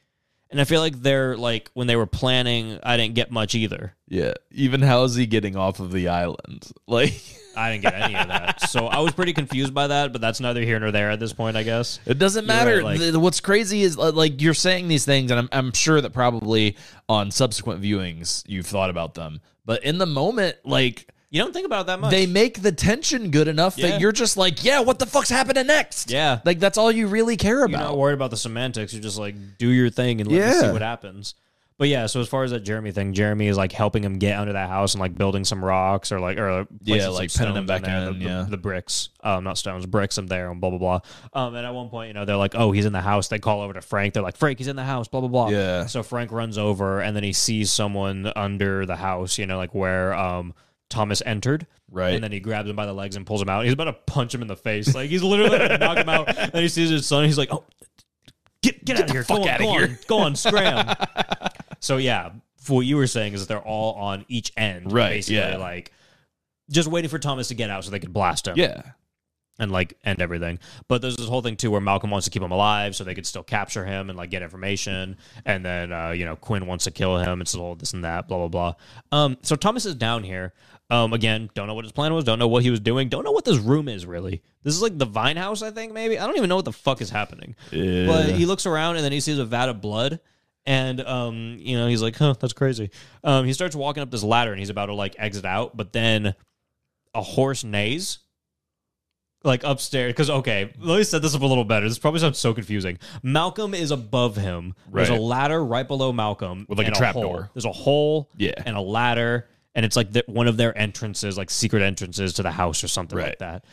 Speaker 1: And I feel like they're like when they were planning, I didn't get much either.
Speaker 5: yeah. Even how is he getting off of the island? Like
Speaker 1: I didn't get any of that, so I was pretty confused by that. But that's neither here nor there at this point, I guess.
Speaker 5: It doesn't
Speaker 1: You're right,
Speaker 5: matter.
Speaker 1: like-
Speaker 5: The- what's crazy is uh, like you're saying these things, and I'm, I'm sure that probably on subsequent viewings you've thought about them. But in the moment, like
Speaker 1: You don't think about it that much.
Speaker 5: they make the tension good enough
Speaker 1: Yeah.
Speaker 5: that you're just like, yeah, what the fuck's happening next?
Speaker 1: Yeah.
Speaker 5: like that's all you really care
Speaker 1: You're
Speaker 5: about.
Speaker 1: not worried about the semantics. You're just like, do your thing and let me
Speaker 5: Yeah.
Speaker 1: see what happens. But yeah, so as far as that Jeremy thing, Jeremy is like helping him get under that house and like building some rocks or like or
Speaker 5: Yeah,
Speaker 1: placing some
Speaker 5: like pinning him
Speaker 1: stones
Speaker 5: back
Speaker 1: there,
Speaker 5: in,
Speaker 1: the,
Speaker 5: yeah.
Speaker 1: the, the bricks, um, not stones, bricks in there and blah blah blah. Um, and at one point, you know, they're like, oh, he's in the house. They call over to Frank. They're like, Frank, he's in the house. Blah blah blah.
Speaker 5: Yeah.
Speaker 1: So Frank runs over and then he sees someone under the house. You know, like where um Thomas entered.
Speaker 5: Right.
Speaker 1: And then he grabs him by the legs and pulls him out. He's about to punch him in the face. Like he's literally about to knock him out. And he sees his son. He's like, oh, get get, out of here. go on,
Speaker 5: outta
Speaker 1: go
Speaker 5: here.
Speaker 1: On, go on, scram. so yeah, what you were saying is that they're all on each end,
Speaker 5: Right,
Speaker 1: Basically,
Speaker 5: yeah.
Speaker 1: like just waiting for Thomas to get out so they could blast him
Speaker 5: yeah,
Speaker 1: and like end everything. But there's this whole thing too where Malcolm wants to keep him alive so they could still capture him and like get information. And then uh, you know Quinn wants to kill him. It's all this and that, blah blah blah. Um, so Thomas is down here. Um, again, don't know what his plan was. Don't know what he was doing. Don't know what this room is really. This is like the Vine House, I think. Maybe I don't even know what the fuck is happening. But he looks around and then he sees a vat of blood. And um, you know, he's like, "Huh, that's crazy." Um, he starts walking up this ladder, and he's about to like exit out, but then a horse neighs like upstairs because okay let me set this up a little better this probably sounds so confusing malcolm is above him there's
Speaker 5: Right.
Speaker 1: a ladder right below malcolm
Speaker 5: With, like, a
Speaker 1: and
Speaker 5: trap
Speaker 1: hole.
Speaker 5: door.
Speaker 1: there's a hole
Speaker 5: Yeah.
Speaker 1: and a ladder and it's like the, one of their entrances like secret entrances to the house or something like
Speaker 5: Right.
Speaker 1: that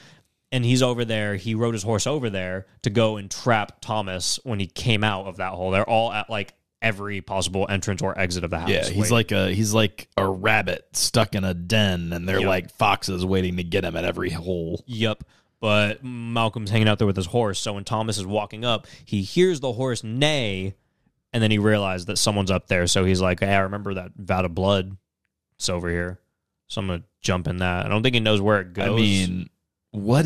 Speaker 1: and he's over there he rode his horse over there to go and trap thomas when he came out of that hole they're all at like every possible entrance or exit of the house
Speaker 5: yeah.
Speaker 1: Wait.
Speaker 5: He's like a he's like a rabbit stuck in a den, and they're
Speaker 1: Yeah.
Speaker 5: like foxes waiting to get him at every hole.
Speaker 1: Yep. But Malcolm's hanging out there with his horse. So when Thomas is walking up, he hears the horse neigh, and then he realizes that someone's up there. So he's like, "Hey, I remember that vat of blood. It's over here. So I'm gonna jump in that." I don't think he knows where it goes.
Speaker 5: I mean, what,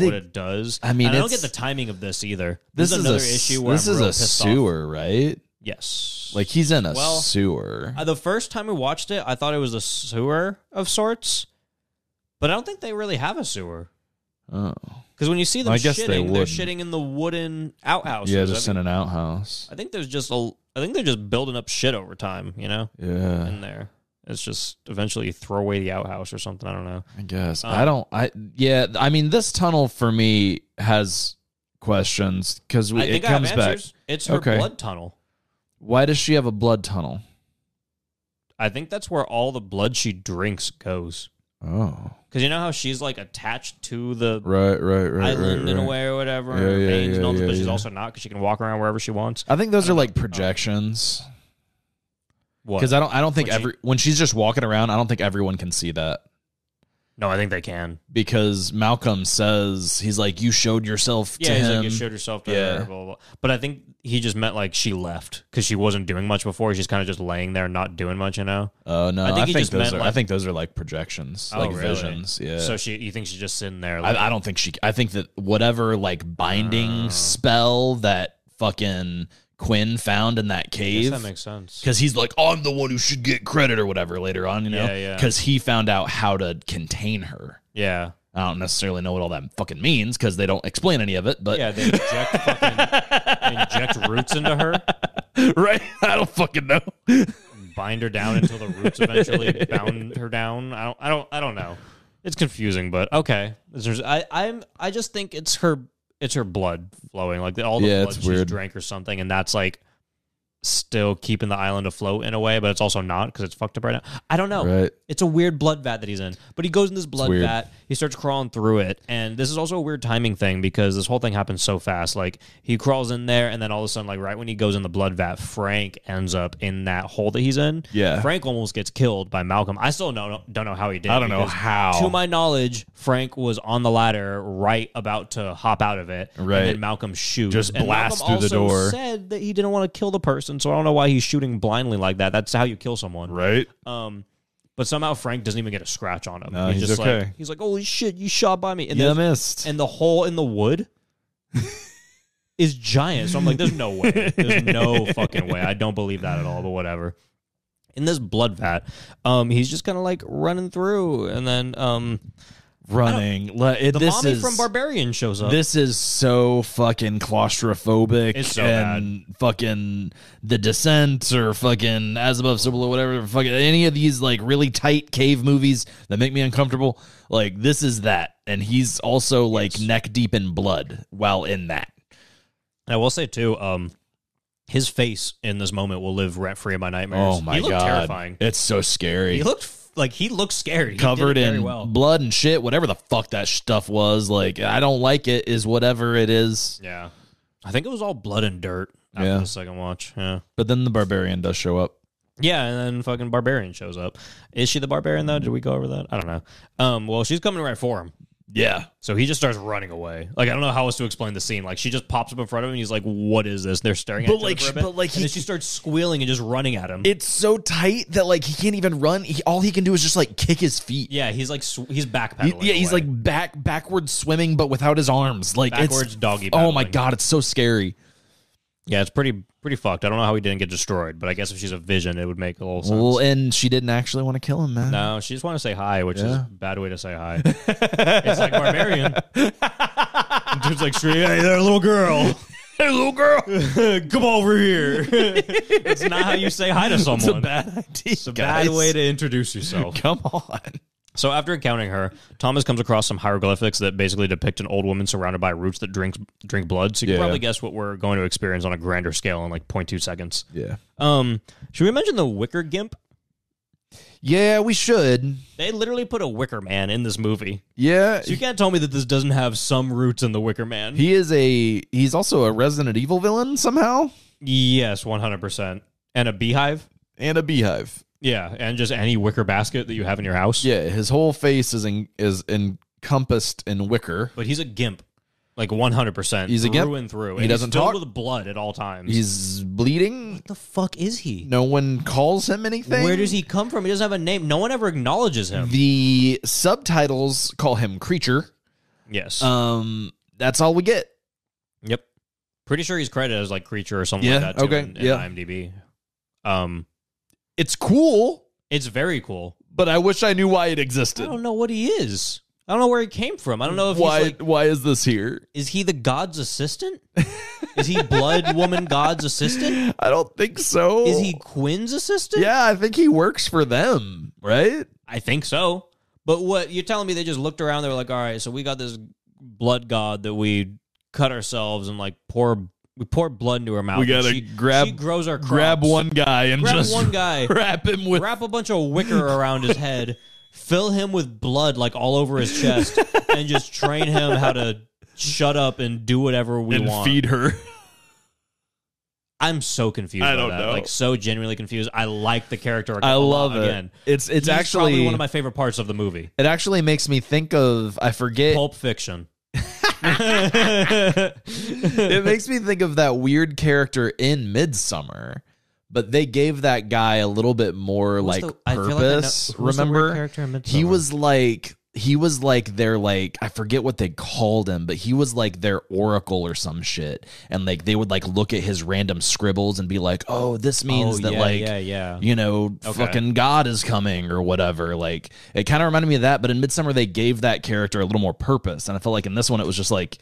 Speaker 1: what
Speaker 5: it,
Speaker 1: it does.
Speaker 5: I mean,
Speaker 1: And I don't
Speaker 5: it's-
Speaker 1: get the timing of this either.
Speaker 5: this is
Speaker 1: another
Speaker 5: a, s-
Speaker 1: issue. Where
Speaker 5: this
Speaker 1: I'm
Speaker 5: is
Speaker 1: real
Speaker 5: a
Speaker 1: pissed off.
Speaker 5: sewer, right?
Speaker 1: Yes.
Speaker 5: Like he's in a
Speaker 1: Well,
Speaker 5: sewer.
Speaker 1: Uh, the first time we watched it, I thought it was a sewer of sorts, but I don't think they really have a sewer.
Speaker 5: oh,
Speaker 1: Because when you see them
Speaker 5: I guess
Speaker 1: shitting,
Speaker 5: they
Speaker 1: they are
Speaker 5: wouldn't.
Speaker 1: shitting in the wooden outhouse.
Speaker 5: yeah, just in an outhouse.
Speaker 1: I think there's just a. I think they're just building up shit over time, you know,
Speaker 5: Yeah,
Speaker 1: in there. It's just eventually you throw away the outhouse or something. I don't know.
Speaker 5: I guess
Speaker 1: Um,
Speaker 5: I don't. I yeah. I mean, this tunnel for me has questions because
Speaker 1: I
Speaker 5: it
Speaker 1: think
Speaker 5: comes
Speaker 1: I have
Speaker 5: back.
Speaker 1: answers. It's her
Speaker 5: Okay.
Speaker 1: blood tunnel.
Speaker 5: Why does she have a blood tunnel?
Speaker 1: I think that's where all the blood she drinks goes.
Speaker 5: Oh,
Speaker 1: Because you know how she's like attached to the
Speaker 5: right, right, right,
Speaker 1: island in a way or whatever.
Speaker 5: Yeah,
Speaker 1: her
Speaker 5: yeah,
Speaker 1: veins and
Speaker 5: yeah,
Speaker 1: all this,
Speaker 5: yeah,
Speaker 1: but she's
Speaker 5: yeah.
Speaker 1: also not because she can walk around wherever she wants.
Speaker 5: I think those are like projections
Speaker 1: What?
Speaker 5: because I don't. I don't think
Speaker 1: When she-
Speaker 5: every when she's just walking around. I don't think everyone can see that.
Speaker 1: No, I think they can.
Speaker 5: because Malcolm says he's like you showed yourself
Speaker 1: Yeah,
Speaker 5: to
Speaker 1: he's
Speaker 5: him.
Speaker 1: like, you showed yourself to
Speaker 5: Yeah.
Speaker 1: her, blah, blah, blah. But I think he just meant like she left because she wasn't doing much before. She's kind of just laying there, not doing much, you know?
Speaker 2: Uh,
Speaker 5: oh no,
Speaker 1: I
Speaker 5: I
Speaker 1: think
Speaker 5: think,
Speaker 1: he just
Speaker 5: those
Speaker 1: meant,
Speaker 5: are I
Speaker 1: like-
Speaker 5: think those are like projections,
Speaker 1: Oh,
Speaker 5: like
Speaker 1: really?
Speaker 5: visions. Yeah.
Speaker 1: So she, you think she's just sitting there? Like,
Speaker 5: I, I don't think she. I think that whatever like
Speaker 1: Uh.
Speaker 5: binding spell that fucking Quinn found in that
Speaker 1: guess
Speaker 5: cave,
Speaker 1: that makes sense.
Speaker 5: because he's like, I'm the one who should get credit or whatever later on, you know?
Speaker 1: Yeah, yeah.
Speaker 5: Because he found out how to contain her.
Speaker 1: Yeah.
Speaker 5: I don't necessarily know what all that fucking means because they don't explain any of it, but
Speaker 1: Yeah, they inject fucking inject roots into her,
Speaker 5: right, I don't fucking know.
Speaker 1: bind her down until the roots eventually bound her down. I don't, I don't, I don't know. It's confusing, but okay. There's- I, I'm, I just think it's her, it's her blood flowing, like all the
Speaker 5: Yeah,
Speaker 1: blood
Speaker 5: it's
Speaker 1: she's
Speaker 5: weird.
Speaker 1: drank or something, and that's like still keeping the island afloat in a way, but it's also not because it's fucked up right now. I don't know.
Speaker 5: Right.
Speaker 1: It's a weird blood vat that he's in, but he goes in this blood
Speaker 5: weird.
Speaker 1: vat. He starts crawling through it, and this is also a weird timing thing because this whole thing happens so fast. Like he crawls in there, and then all of a sudden, like right when he goes in the blood vat, Frank ends up in that hole that he's in.
Speaker 5: Yeah.
Speaker 1: Frank almost gets killed by Malcolm. I still don't know, don't know how he did.
Speaker 2: I don't know
Speaker 1: because
Speaker 2: how.
Speaker 1: To my knowledge, Frank was on the ladder, right about to hop out of it,
Speaker 2: Right.
Speaker 1: And then Malcolm shoots,
Speaker 2: Just
Speaker 1: And
Speaker 2: blast
Speaker 1: Malcolm
Speaker 2: through the
Speaker 1: also
Speaker 2: door.
Speaker 1: Said that he didn't want to kill the person, so I don't know why he's shooting blindly like that. That's how you kill someone,
Speaker 2: Right?
Speaker 1: um, but somehow Frank doesn't even get a scratch on him.
Speaker 2: No, he's
Speaker 1: just
Speaker 2: okay.
Speaker 1: like he's like, "Holy shit, you shot by me!" And
Speaker 2: You
Speaker 1: there's-
Speaker 2: missed.
Speaker 1: and the hole in the wood is giant. So I'm like, "There's no way. There's no fucking way. I don't believe that at all." But whatever. In this blood vat, um, he's just kind of like running through, and then um,
Speaker 5: Running. Le- it-
Speaker 1: the
Speaker 5: this
Speaker 1: mommy
Speaker 5: is
Speaker 1: from Barbarian shows up.
Speaker 5: this is so fucking claustrophobic
Speaker 1: It's so
Speaker 5: and fucking the descent or fucking as above so below whatever fucking any of these like really tight cave movies that make me uncomfortable like this is that and he's also like neck deep in blood while in that
Speaker 1: And I will say too, um, his face in this moment will live rent free in my nightmares.
Speaker 5: oh my
Speaker 1: he looked
Speaker 5: god
Speaker 1: terrifying.
Speaker 5: it's so scary
Speaker 1: He looked f- like he looked scary. He did it
Speaker 5: covered
Speaker 1: very
Speaker 5: in
Speaker 1: well.
Speaker 5: blood and shit whatever the fuck that stuff was like i don't like it is whatever it is
Speaker 1: Yeah. I think it was all blood and dirt after
Speaker 5: Yeah.
Speaker 1: the second watch. Yeah.
Speaker 5: but then the barbarian does show up
Speaker 1: Yeah, and then fucking Barbarian shows up. Is she the Barbarian though? Did we go over that? I don't know. Um, well, she's coming right for him.
Speaker 5: yeah
Speaker 1: So he just starts running away. Like I don't know how else to explain the scene. Like she just pops up in front of him and he's like, What is this? They're staring at
Speaker 5: But
Speaker 1: each other
Speaker 5: like
Speaker 1: for a
Speaker 5: she-
Speaker 1: bit,
Speaker 5: but like
Speaker 1: and
Speaker 5: he-
Speaker 1: then she starts squealing and just running at him.
Speaker 5: it's so tight that like he can't even run. He, all he can do is just like kick his feet.
Speaker 1: yeah, he's like sw- he's
Speaker 5: He-
Speaker 1: backpedaling.
Speaker 5: yeah, he's
Speaker 1: away.
Speaker 5: like back backward swimming, but without his arms. Like it's,
Speaker 1: Backwards doggy
Speaker 5: Oh my
Speaker 1: paddling.
Speaker 5: god, it's so scary.
Speaker 1: Yeah, it's pretty pretty fucked. I don't know how he didn't get destroyed, but I guess if she's a vision, it would make a little sense.
Speaker 5: Well, and she didn't actually want to kill him, man.
Speaker 1: No, she just want to say hi, which is a bad way to say hi. it's like barbarian. Dude's like, "Shree, hey there, little girl. Hey, little girl. Come over here. it's not how you say hi to someone. It's a bad idea. It's a bad way to introduce yourself.
Speaker 5: Come on.
Speaker 1: So after encountering her, Thomas comes across some hieroglyphics that basically depict an old woman surrounded by roots that drink drink blood. So you can probably guess what we're going to experience on a grander scale in like 0.2 seconds.
Speaker 5: Yeah.
Speaker 1: Um, should we mention the Wicker Gimp?
Speaker 5: Yeah, we should.
Speaker 1: They literally put a Wicker Man in this movie.
Speaker 5: Yeah.
Speaker 1: So you can't tell me that this doesn't have some roots in the Wicker Man.
Speaker 5: He is a he's also a Resident Evil villain somehow.
Speaker 1: yes, one hundred percent. And a beehive.
Speaker 5: And a beehive.
Speaker 1: Yeah, and just any wicker basket that you have in your house.
Speaker 5: Yeah, his whole face is en- is encompassed in wicker.
Speaker 1: But he's a gimp, like one hundred percent.
Speaker 5: He's a
Speaker 1: through
Speaker 5: gimp.
Speaker 1: and through.
Speaker 5: He
Speaker 1: And
Speaker 5: doesn't
Speaker 1: he's filled
Speaker 5: talk.
Speaker 1: with blood at all times.
Speaker 5: He's bleeding.
Speaker 1: what the fuck is he?
Speaker 5: No one calls him anything.
Speaker 1: Where does he come from? He doesn't have a name. No one ever acknowledges him.
Speaker 5: The subtitles call him creature.
Speaker 1: yes.
Speaker 5: Um, that's all we get.
Speaker 1: yep. Pretty sure he's credited as like creature or something
Speaker 5: Yeah,
Speaker 1: like that. Too
Speaker 5: okay,
Speaker 1: In, in
Speaker 5: yeah.
Speaker 1: IMDb. Um,
Speaker 5: It's cool,
Speaker 1: it's very cool.
Speaker 5: but I wish I knew why it
Speaker 1: I
Speaker 5: existed.
Speaker 1: don't know what he is. I don't know where he came from. I don't know if
Speaker 5: Why?
Speaker 1: he's like
Speaker 5: why is this here?
Speaker 1: Is he the god's assistant? is he blood woman god's assistant?
Speaker 5: I don't think so.
Speaker 1: Is he Quinn's assistant?
Speaker 5: Yeah, I think he works for them, right?
Speaker 1: I think so. But what you're telling me they just looked around they were like, "All right, so we got this blood god that we cut ourselves and like pour we pour blood into her mouth.
Speaker 5: We
Speaker 1: and
Speaker 5: gotta
Speaker 1: she,
Speaker 5: grab-
Speaker 1: she grows our crops.
Speaker 5: Grab one guy and
Speaker 1: Grab
Speaker 5: just
Speaker 1: one guy.
Speaker 5: wrap him with.
Speaker 1: wrap a bunch of wicker around his head, fill him with blood like all over his chest and just train him how to shut up and do whatever we
Speaker 5: and
Speaker 1: want.
Speaker 5: feed her.
Speaker 1: I'm so confused.
Speaker 2: I
Speaker 1: by
Speaker 2: don't
Speaker 1: that.
Speaker 2: know.
Speaker 1: Like so genuinely confused. I like the character.
Speaker 5: I
Speaker 1: a lot
Speaker 5: love it.
Speaker 1: Again,
Speaker 5: It's it's
Speaker 1: He's
Speaker 5: actually
Speaker 1: probably one of my favorite parts of the movie.
Speaker 5: it actually makes me think of I forget
Speaker 1: Pulp Fiction.
Speaker 5: it makes me think of that weird character in Midsummer, but they gave that guy a little bit more
Speaker 1: What's
Speaker 5: like
Speaker 1: the- I feel like I know-
Speaker 5: purpose.
Speaker 1: who's the weird
Speaker 5: Remember,
Speaker 1: character in
Speaker 5: he
Speaker 1: Midsommar?
Speaker 5: was like he was like their like I forget what they called him, but he was like their oracle or some shit, and like they would like look at his random scribbles and be like, oh, this means
Speaker 1: Oh,
Speaker 5: that
Speaker 1: yeah,
Speaker 5: like
Speaker 1: yeah, yeah.
Speaker 5: you know, fucking God is coming or whatever. Like it kind of reminded me of that, but in Midsummer they gave that character a little more purpose, and I felt like in this one it was just like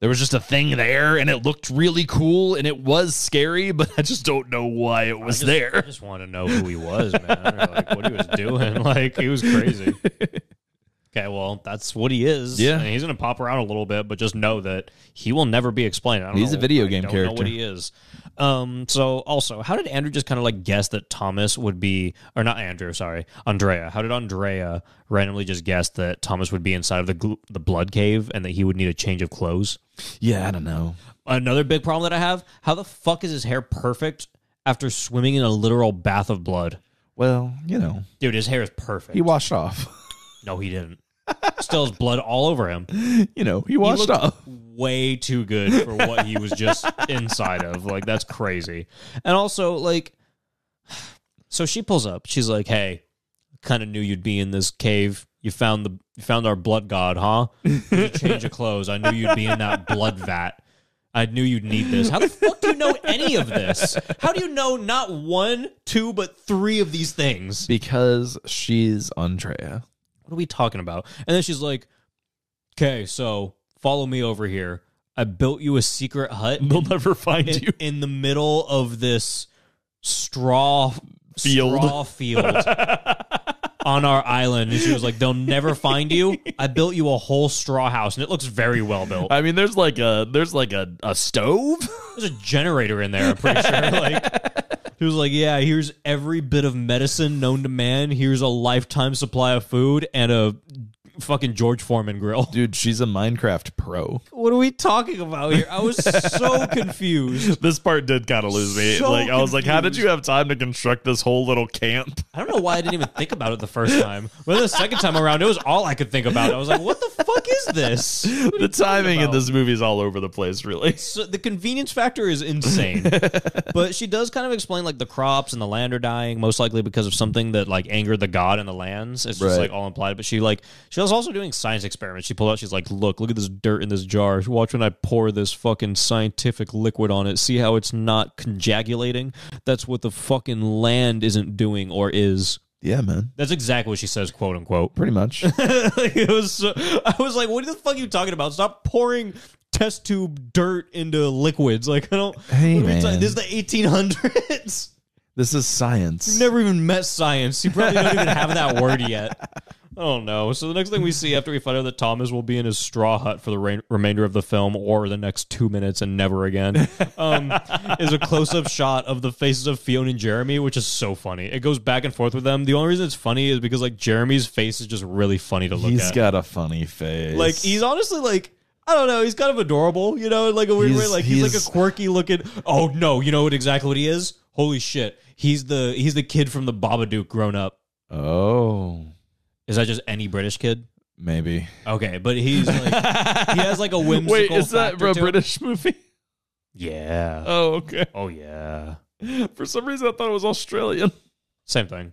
Speaker 5: there was just a thing there, and it looked really cool, and it was scary, but I just don't know why it was
Speaker 1: I
Speaker 5: there.
Speaker 1: just want to know who he was, man. Or, like what he was doing. Like he was crazy. Okay, well, that's what he is.
Speaker 5: Yeah.
Speaker 1: and he's gonna pop around a little bit, but just know that he will never be explained. I don't
Speaker 5: He's
Speaker 1: know-
Speaker 5: a video
Speaker 1: I
Speaker 5: game
Speaker 1: don't Know
Speaker 5: character.
Speaker 1: what he is. Um. So also, how did Andrew just kind of like guess that Thomas would be, or not Andrew? Sorry, Andrea. How did Andrea randomly just guess that Thomas would be inside of the gl- the blood cave and that he would need a change of clothes?
Speaker 5: Yeah, I don't know.
Speaker 1: Another big problem that I have: how the fuck is his hair perfect after swimming in a literal bath of blood?
Speaker 5: Well, you know,
Speaker 1: Dude, his hair is perfect.
Speaker 5: he washed off.
Speaker 1: no, he didn't. Still has blood all over him.
Speaker 5: you know, he washed
Speaker 1: looked-
Speaker 5: off.
Speaker 1: Way too good for what he was just inside of. Like, that's crazy. And also, like, so she pulls up. She's like, hey, kind of knew you'd be in this cave. You found the you found our blood god, huh? You change of clothes. I knew you'd be in that blood vat. I knew you'd need this. How the fuck do you know any of this? How do you know not one, two, but three of these things?
Speaker 5: Because she's Andrea.
Speaker 1: what are we talking about? And then she's like, okay, so follow me over here. I built you a secret hut. They'll never find you in the middle of this straw field. Straw field on our island. And she was like, they'll never find you. I built you a whole straw house, and it looks very well built.
Speaker 8: I mean, there's like a there's like a, a stove.
Speaker 1: There's a generator in there. I'm pretty sure. Like. He was like, "Yeah, here's every bit of medicine known to man. Here's a lifetime supply of food and a fucking George Foreman grill."
Speaker 5: Dude, she's a Minecraft pro.
Speaker 1: What are we talking about here? I was so confused.
Speaker 2: This part did kind of lose me.
Speaker 1: So
Speaker 2: like I was like, how did
Speaker 1: confused.
Speaker 2: you have time to construct this whole little camp?
Speaker 1: I don't know why I didn't even think about it the first time. But the second time around, it was all I could think about. I was like, what the fuck is this?
Speaker 2: the timing in
Speaker 1: about?
Speaker 2: this movie is all over the place, really.
Speaker 1: So the convenience factor is insane. but she does kind of explain like the crops and the land are dying, most likely because of something that like angered the god and the lands. It's just
Speaker 5: Right.
Speaker 1: like all implied. But she like she was also doing science experiments. She pulled out, she's like, Look, look at this dirt in this jar. Watch when I pour this fucking scientific liquid on it. See how it's not conjagulating? That's what the fucking land isn't doing or is.
Speaker 5: Yeah, man.
Speaker 1: That's exactly what she says, quote unquote.
Speaker 5: Pretty much.
Speaker 1: like, it was so, I was like, what the fuck are you talking about? Stop pouring test tube dirt into liquids. Like I don't
Speaker 5: Hey,
Speaker 1: what are we
Speaker 5: man.
Speaker 1: talking- this is the 1800s.
Speaker 5: this is science.
Speaker 1: Never even met science. You probably don't even have that word yet. I don't know. So the next thing we see after we find out that Thomas will be in his straw hut for the rain- remainder of the film, or the next two minutes and never again, um, is a close-up shot of the faces of Fiona and Jeremy, which is so funny. It goes back and forth with them. The only reason it's funny is because like Jeremy's face is just really funny to look
Speaker 5: He's
Speaker 1: at.
Speaker 5: got a funny face.
Speaker 1: Like he's honestly like I don't know. He's kind of adorable, you know, in like a weird
Speaker 5: He's-
Speaker 1: way. Like he's,
Speaker 5: he's-
Speaker 1: like a quirky looking. Oh no, you know what exactly what he is? Holy shit, he's the he's the kid from the Babadook grown up.
Speaker 5: Oh,
Speaker 1: Is that just any British kid?
Speaker 5: maybe.
Speaker 1: Okay, but he's like he has like a whimsical.
Speaker 2: Wait, is that
Speaker 1: factor
Speaker 2: a
Speaker 1: to him.
Speaker 2: British movie?
Speaker 1: Yeah.
Speaker 2: Oh, okay.
Speaker 1: Oh yeah.
Speaker 2: For some reason, I thought it was Australian.
Speaker 1: Same thing.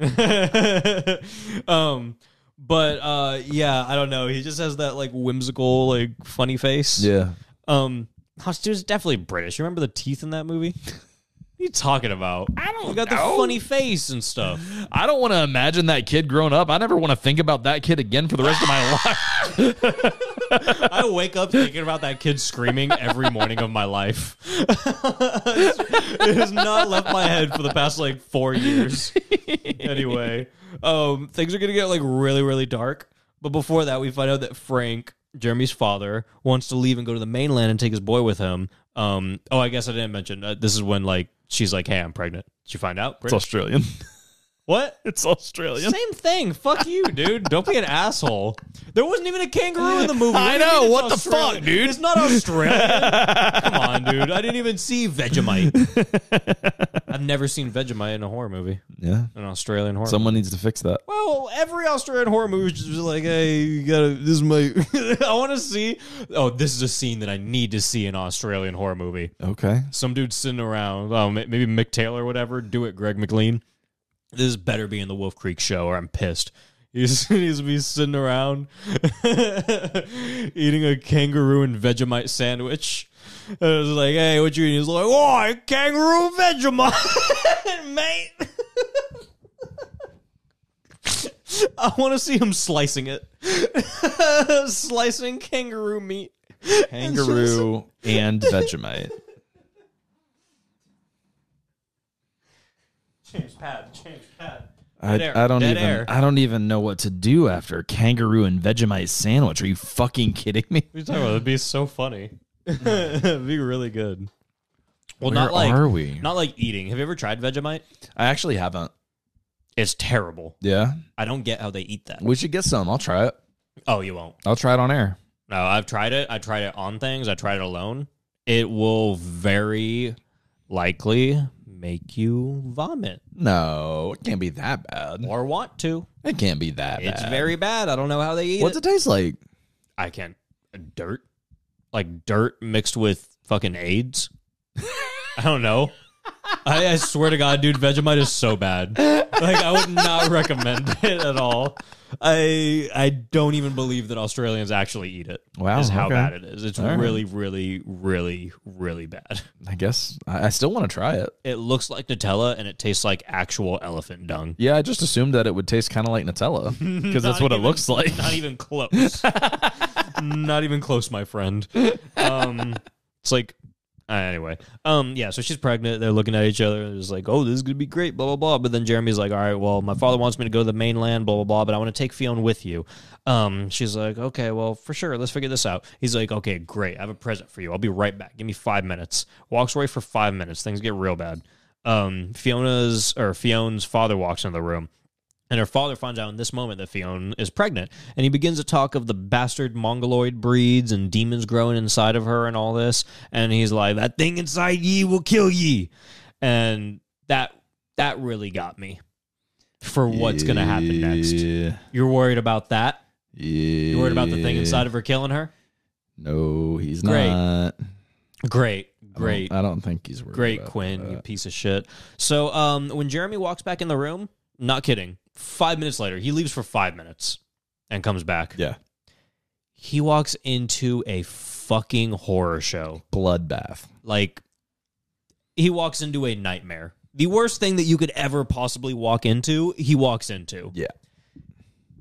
Speaker 1: um, but uh, yeah, I don't know. He just has that like whimsical, like funny face.
Speaker 5: Yeah.
Speaker 1: Um, oh, this dude's definitely British. You remember the teeth in that movie? What are you talking about? I don't. You got the funny face and stuff.
Speaker 5: I don't want to imagine that kid growing up. I never want to think about that kid again for the rest of my life.
Speaker 1: I wake up thinking about that kid screaming every morning of my life. it has not left my head for the past like four years. Anyway, um, things are gonna get like really, really dark. But before that, we find out that Frank, Jeremy's father, wants to leave and go to the mainland and take his boy with him. Um, oh, I guess I didn't mention uh, this is when like she's like, "Hey, I'm pregnant." Did you find out?
Speaker 2: It's Australian.
Speaker 1: What?
Speaker 4: It's Australian.
Speaker 1: Same thing. Fuck you, dude. Don't be an asshole. There wasn't even a kangaroo in the movie.
Speaker 2: I
Speaker 1: do you mean
Speaker 2: know,
Speaker 1: it's
Speaker 2: what the fuck,
Speaker 1: Australian?
Speaker 2: dude?
Speaker 1: It's not Australian. Come on, dude. I didn't even see Vegemite. I've never seen Vegemite in a horror movie.
Speaker 2: Yeah.
Speaker 1: An Australian horror.
Speaker 2: Someone needs to fix that.
Speaker 1: Well, every Australian horror movie is just like, hey, you gotta, this is my, I wanna see, oh, this is a scene that I need to see in an Australian horror movie.
Speaker 2: Okay.
Speaker 1: Some dude sitting around, oh, ma- maybe Mick Taylor or whatever, do it, Greg McLean. This better be in the Wolf Creek show or I'm pissed. He's, he's be sitting around eating a kangaroo and Vegemite sandwich. And I was like, hey, what you eating? He's like, oh, kangaroo Vegemite, mate. I want to see him slicing it. slicing kangaroo meat.
Speaker 2: Kangaroo and Vegemite.
Speaker 1: Change pad, change pad.
Speaker 2: I,
Speaker 1: Dead air.
Speaker 2: I don't
Speaker 1: Dead
Speaker 2: even
Speaker 1: air.
Speaker 2: I don't even know what to do after a kangaroo and Vegemite sandwich. Are you fucking kidding me?
Speaker 1: What are you talking about? That'd be so funny. It'd be really good. Well,
Speaker 2: Where
Speaker 1: not like
Speaker 2: are we?
Speaker 1: not like eating. Have you ever tried Vegemite?
Speaker 2: I actually haven't.
Speaker 1: It's terrible.
Speaker 2: Yeah.
Speaker 1: I don't get how they eat that.
Speaker 2: We should get some. I'll try it.
Speaker 1: Oh, you won't.
Speaker 2: I'll try it on air.
Speaker 1: No, I've tried it. I tried it on things. I tried it alone. It will very likely make you vomit
Speaker 2: No, it can't be that bad.
Speaker 1: or want to.
Speaker 2: It can't be that
Speaker 1: It's
Speaker 2: bad.
Speaker 1: very bad. I don't know how they eat
Speaker 2: What's
Speaker 1: it.
Speaker 2: it taste like?
Speaker 1: I can't. Dirt, like dirt mixed with fucking AIDS. I don't know. I, I swear to God, dude, Vegemite is so bad. Like I would not recommend it at all. I I don't even believe that Australians actually eat it.
Speaker 2: Wow,
Speaker 1: is how
Speaker 2: okay.
Speaker 1: bad it is. It's
Speaker 2: All right.
Speaker 1: really, really, really, really bad.
Speaker 2: I guess I, I still want to try it.
Speaker 1: It looks like Nutella and it tastes like actual elephant dung.
Speaker 2: Yeah, I just assumed that it would taste kind of like Nutella because that's
Speaker 1: Not
Speaker 2: what it
Speaker 1: even-
Speaker 2: looks like.
Speaker 1: Not even close. not even close, my friend. Um, it's like uh, anyway. Um, yeah. So she's pregnant. They're looking at each other. And it's like, oh, this is gonna be great. Blah blah blah. But then Jeremy's like, all right, well, my father wants me to go to the mainland. Blah blah blah. But I want to take Fionn with you. Um, she's like, okay, well, for sure. Let's figure this out. He's like, okay, great. I have a present for you. I'll be right back. Give me five minutes. Walks away for five minutes. Things get real bad. Um, Fiona's or Fionna's father walks into the room. And her father finds out in this moment that Fionn is pregnant, and he begins to talk of the bastard mongoloid breeds and demons growing inside of her and all this. And he's like, "That thing inside ye will kill ye," and that that really got me for what's going to happen next.
Speaker 2: Yeah.
Speaker 1: You're worried about that.
Speaker 2: Yeah.
Speaker 1: You're worried about the thing inside of her killing her.
Speaker 2: No, he's
Speaker 1: Great.
Speaker 2: not.
Speaker 1: Great, great.
Speaker 2: I don't, I don't think he's worried.
Speaker 1: Great
Speaker 2: about
Speaker 1: Quinn,
Speaker 2: that.
Speaker 1: you piece of shit. So um, when Jeremy walks back in the room, not kidding, five minutes later, he leaves for five minutes and comes back.
Speaker 2: Yeah.
Speaker 1: He walks into a fucking horror show.
Speaker 2: Bloodbath.
Speaker 1: Like, he walks into a nightmare. The worst thing that you could ever possibly walk into, he walks into.
Speaker 2: Yeah.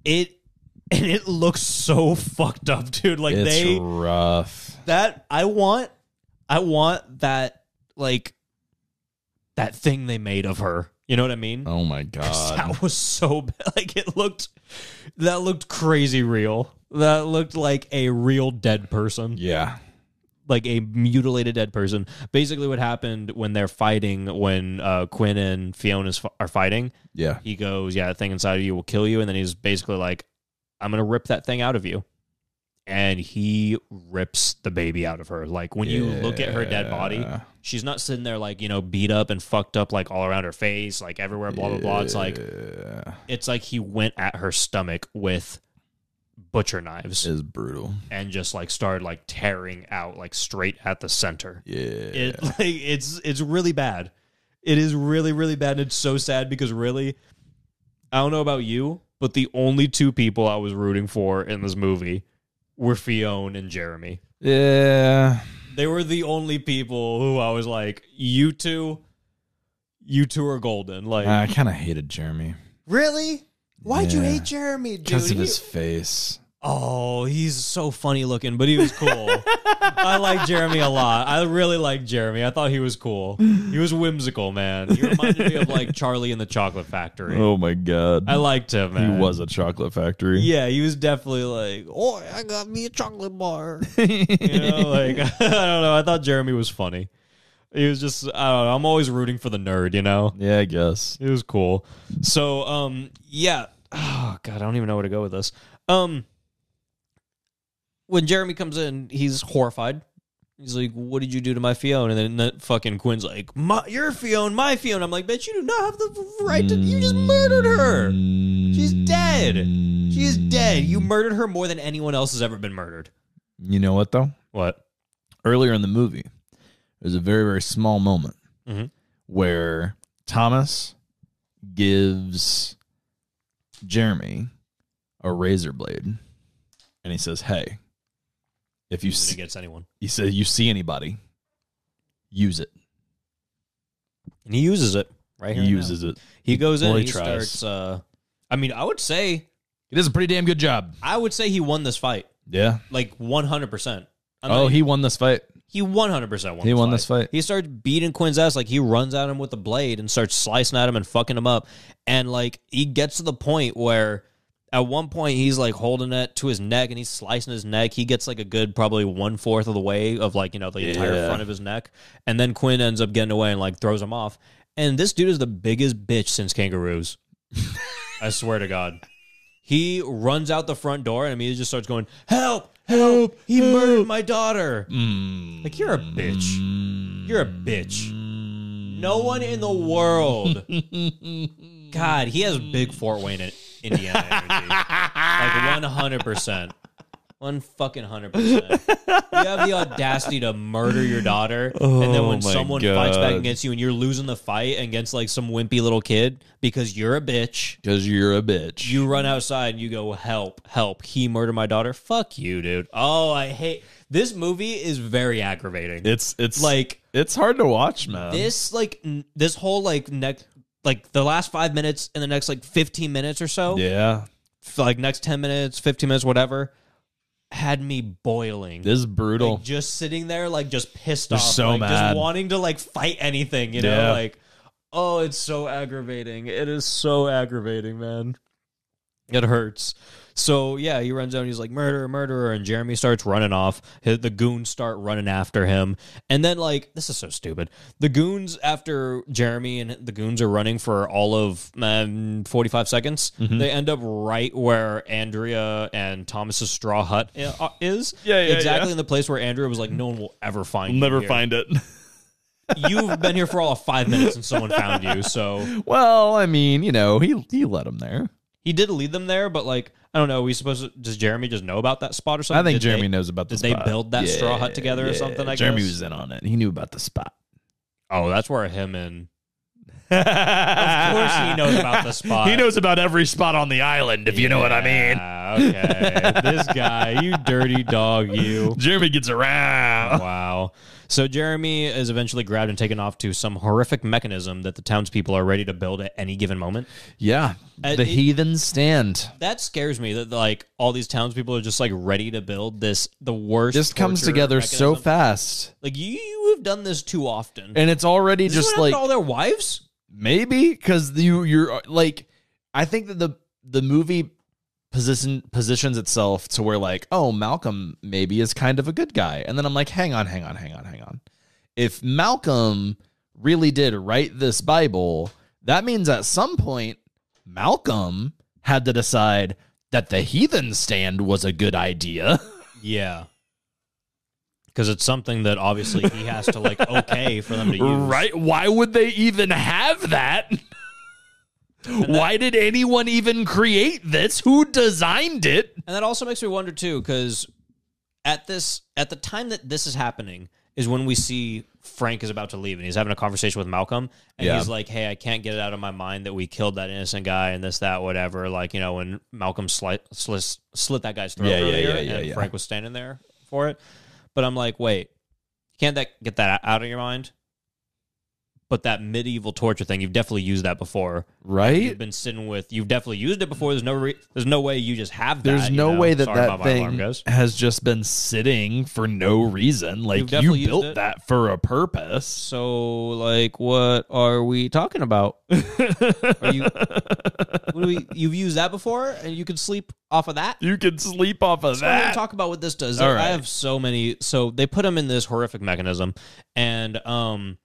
Speaker 1: It and it looks so fucked up, dude. Like
Speaker 2: it's
Speaker 1: they
Speaker 2: rough.
Speaker 1: that I want I want that like that thing they made of her. You know what I mean?
Speaker 2: Oh my
Speaker 1: 'Cause
Speaker 2: god.
Speaker 1: That was so bad. Like it looked that looked crazy real. That looked like a real dead person.
Speaker 2: Yeah.
Speaker 1: Like a mutilated dead person. Basically what happened when they're fighting when uh, Quinn and Fiona's f- are fighting,
Speaker 2: Yeah.
Speaker 1: he goes, "Yeah, that thing inside of you will kill you," and then he's basically like, "I'm gonna rip that thing out of you," and he rips the baby out of her. Like when you look at her dead body,
Speaker 2: Yeah.
Speaker 1: she's not sitting there like you know beat up and fucked up like all around her face, like everywhere, blah blah blah. It's like
Speaker 2: Yeah.
Speaker 1: it's like he went at her stomach with butcher knives
Speaker 2: It's brutal.
Speaker 1: and just like started like tearing out like straight at the center.
Speaker 2: Yeah.
Speaker 1: It like it's it's really bad. It is really really bad, and it's so sad because really, I don't know about you, but the only two people I was rooting for in this movie were Fionn and Jeremy.
Speaker 2: yeah.
Speaker 1: They were the only people who I was like, you two, you two are golden. Like,
Speaker 2: I kind of hated Jeremy
Speaker 1: really? Why'd you
Speaker 2: Ah. Yeah.
Speaker 1: hate Jeremy, dude?
Speaker 2: because of
Speaker 1: He-
Speaker 2: his face.
Speaker 1: Oh, he's so funny looking, but he was cool. I like Jeremy a lot. I really like Jeremy. I thought he was cool. He was whimsical, man. He reminded me of like Charlie in the Chocolate Factory.
Speaker 2: Oh my god.
Speaker 1: I liked him,
Speaker 2: he
Speaker 1: man.
Speaker 2: was a chocolate factory.
Speaker 1: Yeah, he was definitely like, oh, I got me a chocolate bar. you know, like I don't know. I thought Jeremy was funny. He was just, I don't know, I'm always rooting for the nerd, you know?
Speaker 5: Yeah, I guess.
Speaker 1: It was cool. So, um, yeah. Oh, God, I don't even know where to go with this. Um, when Jeremy comes in, he's horrified. He's like, "What did you do to my Fiona?" And then that fucking Quinn's like, my, "Your Fiona, my Fiona." I'm like, "Bitch, you do not have the right to. You just murdered her.
Speaker 2: Mm.
Speaker 1: She's dead. She's dead. You murdered her more than anyone else has ever been murdered."
Speaker 5: You know what though?
Speaker 1: What?
Speaker 5: Earlier in the movie, there's a very very small moment
Speaker 1: Mhm.
Speaker 5: where Thomas gives Jeremy a razor blade, and he says, "Hey, if you
Speaker 1: Use it
Speaker 5: see,
Speaker 1: against anyone,
Speaker 5: he says you see anybody, use it."
Speaker 1: and he uses it. Right
Speaker 5: He
Speaker 1: here and now.
Speaker 5: uses it.
Speaker 1: He goes in.
Speaker 5: Well,
Speaker 1: and he
Speaker 5: he tries.
Speaker 1: starts. Uh, I mean, I would say,
Speaker 5: He does a pretty damn good job.
Speaker 1: I would say he won this fight,
Speaker 5: Yeah.
Speaker 1: like 100. percent
Speaker 5: Oh, he won this fight.
Speaker 1: He 100% won
Speaker 5: He
Speaker 1: this
Speaker 5: won
Speaker 1: fight.
Speaker 5: this fight.
Speaker 1: He starts beating Quinn's ass. Like, he runs at him with a blade and starts slicing at him and fucking him up. And, like, he gets to the point where at one point he's, like, holding it to his neck and he's slicing his neck. He gets, like, a good probably one fourth of the way of, like, you know, the entire front of his neck. And then Quinn ends up getting away and, like, throws him off. And this dude is the biggest bitch since kangaroos. I swear to God. He runs out the front door and immediately just starts going, Help! Help! He murdered my daughter! Like you're a bitch. You're a bitch. No one in the world. God, he has big Fort Wayne in Indiana energy. Like one hundred percent. One fucking hundred percent. You have the audacity to murder your daughter, and then when someone fights back against you, and you're losing the fight against like some wimpy little kid because you're a bitch,
Speaker 5: Because you're a bitch.
Speaker 1: you run outside and you go, "Help! Help! He murdered my daughter." Fuck you, dude. Oh, I hate this movie. Is very aggravating.
Speaker 5: It's it's
Speaker 1: like
Speaker 5: it's hard to watch, man.
Speaker 1: this like n- this whole like next like the last five minutes and the next like 15 minutes or so
Speaker 5: yeah.
Speaker 1: f- like next 10 minutes 15 minutes whatever had me boiling
Speaker 5: This is brutal.
Speaker 1: like, just sitting there like just pissed off
Speaker 5: so
Speaker 1: like,
Speaker 5: mad.
Speaker 1: just wanting to like fight anything you know
Speaker 5: Yeah.
Speaker 1: like oh it's so aggravating it is so aggravating man it hurts so yeah he runs out and he's like murderer murderer and jeremy starts running off Hi- the goons start running after him and then like this is so stupid the goons after jeremy and the goons are running for all of um, 45 seconds they end up right where andrea and thomas's straw hut i- uh, is
Speaker 9: Yeah, yeah,
Speaker 1: exactly in the place where andrea was like no one will ever find you
Speaker 9: Never
Speaker 1: here.
Speaker 9: find it.
Speaker 1: you've been here for all of five minutes and someone found you so
Speaker 5: Well, I mean, you know, he he let him there.
Speaker 1: he did lead them there but like I don't know. We supposed to, does Jeremy just know about that spot or something?
Speaker 5: I think
Speaker 1: Did
Speaker 5: Jeremy
Speaker 1: they-
Speaker 5: knows about the
Speaker 1: did they
Speaker 5: spot.
Speaker 1: build that straw hut together or
Speaker 5: yeah.
Speaker 1: something, I
Speaker 5: Jeremy
Speaker 1: guess?
Speaker 5: was in on it. He knew about the spot.
Speaker 1: Oh, that's where him and. of course, he knows about the spot.
Speaker 9: he knows about every spot on the island, if you know what I mean.
Speaker 1: Yeah, Ah, Okay, this guy, you dirty dog, you.
Speaker 9: Jeremy gets around.
Speaker 1: Wow. So Jeremy is eventually grabbed and taken off to some horrific mechanism that the townspeople are ready to build at any given moment.
Speaker 5: Yeah.
Speaker 1: Uh,
Speaker 5: the
Speaker 1: it-
Speaker 5: heathen stand.
Speaker 1: That scares me. That like all these townspeople are just like ready to build this the worst.
Speaker 5: This comes
Speaker 1: torture
Speaker 5: together so
Speaker 1: mechanism.
Speaker 5: fast.
Speaker 1: Like you, you have done this too often.
Speaker 5: And it's already
Speaker 1: This is
Speaker 5: just
Speaker 1: what happened
Speaker 5: like
Speaker 1: to all their wives.
Speaker 5: maybe because you you're uh, like i think that the the movie position positions itself to where like oh malcolm maybe is kind of a good guy and then i'm like hang on hang on hang on hang on if malcolm really did write this bible that means at some point malcolm had to decide that the heathen stand was a good idea
Speaker 1: Yeah. Because it's something that obviously he has to like okay for them to use.
Speaker 5: right why would they even have that why did anyone even create this who designed it
Speaker 1: And that also makes me wonder too, because at this at the time that this is happening is when we see Frank is about to leave and he's having a conversation with Malcolm and
Speaker 5: Yeah.
Speaker 1: he's like, Hey, I can't get it out of my mind that we killed that innocent guy and this, that, whatever. Like, you know, when Malcolm slit slit, slit that guy's throat
Speaker 5: Yeah, yeah,
Speaker 1: earlier
Speaker 5: yeah, yeah,
Speaker 1: and
Speaker 5: yeah.
Speaker 1: Frank was standing there for it. But I'm like, wait, can't that get that out of your mind? But that medieval torture thing, you've definitely used that before. You've
Speaker 2: right?
Speaker 1: been sitting with. You've definitely used it before. There's no. Re- there's no way you just have that.
Speaker 2: There's
Speaker 1: you
Speaker 2: no
Speaker 1: know?
Speaker 2: way that
Speaker 1: Sorry
Speaker 2: that
Speaker 1: about my alarm,
Speaker 2: thing
Speaker 1: guys.
Speaker 2: has just been sitting for no reason. Like you
Speaker 1: definitely used
Speaker 2: built
Speaker 1: it.
Speaker 2: that for a purpose.
Speaker 1: So, like, what are we talking about? are you? What do we? You've used that before, and you can sleep off of that.
Speaker 2: You can sleep off of
Speaker 1: I want
Speaker 2: that.
Speaker 1: to talk about what this does.
Speaker 2: All
Speaker 1: I-
Speaker 2: right.
Speaker 1: I have so many. So they put him in this horrific mechanism, and um,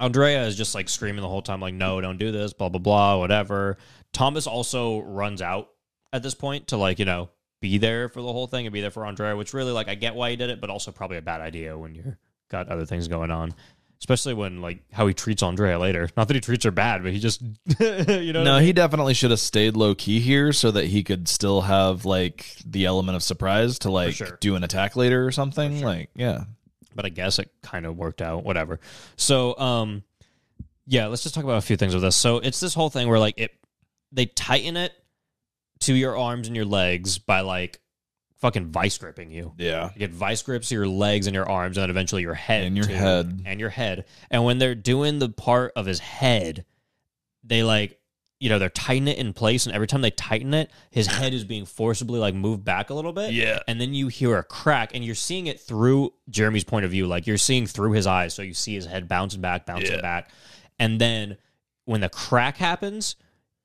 Speaker 1: Andrea is just like screaming the whole time, like, "No, don't do this," blah blah blah, whatever. Thomas also runs out at this point to like you know be there for the whole thing and be there for Andrea, which really like I get why he did it, but also probably a bad idea when you're got other things going on. Especially when like how he treats Andrea later. Not that he treats her bad, but he just you know what I
Speaker 2: No, he definitely should have stayed low key here so that he could still have like the element of surprise to like
Speaker 1: sure.
Speaker 2: do an attack later or something. Like, yeah.
Speaker 1: but I guess it kind of worked out, whatever. So, um, yeah, let's just talk about a few things with this. So it's this whole thing where like it, they tighten it to your arms and your legs by like fucking vice gripping you.
Speaker 2: Yeah.
Speaker 1: You get vice grips to your legs and your arms, and then eventually your head
Speaker 2: And your
Speaker 1: too.
Speaker 2: head.
Speaker 1: and your head. And when they're doing the part of his head, they like. You know they're tightening it in place, and every time they tighten it, his head is being forcibly like moved back a little bit
Speaker 5: Yeah.
Speaker 1: and then you hear a crack and you're seeing it through Jeremy's point of view like you're seeing through his eyes so you see his head bouncing back bouncing
Speaker 5: Yeah.
Speaker 1: back and then when the crack happens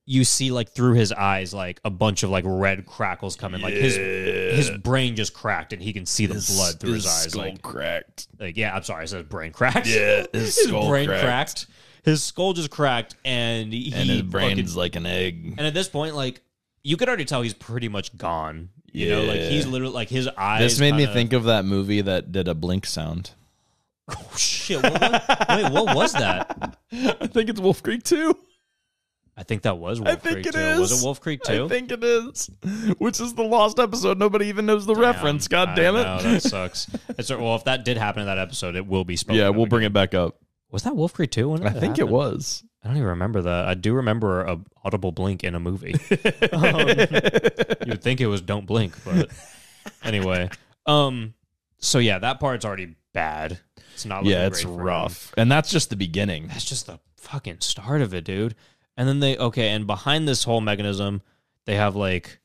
Speaker 1: you see like through his eyes like a bunch of like red crackles coming like his his brain just cracked and he can see the blood through his, eyes
Speaker 2: skull
Speaker 1: like
Speaker 2: cracked.
Speaker 1: like yeah I'm sorry I said brain cracked
Speaker 5: Yeah.
Speaker 2: His,
Speaker 1: his
Speaker 2: skull
Speaker 1: brain
Speaker 2: cracked.
Speaker 1: cracked. his skull just cracked and he
Speaker 2: And his
Speaker 1: fucking-
Speaker 2: brain's like an egg.
Speaker 1: and at this point like you could already tell he's pretty much gone you know like
Speaker 2: Yeah.
Speaker 1: he's literally like his eyes
Speaker 2: This made me
Speaker 1: kinda-
Speaker 2: think of that movie that did a blink sound.
Speaker 1: Oh, Shit. What, what, wait, what was that?
Speaker 2: I think it's Wolf Creek 2.
Speaker 1: I think that was Wolf
Speaker 2: I think
Speaker 1: Creek
Speaker 2: it
Speaker 1: 2.
Speaker 2: is.
Speaker 1: Was it Wolf Creek 2?
Speaker 2: I think it is. Which is the lost episode. Nobody even knows the reference. God damn it.
Speaker 1: No, that sucks. It's, well, if that did happen in that episode, it will be spoken.
Speaker 2: yeah,
Speaker 1: of
Speaker 2: we'll
Speaker 1: again.
Speaker 2: bring it back up.
Speaker 1: Was that Wolf Creek 2? When did
Speaker 2: I
Speaker 1: that
Speaker 2: think it
Speaker 1: happen?
Speaker 2: was.
Speaker 1: I don't even remember that. I do remember a audible blink in a movie. Um, you'd think it was Don't Blink, but anyway. Um. So yeah, that part's already bad. It's not. looking
Speaker 2: yeah, it's
Speaker 1: great for him.
Speaker 2: rough. And that's just the beginning.
Speaker 1: that's just the fucking start of it, dude. And then they okay, and behind this whole mechanism, they have like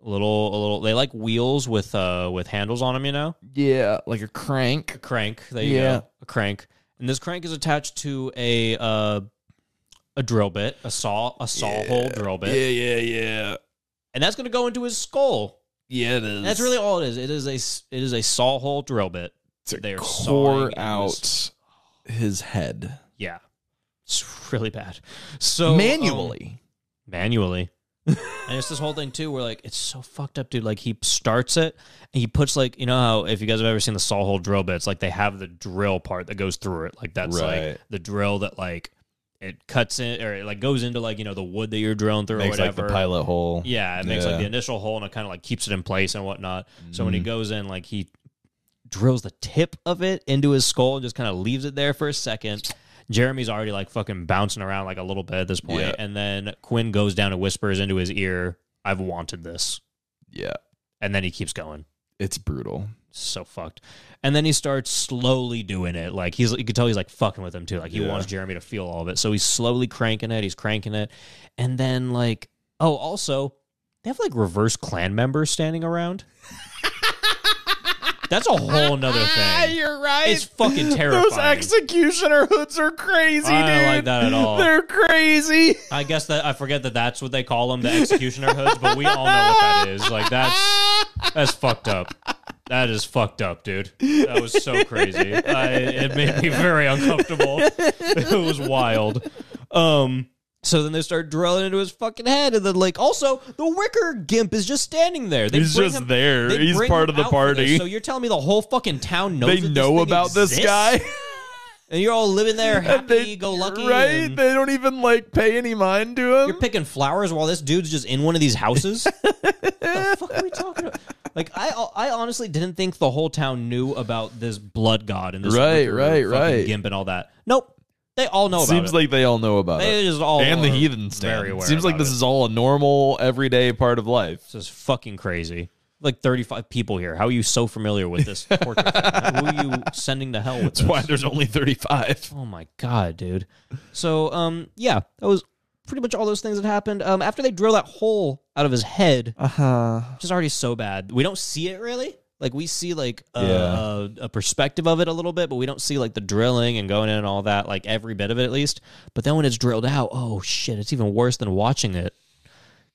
Speaker 1: little a little they like wheels with uh with handles on them, you know?
Speaker 2: Yeah, like a crank.
Speaker 1: Uh, A crank. They yeah,
Speaker 2: Yeah.
Speaker 1: a crank. And this crank is attached to a uh a drill bit, a saw a saw hole drill bit.
Speaker 2: yeah, yeah.
Speaker 1: And that's going to go into his skull.
Speaker 2: Yeah, it is.
Speaker 1: And that's really all it is. It is a s- it is a saw hole drill bit.
Speaker 2: to
Speaker 1: they are sawing
Speaker 2: core
Speaker 1: into
Speaker 2: out
Speaker 1: his-
Speaker 2: his head
Speaker 1: Yeah. It's really bad. So um,
Speaker 2: manually.
Speaker 1: manually. and it's this whole thing too, where like it's so fucked up, dude. Like he starts it, and he puts like you know how if you guys have ever seen the saw hole drill bits, like they have the drill part that goes through it, like that's like
Speaker 2: Right.
Speaker 1: the drill that like it cuts in or it like goes into like you know the wood that you're drilling through
Speaker 2: Makes
Speaker 1: or
Speaker 2: like
Speaker 1: whatever.
Speaker 2: the pilot hole.
Speaker 1: Yeah, it makes
Speaker 2: Yeah. Mm-hmm.
Speaker 1: like the initial hole and it kind of like keeps it in place and whatnot. So when he goes in, like he drills the tip of it into his skull and just kind of leaves it there for a second. Jeremy's already like fucking bouncing around like a little bit at this point.
Speaker 2: Yeah.
Speaker 1: And then Quinn goes down and whispers into his ear, I've wanted this.
Speaker 2: Yeah.
Speaker 1: And then he keeps going.
Speaker 2: It's brutal.
Speaker 1: So fucked. And then he starts slowly doing it. Like he's you could tell he's like fucking with him too. Like he
Speaker 2: Yeah.
Speaker 1: wants Jeremy to feel all of it. So he's slowly cranking it, he's cranking it. And then like oh also they have like reverse clan members standing around. That's a whole nother thing.
Speaker 2: Ah, You're right.
Speaker 1: It's fucking terrifying.
Speaker 2: Those executioner hoods are crazy,
Speaker 1: I don't
Speaker 2: dude.
Speaker 1: like that at all.
Speaker 2: They're crazy.
Speaker 1: I guess that I forget that that's what they call them, the executioner hoods, but we all know what that is. Like that's that's fucked up. That is fucked up, dude. That was so crazy. I, it made me very uncomfortable. It was wild. Um so then they start drilling into his fucking head, and then like also the wicker gimp is just standing there. They
Speaker 2: He's
Speaker 1: bring
Speaker 2: just
Speaker 1: him-
Speaker 2: there.
Speaker 1: they
Speaker 2: He's
Speaker 1: bring
Speaker 2: part
Speaker 1: him
Speaker 2: of the
Speaker 1: out for this.
Speaker 2: party.
Speaker 1: So you're telling me the whole fucking town knows
Speaker 2: They
Speaker 1: that this
Speaker 2: know
Speaker 1: thing
Speaker 2: about this
Speaker 1: exists?
Speaker 2: guy.
Speaker 1: and you're all living there happy,
Speaker 2: They-
Speaker 1: go lucky,
Speaker 2: right?
Speaker 1: and-
Speaker 2: They don't even like pay any mind to him.
Speaker 1: You're picking flowers while this dude's just in one of these houses. what the fuck are we talking about? Like I, I honestly didn't think the whole town knew about this blood god and this
Speaker 2: Right,
Speaker 1: wicker
Speaker 2: right,
Speaker 1: fucking
Speaker 2: right.
Speaker 1: gimp and all that. Nope, they all know about
Speaker 2: Seems
Speaker 1: it.
Speaker 2: like they all know about
Speaker 1: they
Speaker 2: it.
Speaker 1: just all
Speaker 2: and the
Speaker 1: are
Speaker 2: heathen
Speaker 1: very
Speaker 2: stand.
Speaker 1: aware
Speaker 2: Seems like
Speaker 1: about
Speaker 2: this
Speaker 1: it.
Speaker 2: is all a normal, everyday part of life.
Speaker 1: This is fucking crazy. like 35 people here. How are you so familiar with this torture thing? Who are you sending to hell with
Speaker 2: That's why
Speaker 1: this?
Speaker 2: there's only 35.
Speaker 1: Oh my god, dude. So um yeah, that was pretty much all those things that happened. Um after they drill that hole out of his head,
Speaker 5: Uh huh.
Speaker 1: which is already so bad. We don't see it really. Like we see like a,
Speaker 2: Yeah.
Speaker 1: a, a perspective of it a little bit, but we don't see like the drilling and going in and all that, like every bit of it at least. But then when it's drilled out, oh shit, it's even worse than watching it.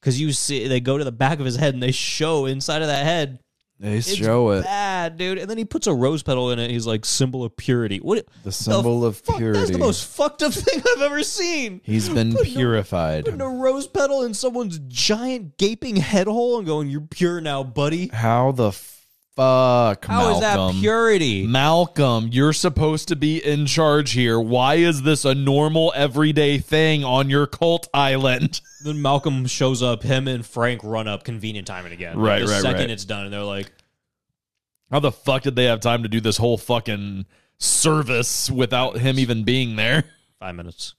Speaker 1: Cause you see they go to the back of his head and they show inside of that head
Speaker 5: They
Speaker 1: it's
Speaker 5: show it.
Speaker 1: bad, dude. And then he puts a rose petal in it. He's like symbol of purity. What
Speaker 5: The symbol of
Speaker 1: fuck- That's
Speaker 5: purity.
Speaker 1: the most fucked up thing I've ever seen.
Speaker 5: He's been
Speaker 1: Putting a-
Speaker 5: purified.
Speaker 1: Putting a rose petal in someone's giant gaping head hole and going, "You're pure now, buddy."
Speaker 5: How the fuck,
Speaker 1: How is
Speaker 5: Malcolm?
Speaker 1: that purity?
Speaker 2: Malcolm, you're supposed to be in charge here. Why is this a normal everyday thing on your cult island?
Speaker 1: Then Malcolm shows up. Him and Frank run up convenient time and again.
Speaker 2: Right,
Speaker 1: the
Speaker 2: right,
Speaker 1: Second,
Speaker 2: right.
Speaker 1: it's done, and they're like,
Speaker 2: How the fuck did they have time to do this whole fucking service without him even being there?
Speaker 1: five minutes.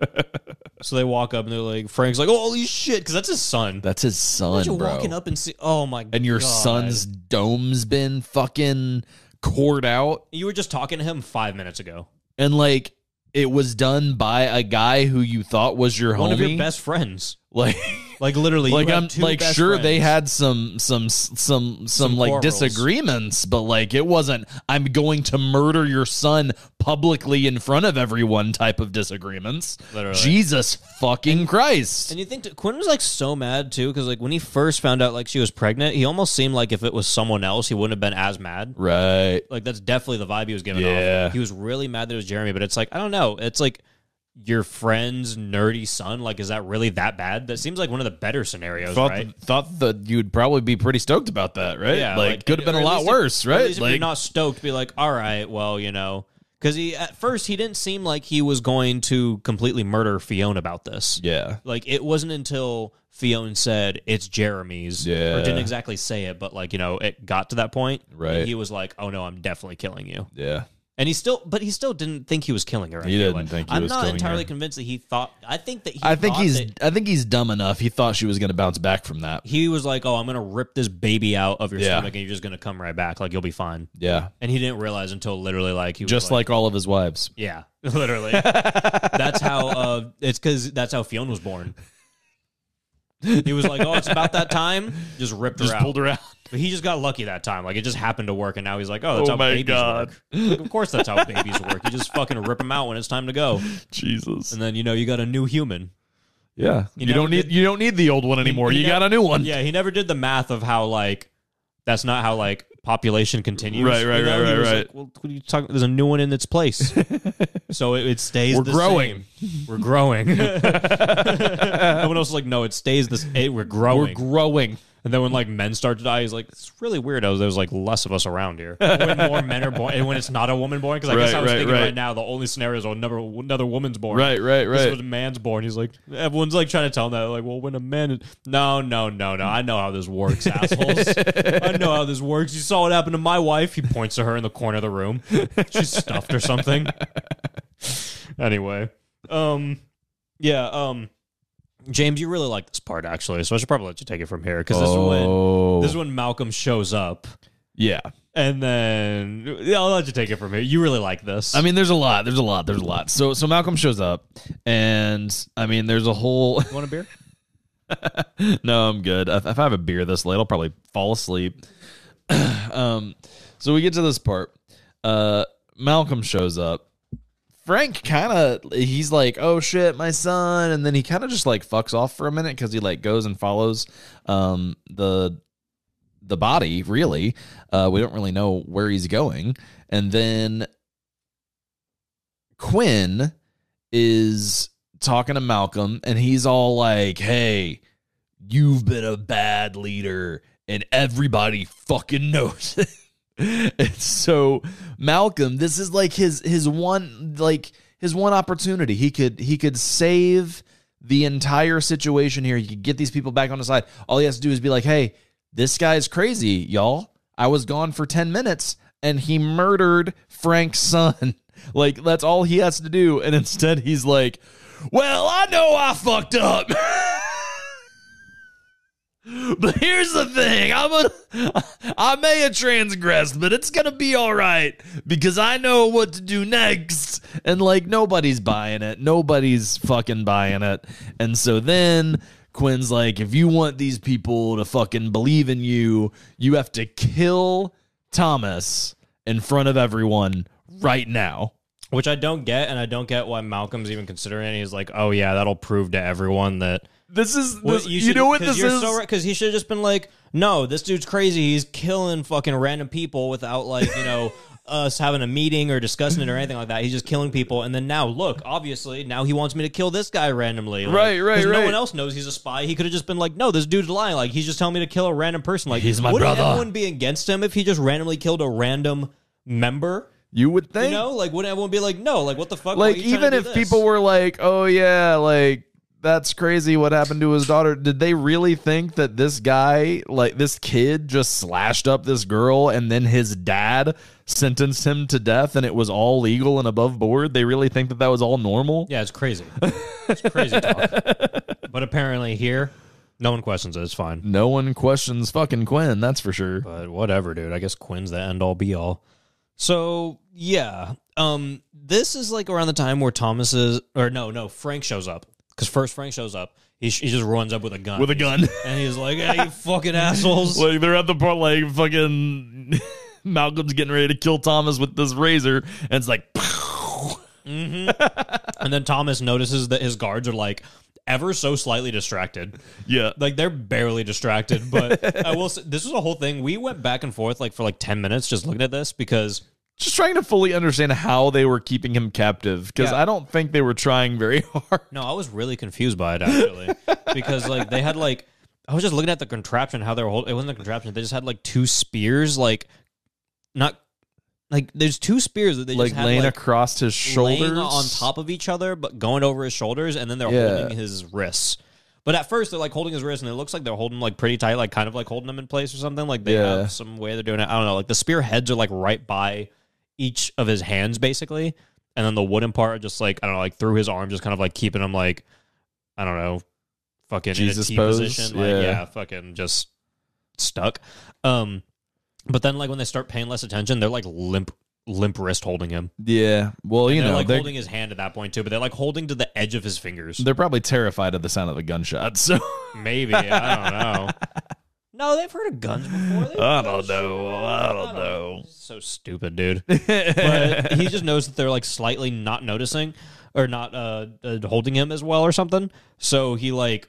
Speaker 1: so they walk up and they're like, Frank's like, "Holy shit!" Because that's his son.
Speaker 5: That's his son,
Speaker 1: Imagine
Speaker 5: bro.
Speaker 1: walking up and see, oh my,
Speaker 2: And your
Speaker 1: God.
Speaker 2: son's dome's been fucking cored out
Speaker 1: You were just talking to him five minutes ago.
Speaker 2: and like it was done by a guy who you thought was your homie.
Speaker 1: One of your best friends.
Speaker 2: like
Speaker 1: Like literally,
Speaker 2: like
Speaker 1: you have
Speaker 2: I'm
Speaker 1: two
Speaker 2: like
Speaker 1: best
Speaker 2: sure they
Speaker 1: friends.
Speaker 2: had some some some some, like
Speaker 1: quarrels.
Speaker 2: disagreements, but like it wasn't I'm going to murder your son publicly in front of everyone type of disagreements.
Speaker 1: Literally.
Speaker 2: Jesus fucking Christ.
Speaker 1: And you think that Quinn was like so mad too, because like when he first found out like she was pregnant, he almost seemed like if it was someone else, he wouldn't have been as mad.
Speaker 2: right.
Speaker 1: Like that's definitely the vibe he was giving
Speaker 2: Yeah.
Speaker 1: off. He was really mad that it was Jeremy, but it's like I don't know. It's like your friend's nerdy son. Like, is that really that bad? That seems like one of the better scenarios,
Speaker 2: Thought,
Speaker 1: right?
Speaker 2: thought that you'd probably be pretty stoked about that, right? like, could have been
Speaker 1: or
Speaker 2: a
Speaker 1: at
Speaker 2: lot
Speaker 1: least if-
Speaker 2: worse,
Speaker 1: or at
Speaker 2: right?
Speaker 1: least if
Speaker 2: Like,
Speaker 1: you're not stoked, be like, all right, well, you know, because he at first he didn't seem like he was going to completely murder Fiona about this.
Speaker 2: yeah,
Speaker 1: Like it wasn't until Fiona said it's Jeremy's,
Speaker 2: Yeah.
Speaker 1: or didn't exactly say it, but like you know, it got to that point. and
Speaker 2: Right.
Speaker 1: he was like, "Oh no, I'm definitely killing you,"
Speaker 2: yeah.
Speaker 1: and he still, but he still didn't think he was killing her. I
Speaker 2: He
Speaker 1: feel
Speaker 2: didn't
Speaker 1: like.
Speaker 2: think he
Speaker 1: I'm
Speaker 2: was
Speaker 1: not
Speaker 2: killing
Speaker 1: entirely
Speaker 2: her.
Speaker 1: convinced that he thought. I think that he.
Speaker 2: I think
Speaker 1: thought
Speaker 2: he's
Speaker 1: that
Speaker 2: I think he's dumb enough. He thought she was going to bounce back from that.
Speaker 1: He was like, "Oh, I'm gonna rip this baby out of your
Speaker 2: Yeah.
Speaker 1: stomach, and you're just gonna come right back. Like you'll be fine."
Speaker 2: Yeah,
Speaker 1: And he didn't realize until literally like he was
Speaker 2: just like all of his wives.
Speaker 1: Yeah, literally. that's how. Uh, it's because that's how Fiona was born. He was like, "Oh, it's about that time." Just ripped her out.
Speaker 2: her out.
Speaker 1: But he just got lucky that time. Like it just happened to work, and now he's like, "Oh, that's
Speaker 2: Oh
Speaker 1: how
Speaker 2: my
Speaker 1: babies
Speaker 2: God.
Speaker 1: work." Like, of course, that's how babies work. You just fucking rip them out when it's time to go,
Speaker 2: Jesus.
Speaker 1: and then you know you got a new human.
Speaker 2: Yeah.
Speaker 1: He
Speaker 2: You,
Speaker 1: never
Speaker 2: don't need
Speaker 1: did-
Speaker 2: you don't need the old one anymore.
Speaker 1: he
Speaker 2: you
Speaker 1: never-
Speaker 2: got a new one.
Speaker 1: Yeah, he never did the math of how like that's not how like population continues.
Speaker 2: Right, right,
Speaker 1: You know,
Speaker 2: right,
Speaker 1: he
Speaker 2: right,
Speaker 1: was
Speaker 2: right.
Speaker 1: like, well, what are you talking? There's a new one in its place, so it, it stays.
Speaker 2: We're
Speaker 1: the
Speaker 2: growing.
Speaker 1: same. We're growing. Everyone else is like, no, it stays this. Hey, we're growing.
Speaker 2: We're growing.
Speaker 1: And then when like men start to die, he's like, it's really weird. How there's like less of us around here. When more men are born, and when it's not a woman born, because I guess
Speaker 2: Right,
Speaker 1: I was
Speaker 2: right,
Speaker 1: thinking right.
Speaker 2: right.
Speaker 1: now the only scenario is another another woman's born.
Speaker 2: Right, right,
Speaker 1: This
Speaker 2: right.
Speaker 1: is when a man's born. He's like, everyone's like trying to tell him that. Like, well, when a man, is- no, no, no, no. I know how this works, assholes. I know how this works. You saw what happened to my wife. He points to her in the corner of the room. She's stuffed or something. anyway, um, yeah, um. James, you really like this part actually, so I should probably let you take it from here because this is when
Speaker 2: oh.
Speaker 1: this is when Malcolm shows up,
Speaker 2: yeah.
Speaker 1: and then yeah, I'll let you take it from here. You really like this.
Speaker 2: I mean, there's a lot. There's a lot. There's a lot. So so Malcolm shows up, and I mean, there's a whole.
Speaker 1: you want a beer?
Speaker 2: no, I'm good. If if I have a beer this late, I'll probably fall asleep. um, so we get to this part. Uh, Malcolm shows up. Frank kind of he's like, "Oh shit, my son," and then he kind of just like fucks off for a minute because he like goes and follows um the the body. Really, uh, we don't really know where he's going, and then Quinn is talking to Malcolm, and he's all like, "Hey, you've been a bad leader and everybody fucking knows it. and so Malcolm, this is like his his one like his one opportunity. He could he could save the entire situation here. He could get these people back on his side. All he has to do is be like, "Hey, this guy's crazy, y'all. I was gone for 10 minutes and he murdered Frank's son." like that's all he has to do and instead he's like, "Well, I know I fucked up." But here's the thing: I'm gonna, I may have transgressed, but it's gonna be all right because I know what to do next. And like nobody's buying it, nobody's fucking buying it. And so then Quinn's like, if you want these people to fucking believe in you, you have to kill Thomas in front of everyone right now.
Speaker 1: which I don't get, and I don't get why Malcolm's even considering. it. He's like, oh yeah, that'll prove to everyone that
Speaker 2: This is
Speaker 1: Well,
Speaker 2: this, you, know what this is.
Speaker 1: Because he should have just been like, no, this dude's crazy. He's killing fucking random people without like you know. Us having a meeting or discussing it or anything like that. He's just killing people, and then now look, obviously now he wants me to kill this guy randomly. Like,
Speaker 2: Right, right,
Speaker 1: 'cause No
Speaker 2: right.
Speaker 1: one else knows he's a spy. He could have just been like, "No, this dude's lying. Like he's just telling me to kill a random person." Like
Speaker 2: He's my
Speaker 1: wouldn't
Speaker 2: brother.
Speaker 1: Everyone be against him if he just randomly killed a random member.
Speaker 2: you would think.
Speaker 1: You know, like wouldn't everyone be like, "No, like what the fuck?" Why
Speaker 2: like
Speaker 1: are you trying
Speaker 2: even
Speaker 1: to
Speaker 2: if
Speaker 1: do this?"
Speaker 2: people were like oh yeah like that's crazy what happened to his daughter did they really think that this guy like this kid just slashed up this girl and then his dad sentenced him to death and it was all legal and above board they really think that that was all normal
Speaker 1: Yeah, it's crazy. It's crazy talk. but apparently here, no one questions it. It's fine.
Speaker 2: no one questions fucking quinn that's for sure
Speaker 1: But whatever, dude. I guess Quinn's the end all be all. So yeah, um, this is like around the time where Thomas is, or no, no, Frank shows up because first Frank shows up. He, sh- he just runs up with a gun.
Speaker 2: with a gun
Speaker 1: and he's like, "Hey, you fucking assholes!"
Speaker 2: like they're at the part like fucking malcolm's getting ready to kill thomas with this razor and it's like
Speaker 1: And then Thomas notices that his guards are like ever so slightly distracted.
Speaker 2: yeah
Speaker 1: like they're barely distracted but i will say this was a whole thing we went back and forth like for like 10 minutes just looking at this because
Speaker 2: just trying to fully understand how they were keeping him captive because
Speaker 1: Yeah.
Speaker 2: I don't think they were trying very hard.
Speaker 1: no i was really confused by it actually because like they had like i was just looking at the contraption how they were holding it wasn't a contraption they just had like two spears like not like there's two spears that they
Speaker 2: Like
Speaker 1: just had
Speaker 2: laying
Speaker 1: like
Speaker 2: across his
Speaker 1: laying
Speaker 2: shoulders
Speaker 1: on top of each other but going over his shoulders and then they're
Speaker 2: Yeah.
Speaker 1: holding his wrists but at first they're like holding his wrist and it looks like they're holding him, like pretty tight like kind of like holding him in place or something like they
Speaker 2: Yeah.
Speaker 1: have some way they're doing it i don't know like the spear heads are like right by each of his hands basically and then the wooden part are just like i don't know like through his arm just kind of like keeping him like i don't know fucking
Speaker 2: Jesus
Speaker 1: in a T
Speaker 2: pose,
Speaker 1: position like
Speaker 2: yeah.
Speaker 1: yeah fucking just stuck um but then like when they start paying less attention they're like limp limp wrist holding him
Speaker 2: Yeah. Well, you
Speaker 1: they're
Speaker 2: know,
Speaker 1: like
Speaker 2: they're,
Speaker 1: holding his hand at that point too, but they're like holding to the edge of his fingers.
Speaker 2: they're probably terrified of the sound of a gunshot. So
Speaker 1: Maybe I don't know. No, they've heard of guns before. They've
Speaker 2: I
Speaker 1: heard
Speaker 2: don't
Speaker 1: of
Speaker 2: know.
Speaker 1: shit.
Speaker 2: I don't know.
Speaker 1: This is So stupid, dude. but he just knows that they're like slightly not noticing or not uh, uh holding him as well or something. So he like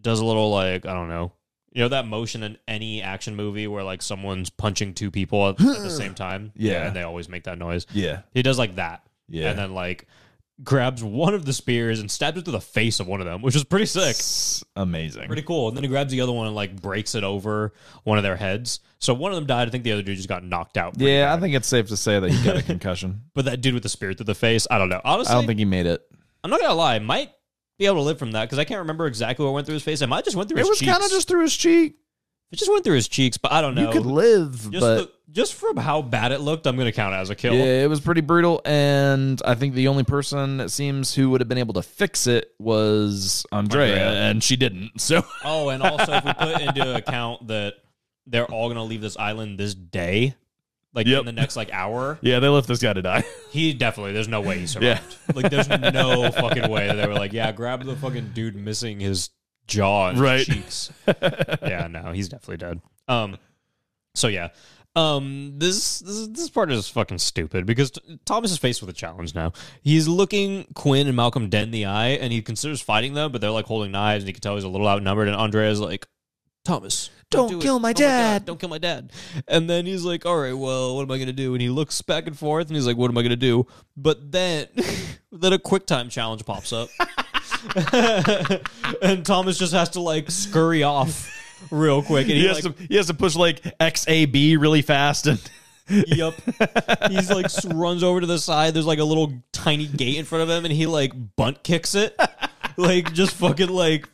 Speaker 1: does a little like I don't know. You know that motion in any action movie where like someone's punching two people at, at the same time.
Speaker 2: Yeah.
Speaker 1: and they always make that noise.
Speaker 2: yeah,
Speaker 1: He does like that.
Speaker 2: Yeah.
Speaker 1: And then like grabs one of the spears and stabs it to the face of one of them, which is pretty sick.
Speaker 2: it's amazing.
Speaker 1: Pretty cool. And then he grabs the other one and like breaks it over one of their heads. So one of them died. I think the other dude just got knocked out. pretty
Speaker 2: yeah,
Speaker 1: bad.
Speaker 2: I think it's safe to say that he got a concussion.
Speaker 1: But that dude with the spear through the face, I don't know. Honestly,
Speaker 2: I
Speaker 1: I
Speaker 2: don't think he made it.
Speaker 1: am not gonna lie, I might be able to live from that because I can't remember exactly what went through his face. I might just went through
Speaker 2: It
Speaker 1: his
Speaker 2: was
Speaker 1: cheeks.
Speaker 2: kind of just through his cheek.
Speaker 1: it just went through his cheeks, but I don't know.
Speaker 2: You could live,
Speaker 1: just
Speaker 2: but
Speaker 1: the- just from how bad it looked, I'm gonna count it as a kill.
Speaker 2: Yeah, it was pretty brutal, and I think the only person it seems who would have been able to fix it was Andrea,
Speaker 1: Andrea.
Speaker 2: and she didn't. So
Speaker 1: Oh, and also if we put into account that they're all gonna leave this island this day, like in
Speaker 2: Yep.
Speaker 1: the next like hour,
Speaker 2: yeah, they left this guy to die.
Speaker 1: he definitely there's no way he survived. Like there's no fucking way that they were like, yeah, grab the fucking dude missing his jaw and
Speaker 2: Right.
Speaker 1: his cheeks. yeah, no, he's definitely dead. Um, so yeah, um, this this this part is fucking stupid because t- Thomas is faced with a challenge now. He's looking Quinn and Malcolm dead in the eye, and he considers fighting them, but they're like holding knives, and he can tell he's a little outnumbered. And Andrea's like, Thomas. Don't, do kill my dad. don't kill my dad. And then he's like, all right, well, what am I going to do? And he looks back and forth and he's like, what am I going to do? But then, then a quick time challenge pops up. and Thomas just has to like scurry off real quick. And
Speaker 2: He
Speaker 1: he,
Speaker 2: has
Speaker 1: like,
Speaker 2: to he has to push like X A B really fast and
Speaker 1: Yep. He's like s- runs over to the side. There's like a little tiny gate in front of him, and he like bunt kicks it, like just fucking like.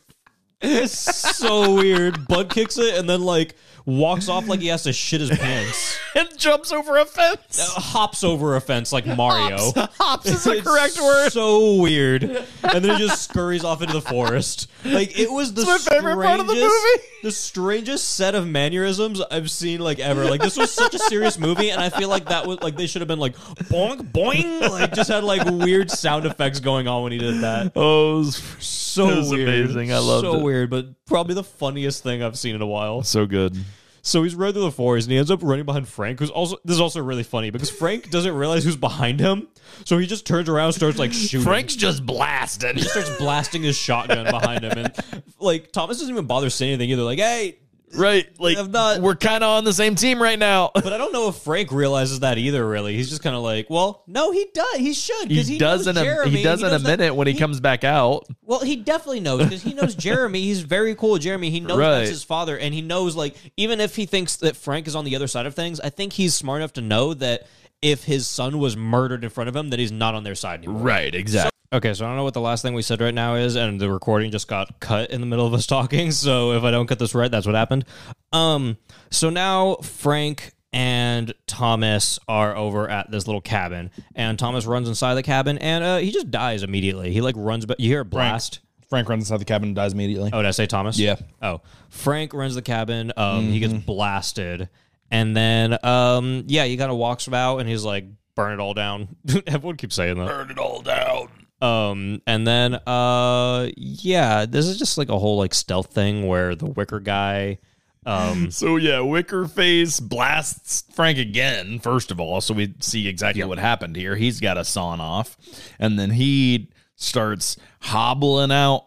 Speaker 1: It's so weird. Bunt kicks it and then like walks off like he has to shit his pants.
Speaker 2: and jumps over a fence.
Speaker 1: hops over a fence like Mario.
Speaker 2: Hops is the
Speaker 1: It's
Speaker 2: correct word.
Speaker 1: So weird. And then he just scurries off into the forest. Like it was the
Speaker 2: It's my favorite part of the
Speaker 1: strangest-
Speaker 2: movie.
Speaker 1: The strangest set of mannerisms I've seen like ever. Like this was such a serious movie, and I feel like that was like they should have been like boing boing. Like just had like weird sound effects going on when he did that.
Speaker 2: Oh, it was
Speaker 1: So
Speaker 2: It was
Speaker 1: weird.
Speaker 2: amazing. I loved
Speaker 1: so
Speaker 2: it.
Speaker 1: weird, but probably the funniest thing I've seen in a while.
Speaker 2: so good.
Speaker 1: So he's running through the forest and he ends up running behind Frank, who's also this is also really funny because Frank doesn't realize who's behind him. So he just turns around and starts like shooting.
Speaker 2: Frank's just blasting.
Speaker 1: He starts blasting his shotgun behind him. And like Thomas doesn't even bother saying anything either. Like, hey,
Speaker 2: Right, like
Speaker 1: I've not-
Speaker 2: we're kind of on the same team right now.
Speaker 1: but I don't know if Frank realizes that either, really. He's just kind of like, well, no, he does. He should. 'cause
Speaker 2: He
Speaker 1: knows
Speaker 2: does in a,
Speaker 1: Jeremy.
Speaker 2: he does in a
Speaker 1: knows that-
Speaker 2: minute when he, comes back out.
Speaker 1: Well, he definitely knows because he knows Jeremy. He's very cool, with Jeremy. He knows
Speaker 2: Right.
Speaker 1: that's his father, and he knows like even if he thinks that Frank is on the other side of things, I think he's smart enough to know that if his son was murdered in front of him, that he's not on their side anymore.
Speaker 2: Right, exactly.
Speaker 1: Okay, so I don't know what the last thing we said right now is, and the recording just got cut in the middle of us talking. So if I don't get this right, that's what happened. Um, so now Frank and Thomas are over at this little cabin, and Thomas runs inside the cabin, and uh, he just dies immediately. He like runs, but you hear a blast.
Speaker 10: Frank runs inside the cabin and dies immediately.
Speaker 1: Oh, did I say Thomas?
Speaker 10: Yeah.
Speaker 1: Oh, Frank runs the cabin. Um, he
Speaker 2: Mm-hmm.
Speaker 1: gets blasted, and then um, yeah, he kind of walks about, and he's like, "Burn it all down." Everyone keeps saying that.
Speaker 2: Burn it all down.
Speaker 1: Um, and then, uh, yeah, this is just like a whole like stealth thing where the wicker guy, um,
Speaker 2: So yeah, Wicker Face blasts Frank again. First of all, so we see exactly what happened here. He's got a sawn off, and then he starts hobbling out.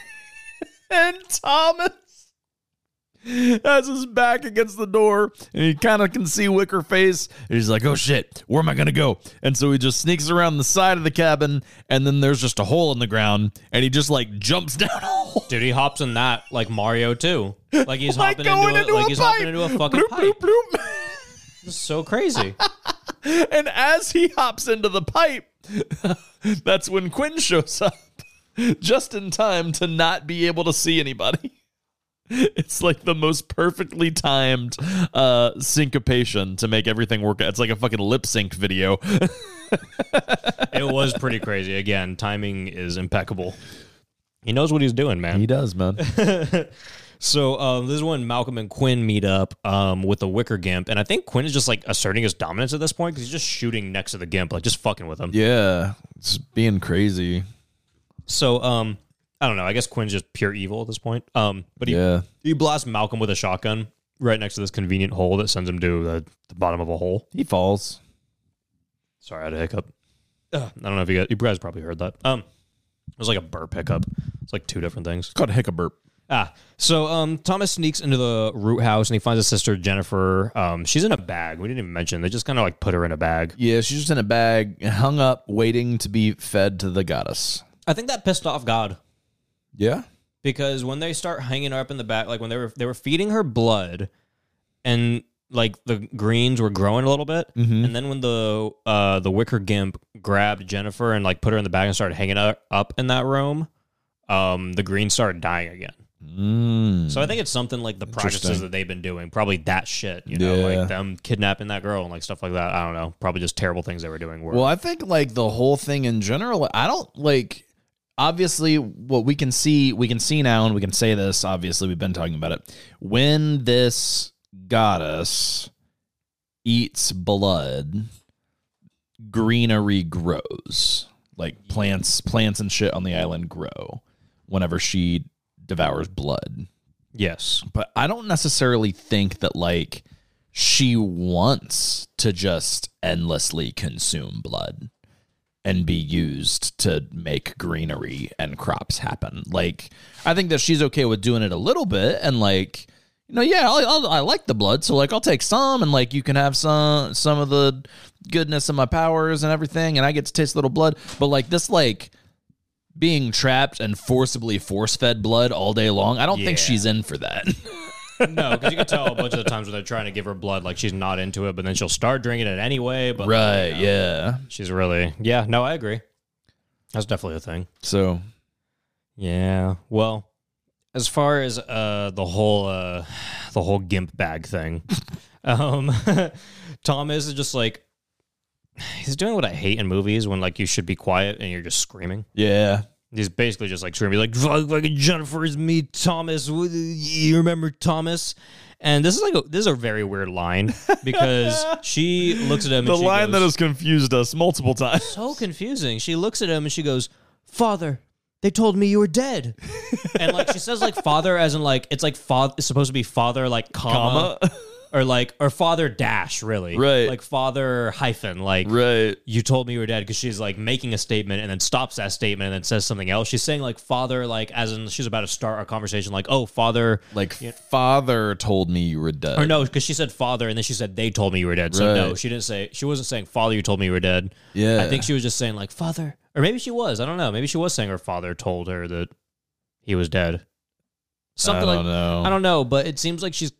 Speaker 2: and Thomas has his back against the door, and he kind of can see Wicker Face. And he's like, "Oh shit, where am I gonna go?" And so he just sneaks around the side of the cabin, and then there's just a hole in the ground, and he just like jumps down. a hole.
Speaker 1: dude, he hops in that like Mario too, like he's
Speaker 2: Like
Speaker 1: hopping
Speaker 2: going
Speaker 1: into,
Speaker 2: into
Speaker 1: a, like
Speaker 2: a
Speaker 1: he's
Speaker 2: pipe.
Speaker 1: hopping into a fucking
Speaker 2: Bloop,
Speaker 1: pipe.
Speaker 2: bloop, bloop.
Speaker 1: It's so crazy.
Speaker 2: And as he hops into the pipe, that's when Quinn shows up just in time to not be able to see anybody. It's like the most perfectly timed uh, syncopation to make everything work. out. It's like a fucking lip sync video.
Speaker 1: it was pretty crazy. Again, timing is impeccable. He knows what he's doing, man.
Speaker 2: does, man.
Speaker 1: So um, this is when Malcolm and Quinn meet up um, with the Wicker Gimp, and I think Quinn is just like asserting his dominance at this point because he's just shooting next to the Gimp, like just fucking with him.
Speaker 2: Yeah, it's being crazy.
Speaker 1: So um, I don't know. I guess Quinn's just pure evil at this point. Um, but he
Speaker 2: Yeah.
Speaker 1: he blasts Malcolm with a shotgun right next to this convenient hole that sends him to the, the bottom of a hole.
Speaker 2: He falls.
Speaker 1: Sorry, I had a hiccup. Ugh, I don't know if you guys, you guys probably heard that. Um, it was like a burp hiccup. It's like two different things.
Speaker 2: It's called Hiccuburp.
Speaker 1: Ah, so um, Thomas sneaks into the root house and he finds his sister Jennifer. Um, she's in a bag. We didn't even mention. They just kind of like put her in a bag.
Speaker 2: Yeah, she's just in a bag, hung up, waiting to be fed to the goddess.
Speaker 1: I think that pissed off God
Speaker 2: Yeah.
Speaker 1: because when they start hanging her up in the back, like when they were they were feeding her blood, and like the greens were growing a little bit, and then when the uh the wicker gimp grabbed Jennifer and like put her in the bag and started hanging her up in that room, um, the greens started dying again. So I think it's something like the practices that they've been doing, probably that shit, you know,
Speaker 2: Yeah.
Speaker 1: like them kidnapping that girl and like stuff like that. I don't know, probably just terrible things they were doing. Were
Speaker 2: Well, I think like the whole thing in general, I don't like obviously what we can see, we can see now and we can say this, obviously we've been talking about it. When this goddess eats blood, greenery grows. Like plants plants and shit on the island grow whenever she devours blood.
Speaker 1: yes,
Speaker 2: But I don't necessarily think that like she wants to just endlessly consume blood and be used to make greenery and crops happen. Like, I think that she's okay with doing it a little bit and like, you know, yeah, I'll, I'll, I like the blood, so like I'll take some and like you can have some some of the goodness of my powers and everything, and I get to taste a little blood. But like this, like being trapped and forcibly force fed blood all day long, I don't think
Speaker 1: Yeah.
Speaker 2: she's in for that.
Speaker 1: no, because you can tell a bunch of the times when they're trying to give her blood, like she's not into it, but then she'll start drinking it anyway. But like,
Speaker 2: right?
Speaker 1: you know,
Speaker 2: Yeah.
Speaker 1: she's really yeah. No, I agree. That's definitely a thing.
Speaker 2: So
Speaker 1: Yeah. Well, as far as uh the whole uh the whole gimp bag thing, Um, Thomas is just like he's doing what I hate in movies when like you should be quiet and you're just screaming.
Speaker 2: Yeah.
Speaker 1: He's basically just like screaming, like "Fuck, fucking Jennifer is me, Thomas. Wh- You remember Thomas? And this is like a, this is a very weird line because she looks at him.
Speaker 2: The
Speaker 1: and she
Speaker 2: line
Speaker 1: goes,
Speaker 2: that has confused us multiple times.
Speaker 1: so confusing. She looks at him and she goes, "Father, they told me you were dead." and like she says, like father, as in like it's like father. It's supposed to be father, like comma, or like or father dash, really,
Speaker 2: Right.
Speaker 1: Like father hyphen, like
Speaker 2: Right.
Speaker 1: you told me you were dead because she's like making a statement and then stops that statement and then says something else. She's saying like father, like as in she's about to start a conversation, like oh father,
Speaker 2: Like father told me you were dead.
Speaker 1: or no, because she said father, and then she said they told me you were dead. So no,
Speaker 2: Right.
Speaker 1: she didn't say she wasn't saying father. You told me you were dead.
Speaker 2: Yeah.
Speaker 1: I think she was just saying like father, or maybe she was. I don't know. Maybe she was saying her father told her that he was dead. Something
Speaker 2: I
Speaker 1: like
Speaker 2: don't know.
Speaker 1: I don't know, but it seems like she's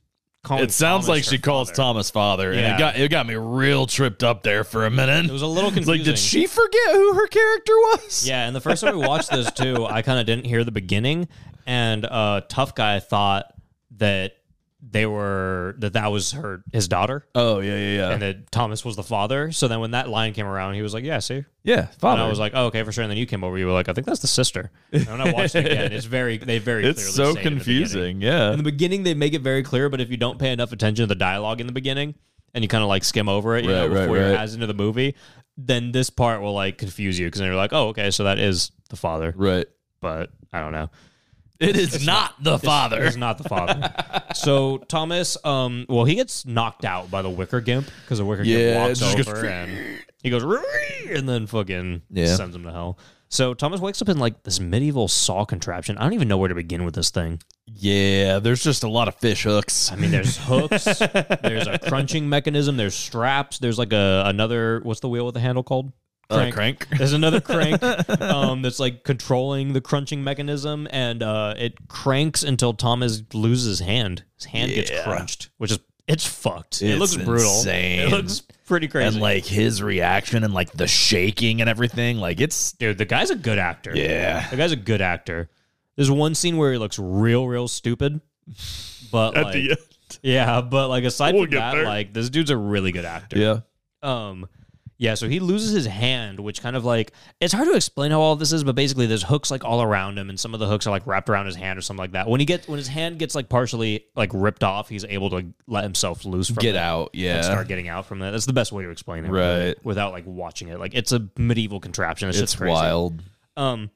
Speaker 1: calling.
Speaker 2: It sounds
Speaker 1: Thomas
Speaker 2: like
Speaker 1: her
Speaker 2: she calls
Speaker 1: father.
Speaker 2: Thomas father, and
Speaker 1: Yeah.
Speaker 2: it got it got me real tripped up there for a minute.
Speaker 1: It was a little
Speaker 2: It's
Speaker 1: confusing.
Speaker 2: Like, did she forget who her character was?
Speaker 1: Yeah, and the first time we watched this too, I kind of didn't hear the beginning, and uh, tough guy thought that they were that that was her his daughter,
Speaker 2: Oh yeah, yeah, yeah.
Speaker 1: and that Thomas was the father. So then when that line came around, he was like, "Yeah, see,
Speaker 2: yeah, father.
Speaker 1: And I was like, oh, okay, for sure. And then you came over. You were like, I think that's the sister. And when I watched it again, it's very, they very
Speaker 2: it's
Speaker 1: clearly
Speaker 2: so
Speaker 1: say it in the beginning.
Speaker 2: confusing. Yeah.
Speaker 1: In the beginning, they make it very clear, but if you don't pay enough attention to the dialogue in the beginning and you kind of like skim over it, you know,
Speaker 2: Right, right,
Speaker 1: before your
Speaker 2: right.
Speaker 1: eyes into the movie, then this part will like confuse you because then you're like, oh, okay, so that is the father.
Speaker 2: Right.
Speaker 1: But I don't know.
Speaker 2: It is not the father.
Speaker 1: He's not the father. so Thomas, um, well, he gets knocked out by the Wicker Gimp because the Wicker Gimp
Speaker 2: Yeah,
Speaker 1: walks
Speaker 2: it just goes
Speaker 1: over and he goes "Rrrr," and then fucking
Speaker 2: Yeah.
Speaker 1: sends him to hell. So Thomas wakes up in like this medieval saw contraption. I don't even know where to begin with this thing.
Speaker 2: Yeah, there's just a lot of fish hooks.
Speaker 1: I mean, there's hooks, there's a crunching mechanism, there's straps, there's like a another what's the wheel with the handle called?
Speaker 2: Crank. crank.
Speaker 1: There's another crank um, that's like controlling the crunching mechanism, and uh, it cranks until Thomas loses his hand. His hand gets crunched, which is it's fucked. it
Speaker 2: It's
Speaker 1: looks brutal. It
Speaker 2: insane.
Speaker 1: looks pretty crazy.
Speaker 5: and like his reaction and like the shaking and everything. Like it's
Speaker 1: dude, the guy's a good actor.
Speaker 5: Yeah.
Speaker 1: the guy's a good actor. There's one scene where he looks real, real stupid, but like, yeah, but like aside
Speaker 11: We'll
Speaker 1: from
Speaker 11: get
Speaker 1: that,
Speaker 11: there.
Speaker 1: like this dude's a really good actor.
Speaker 2: Yeah.
Speaker 1: Um, yeah, so he loses his hand, which kind of like it's hard to explain how all this is, but basically there's hooks like all around him, and some of the hooks are like wrapped around his hand or something like that. When he gets when his hand gets like partially like ripped off, he's able to let himself loose from it
Speaker 2: Get out.
Speaker 1: and
Speaker 2: Yeah.
Speaker 1: start getting out from that. That's the best way to explain it, really,
Speaker 2: Right.
Speaker 1: Without like watching it, like it's a medieval contraption. It's,
Speaker 2: It's
Speaker 1: just crazy.
Speaker 2: wild.
Speaker 1: Um,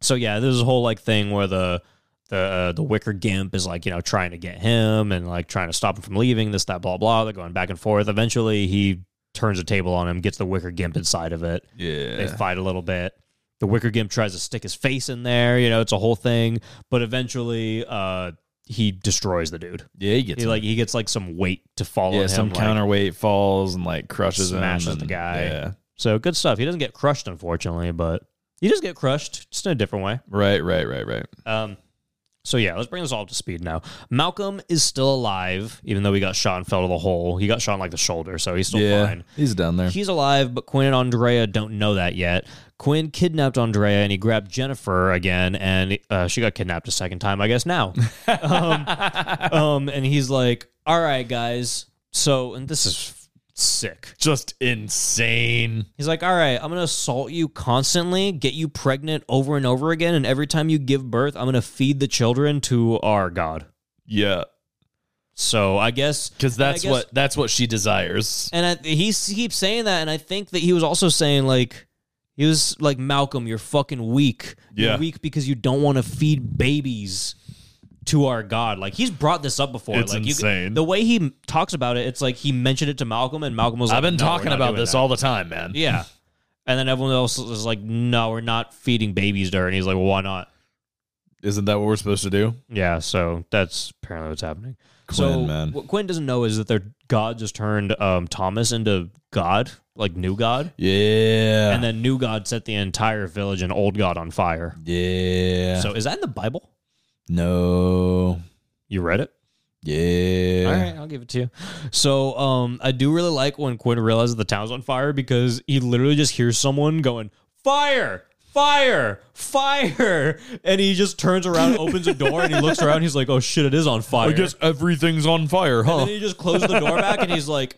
Speaker 1: so yeah, there's a whole like thing where the the uh, the Wicker Gimp is like you know trying to get him and like trying to stop him from leaving. This that blah blah. They're going back and forth. Eventually, he turns a table on him, gets the Wicker Gimp inside of it. They
Speaker 2: Yeah.
Speaker 1: fight a little bit. The Wicker Gimp tries to stick his face in there. You know, it's a whole thing. But eventually, uh, he destroys the dude.
Speaker 2: Yeah, he gets
Speaker 1: He like he gets like some weight to fall on
Speaker 2: yeah,
Speaker 1: him.
Speaker 2: some
Speaker 1: like-
Speaker 2: counterweight falls and like crushes him
Speaker 1: Smashes
Speaker 2: and-
Speaker 1: the guy.
Speaker 2: Yeah.
Speaker 1: so good stuff. He doesn't get crushed, unfortunately, but he does get crushed, just in a different way.
Speaker 2: Right, right, right, right.
Speaker 1: Um, so yeah, let's bring this all up to speed now. Malcolm is still alive, even though he got shot and fell to the hole. He got shot in, like the shoulder, so he's still
Speaker 2: yeah.
Speaker 1: fine.
Speaker 2: He's down there.
Speaker 1: He's alive, but Quinn and Andrea don't know that yet. Quinn kidnapped Andrea, and he grabbed Jennifer again, and uh, she got kidnapped a second time, I guess. Now, um, um, and he's like, "All right, guys, so and this is sick."
Speaker 5: just insane.
Speaker 1: He's like, all right, I'm going to assault you constantly, get you pregnant over and over again. And every time you give birth, I'm going to feed the children to our God.
Speaker 2: yeah.
Speaker 1: So I guess.
Speaker 5: Because
Speaker 1: and I
Speaker 5: that's
Speaker 1: guess-
Speaker 5: what that's what she desires.
Speaker 1: And I, he s- keeps saying that. And I think that he was also saying, like, he was like, Malcolm, you're fucking weak.
Speaker 2: Yeah.
Speaker 1: You're weak because you don't want to feed babies to our God. Like, he's brought this up before.
Speaker 5: It's
Speaker 1: like, you-
Speaker 5: insane.
Speaker 1: the way he m- talks about it, it's like he mentioned it to Malcolm, and Malcolm was like,
Speaker 5: I've been
Speaker 1: "No, we're
Speaker 5: talking
Speaker 1: not
Speaker 5: about
Speaker 1: doing
Speaker 5: this
Speaker 1: that."
Speaker 5: all the time, man.
Speaker 1: Yeah. And then everyone else is like, no, we're not feeding babies to her. And he's like, well, why not?
Speaker 2: Isn't that what we're supposed to do?
Speaker 1: Yeah, so that's apparently what's happening. so
Speaker 2: Quinn, man.
Speaker 1: what Quinn doesn't know is that their God just turned um, Thomas into God, like new God.
Speaker 2: Yeah.
Speaker 1: And then new God set the entire village and old God on fire.
Speaker 2: yeah.
Speaker 1: So is that in the Bible?
Speaker 2: no.
Speaker 1: You read it?
Speaker 2: Yeah.
Speaker 1: All right, I'll give it to you. So um, I do really like when Quinn realizes the town's on fire because he literally just hears someone going, fire, fire, fire. And he just turns around, opens a door, and he looks around. He's like, oh shit, it is on fire.
Speaker 5: everything's on fire,
Speaker 1: And then he just closes the door back and he's like,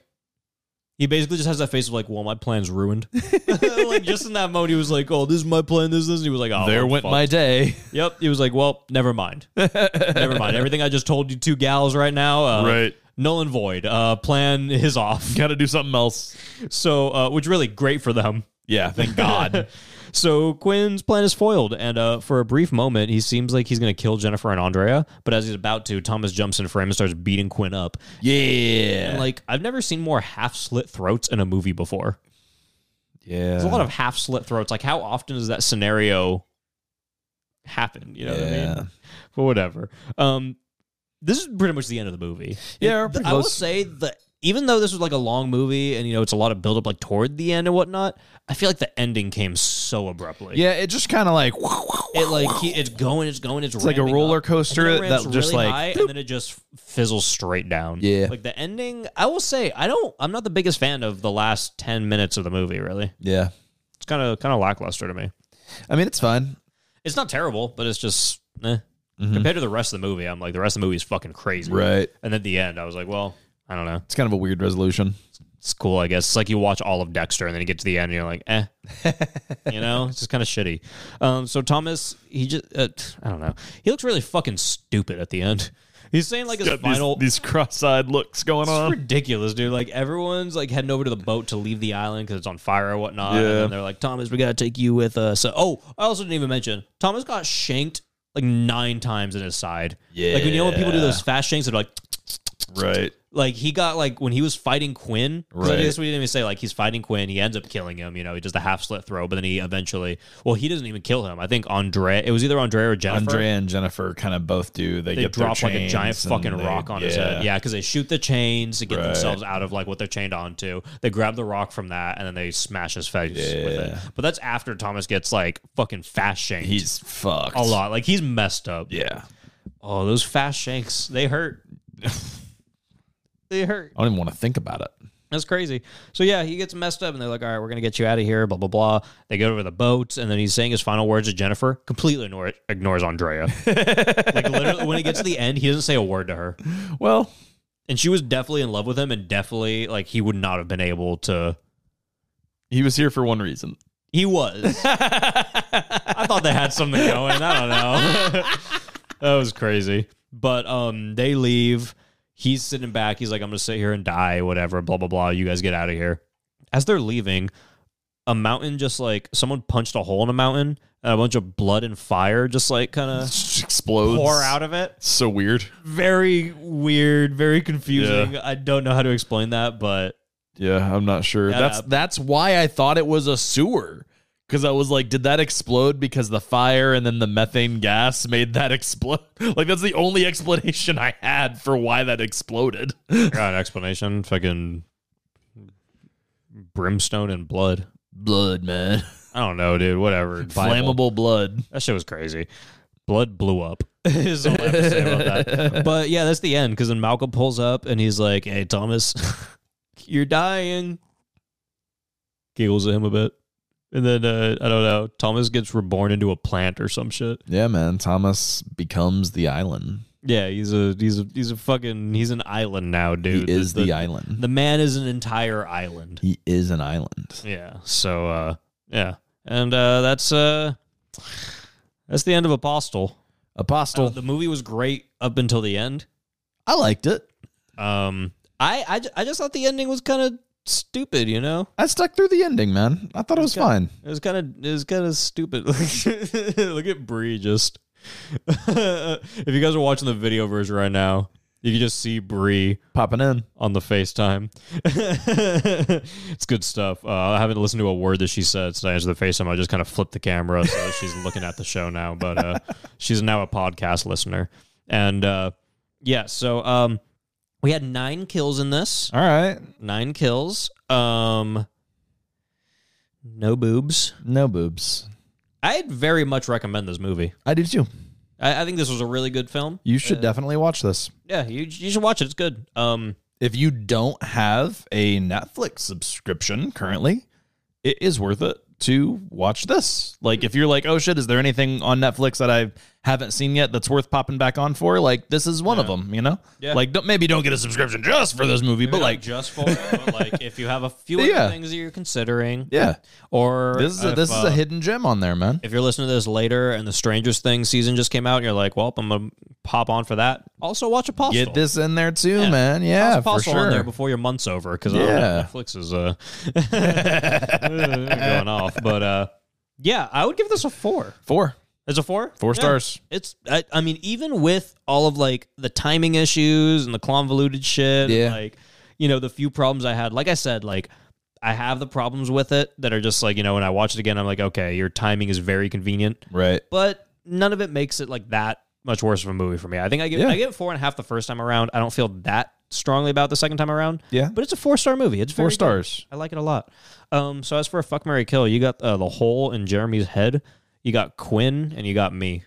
Speaker 1: he basically just has that face of like, well, my plan's ruined. like just in that moment, he was like, oh, this is my plan, this, this. And he was like, oh,
Speaker 5: there
Speaker 1: well,
Speaker 5: went
Speaker 1: fuck.
Speaker 5: my day.
Speaker 1: Yep. He was like, well, never mind. never mind. Everything I just told you two gals right now. Uh,
Speaker 5: Right.
Speaker 1: Null and void. Uh, plan is off.
Speaker 5: Got to do something else.
Speaker 1: So, uh, which really great for them.
Speaker 5: Yeah, thank God.
Speaker 1: So Quinn's plan is foiled, and uh, for a brief moment, he seems like he's going to kill Jennifer and Andrea. But as he's about to, Thomas jumps in for him and starts beating Quinn up.
Speaker 5: yeah,
Speaker 1: And like, I've never seen more half slit throats in a movie before.
Speaker 5: yeah.
Speaker 1: There's a lot of half slit throats. Like, how often does that scenario happen? You know what I
Speaker 5: Yeah.
Speaker 1: mean? But whatever. Um, this is pretty much the end of the movie.
Speaker 5: Yeah,
Speaker 1: It-
Speaker 5: pretty
Speaker 1: I will
Speaker 5: close.
Speaker 1: say that even though this was like a long movie and you know it's a lot of build up like toward the end and whatnot, I feel like the ending came so abruptly.
Speaker 5: yeah. It just kind of like
Speaker 1: It like he, it's going, it's going, it's,
Speaker 5: It's like a
Speaker 1: ramping
Speaker 5: roller
Speaker 1: up.
Speaker 5: coaster
Speaker 1: And then it ramps
Speaker 5: that'll just,
Speaker 1: really
Speaker 5: like,
Speaker 1: high, and then it just fizzles straight down.
Speaker 5: Yeah.
Speaker 1: like the ending. I will say, I don't. I'm not the biggest fan of the last ten minutes of the movie. Really,
Speaker 5: yeah.
Speaker 1: it's kind of kind of lackluster to me.
Speaker 5: I mean, it's fine.
Speaker 1: It's not terrible, but it's just eh. compared to the rest of the movie. I'm like, the rest of the movie is fucking crazy.
Speaker 5: Mm-hmm. Right.
Speaker 1: And at the end, I was like, well, I don't know.
Speaker 5: It's kind of a weird resolution.
Speaker 1: It's cool, I guess. It's like you watch all of Dexter, and then you get to the end, and you're like, eh. you know, it's just kind of shitty. Um, so Thomas, he just, uh, I don't know. He looks really fucking stupid at the end. He's saying like his final.
Speaker 5: these cross-eyed looks going
Speaker 1: It's ridiculous, dude. Like everyone's like heading over to the boat to leave the island because it's on fire or whatnot. And then they're like, Thomas, we gotta take you with us. So, oh, I also didn't even mention Thomas got shanked like nine times in his side. Yeah, like when you know when people do those fast shanks, they're like,
Speaker 5: Right.
Speaker 1: like he got like when he was fighting Quinn. Right.
Speaker 5: Right.
Speaker 1: That's what we didn't even say. Like he's fighting Quinn. He ends up killing him. You know, he does the half slit throw, but then he eventually. Well, he doesn't even kill him. I think Andre. It was either Andre or Jennifer.
Speaker 5: Andrea and Jennifer kind of both do. They,
Speaker 1: They
Speaker 5: get
Speaker 1: drop like a giant fucking rock on his head. Yeah, because they shoot the chains to get
Speaker 5: Right.
Speaker 1: themselves out of like what they're chained onto. They grab the rock from that and then they smash his face with it.
Speaker 5: Yeah.
Speaker 1: But that's after Thomas gets like fucking fast shanked
Speaker 5: He's fucked.
Speaker 1: a lot. Like he's messed up.
Speaker 5: Yeah.
Speaker 1: Oh, those fast shanks, they hurt. they hurt.
Speaker 5: I don't even want to think about it.
Speaker 1: That's crazy. So yeah, he gets messed up, and they're like, "All right, we're gonna get you out of here." Blah blah blah. They go over the boats, and then he's saying his final words to Jennifer. Completely ignore, ignores Andrea. like literally, when it gets to the end, he doesn't say a word to her,
Speaker 5: Well,
Speaker 1: and she was definitely in love with him, and definitely like he would not have been able to.
Speaker 5: he was here for one reason.
Speaker 1: He was. I thought they had something going. I don't know. that was crazy. But um, they leave. He's sitting back. He's like, I'm gonna sit here and die. Whatever. Blah blah blah. You guys get out of here. As they're leaving, a mountain just like someone punched a hole in a mountain, and a bunch of blood and fire just like kind of
Speaker 5: Just explodes.
Speaker 1: pour out of it.
Speaker 5: So weird.
Speaker 1: Very weird. Very confusing. I don't know how to explain that, but
Speaker 5: Yeah, I'm not sure.
Speaker 1: Yeah.
Speaker 5: that's that's why I thought it was a sewer. Because I was like, did that explode because the fire and then the methane gas made that explode? Like, that's the only explanation I had for why that exploded.
Speaker 1: got an explanation. Fucking brimstone and blood.
Speaker 5: Blood, man.
Speaker 1: I don't know, dude. Whatever. Bible.
Speaker 5: Flammable blood.
Speaker 1: That shit was crazy. Blood blew up. is all I have to say about that. But yeah, that's the end. Because then Malcolm pulls up and he's like, "Hey, Thomas, you're dying." Giggles at him a bit, and then uh, I don't know. Thomas gets reborn into a plant or some shit.
Speaker 5: Yeah, man. Thomas becomes the island.
Speaker 1: Yeah, he's a he's a he's a fucking he's an island now, dude.
Speaker 5: he is the, island.
Speaker 1: The man is an entire island.
Speaker 5: he is an island.
Speaker 1: Yeah. So uh, yeah, and uh, that's uh, that's the end of Apostle.
Speaker 5: Apostle.
Speaker 1: Uh, the movie was great up until the end.
Speaker 5: I liked it.
Speaker 1: Um, I, I, ju- I just thought the ending was kind of stupid. You know,
Speaker 5: I stuck through the ending, man. I thought it was fine.
Speaker 1: it was kind of it was kind of stupid. Look at Bree just. if you guys are watching the video version right now, you can just see Bree
Speaker 5: Popping in.
Speaker 1: on the FaceTime. it's good stuff. Uh, I haven't listened to a word that she said since I answered the FaceTime. I just kind of flipped the camera, so she's looking at the show now. But uh, she's now a podcast listener, and uh, yeah. So um, we had nine kills in this.
Speaker 5: All right.
Speaker 1: Nine kills. Um, no boobs.
Speaker 5: No boobs.
Speaker 1: I'd very much recommend this movie.
Speaker 5: I do too.
Speaker 1: I, I think this was a really good film.
Speaker 5: You should definitely watch this.
Speaker 1: Yeah, you, you should watch it. It's good. Um,
Speaker 5: If you don't have a Netflix subscription currently, it is worth it.
Speaker 2: to watch this. Like, if you're like, oh shit, is there anything on Netflix that I haven't seen yet that's worth popping back on for? Like, this is one of them, you know?
Speaker 1: Yeah.
Speaker 2: Like, don't, maybe don't get a subscription just for this movie, but
Speaker 1: Not
Speaker 2: like,
Speaker 1: just for but like if you have a few other
Speaker 2: Yeah.
Speaker 1: things that you're considering,
Speaker 2: yeah.
Speaker 1: or
Speaker 2: This is a,
Speaker 1: if,
Speaker 2: this is
Speaker 1: uh,
Speaker 2: a hidden gem on there, man.
Speaker 1: If you're listening to this later and the Strangers Thing season just came out, and you're like, well, I'm gonna pop on for that. Also, watch Apostle.
Speaker 2: Get this in there too, man. Yeah,
Speaker 1: How's
Speaker 2: for
Speaker 1: Apostle on there
Speaker 2: sure.
Speaker 1: before your month's over because
Speaker 2: Yeah.
Speaker 1: Netflix is uh, going off. But uh, yeah, I would give this a four.
Speaker 2: Four,
Speaker 1: Is a four?
Speaker 2: four
Speaker 1: Yeah.
Speaker 2: stars.
Speaker 1: It's I, I mean even with all of like the timing issues and the convoluted shit, and,
Speaker 2: Yeah.
Speaker 1: like you know the few problems I had. Like I said, like I have the problems with it that are just like you know when I watch it again, I'm like, okay, your timing is very convenient,
Speaker 2: Right.
Speaker 1: but none of it makes it like that much worse of a movie for me. I think I give
Speaker 2: Yeah.
Speaker 1: I give it four and a half the first time around. I don't feel that strongly about the second time around.
Speaker 2: Yeah.
Speaker 1: but it's a four star movie. It's
Speaker 2: Four
Speaker 1: very good.
Speaker 2: stars.
Speaker 1: I like it a lot. Um, so as for a fuck Mary Kill, you got uh, the hole in Jeremy's head, you got Quinn, and you got me.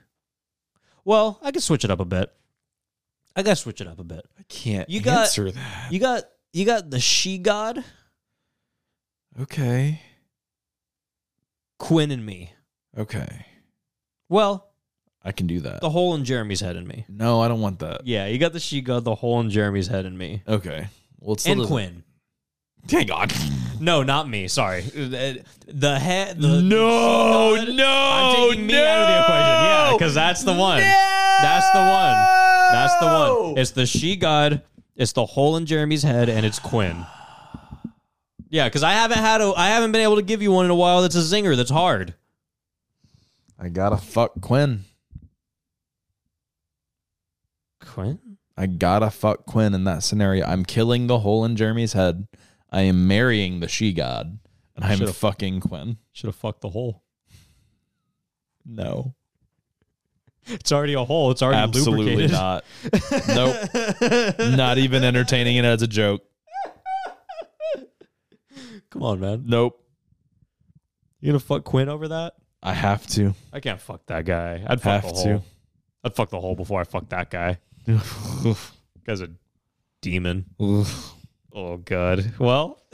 Speaker 1: Well, I can switch it up a bit. I gotta switch it up a bit.
Speaker 5: I can't
Speaker 1: You got-
Speaker 5: answer that.
Speaker 1: You got you got the she god,
Speaker 5: Okay.
Speaker 1: Quinn and me.
Speaker 5: Okay.
Speaker 1: Well,
Speaker 5: I can do that.
Speaker 1: the hole in Jeremy's head and me.
Speaker 5: No, I don't want that.
Speaker 1: Yeah, you got the she god, the hole in Jeremy's head and me.
Speaker 5: Okay. Well, it's
Speaker 1: and Quinn.
Speaker 5: Hang on.
Speaker 1: No, not me. Sorry. Uh, The head. The,
Speaker 5: No,
Speaker 1: the she god.
Speaker 5: no,
Speaker 2: Oh,
Speaker 1: I'm taking me out of the equation. Yeah, because that's the one. That's the one. That's the one. It's the she god. It's the hole in Jeremy's head, and it's Quinn. Yeah, because I haven't had a, I haven't been able to give you one in a while. That's a zinger. That's hard.
Speaker 2: I gotta fuck Quinn.
Speaker 1: Quinn.
Speaker 2: I gotta fuck Quinn in that scenario. I'm killing the hole in Jeremy's head. I am marrying the she god, and I'm
Speaker 1: Should've-
Speaker 2: fucking Quinn.
Speaker 1: Should have fucked the hole.
Speaker 2: No,
Speaker 1: It's already a hole. It's already
Speaker 2: absolutely
Speaker 1: lubricated.
Speaker 2: not. nope, not even entertaining it as a joke.
Speaker 1: Come on, man.
Speaker 2: Nope,
Speaker 1: You gonna fuck Quinn over that?
Speaker 2: I have to.
Speaker 1: I can't fuck that guy. I'd fuck
Speaker 2: Have
Speaker 1: the
Speaker 2: to.
Speaker 1: hole. I'd fuck the hole before I fuck that guy. guy's a demon. Oh god. Well,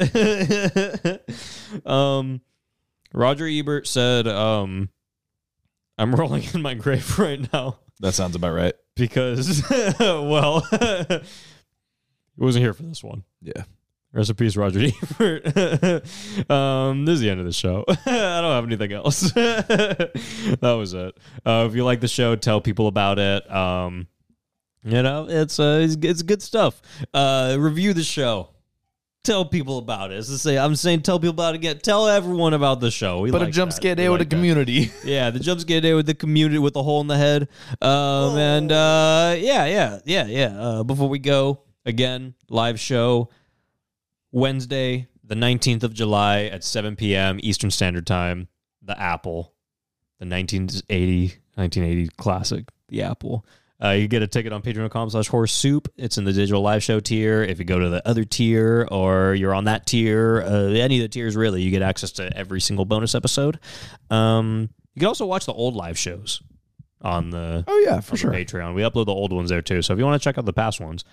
Speaker 1: um, Roger Ebert said, um, "I'm rolling in my grave right now
Speaker 2: That sounds about right.
Speaker 1: because, well, he wasn't here for this one."
Speaker 2: Yeah.
Speaker 1: Rest in peace, Roger Ebert. um, this is the end of the show. I don't have anything else. that was it. Uh, if you like the show, tell people about it. Um, you know, it's uh, it's, it's good stuff. Uh, review the show. Tell people about it. It's the same- I'm saying tell people about it again. Tell everyone about the show. We
Speaker 2: But a
Speaker 1: like
Speaker 2: jump
Speaker 1: that.
Speaker 2: scare
Speaker 1: We
Speaker 2: day
Speaker 1: like
Speaker 2: with a
Speaker 1: that.
Speaker 2: community.
Speaker 1: Yeah, the jump scare day with the community with the hole in the head. Um, And uh, yeah, yeah, yeah, yeah. Uh, before we go, again, live show Wednesday, the 19th of July at 7 p.m. Eastern Standard Time. The Apple, the 1980, 1980 classic, The Apple. Uh, you get a ticket on patreon.com slash horse soup. It's in the digital live show tier. If you go to the other tier or you're on that tier, uh, any of the tiers really, you get access to every single bonus episode. Um, you can also watch the old live shows on the
Speaker 2: Oh yeah,
Speaker 1: on the Patreon. We upload the old ones there too. So if you want to check out the past ones,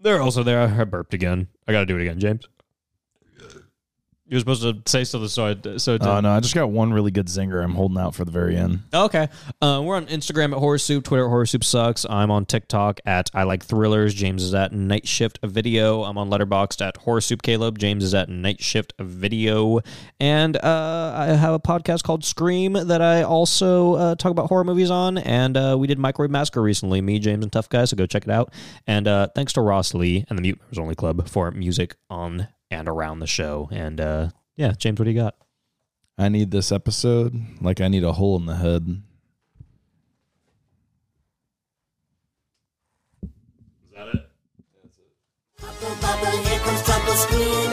Speaker 1: they're also there. I burped again. I got to do it again, James. You were supposed to say something, so I so it
Speaker 2: Oh no, I just got one really good zinger. I'm holding out for the very end.
Speaker 1: Okay. Uh, we're on Instagram at Horror Soup, Twitter at Horror Soup Sucks. I'm on TikTok at I Like Thrillers. James is at Night Shift Video. I'm on Letterboxd at Horror Soup Caleb. James is at Night Shift Video. And uh, I have a podcast called Scream that I also uh, talk about horror movies on. And uh, we did Microwave Massacre recently, me, James, and Tough Guy. So go check it out. And uh, thanks to Ross Lee and the Mute Members Only Club for music on and around the show. And uh, yeah, James, what do you got?
Speaker 2: I need this episode like I need a hole in the head.
Speaker 3: Bubble, bubble, here comes trouble. Scream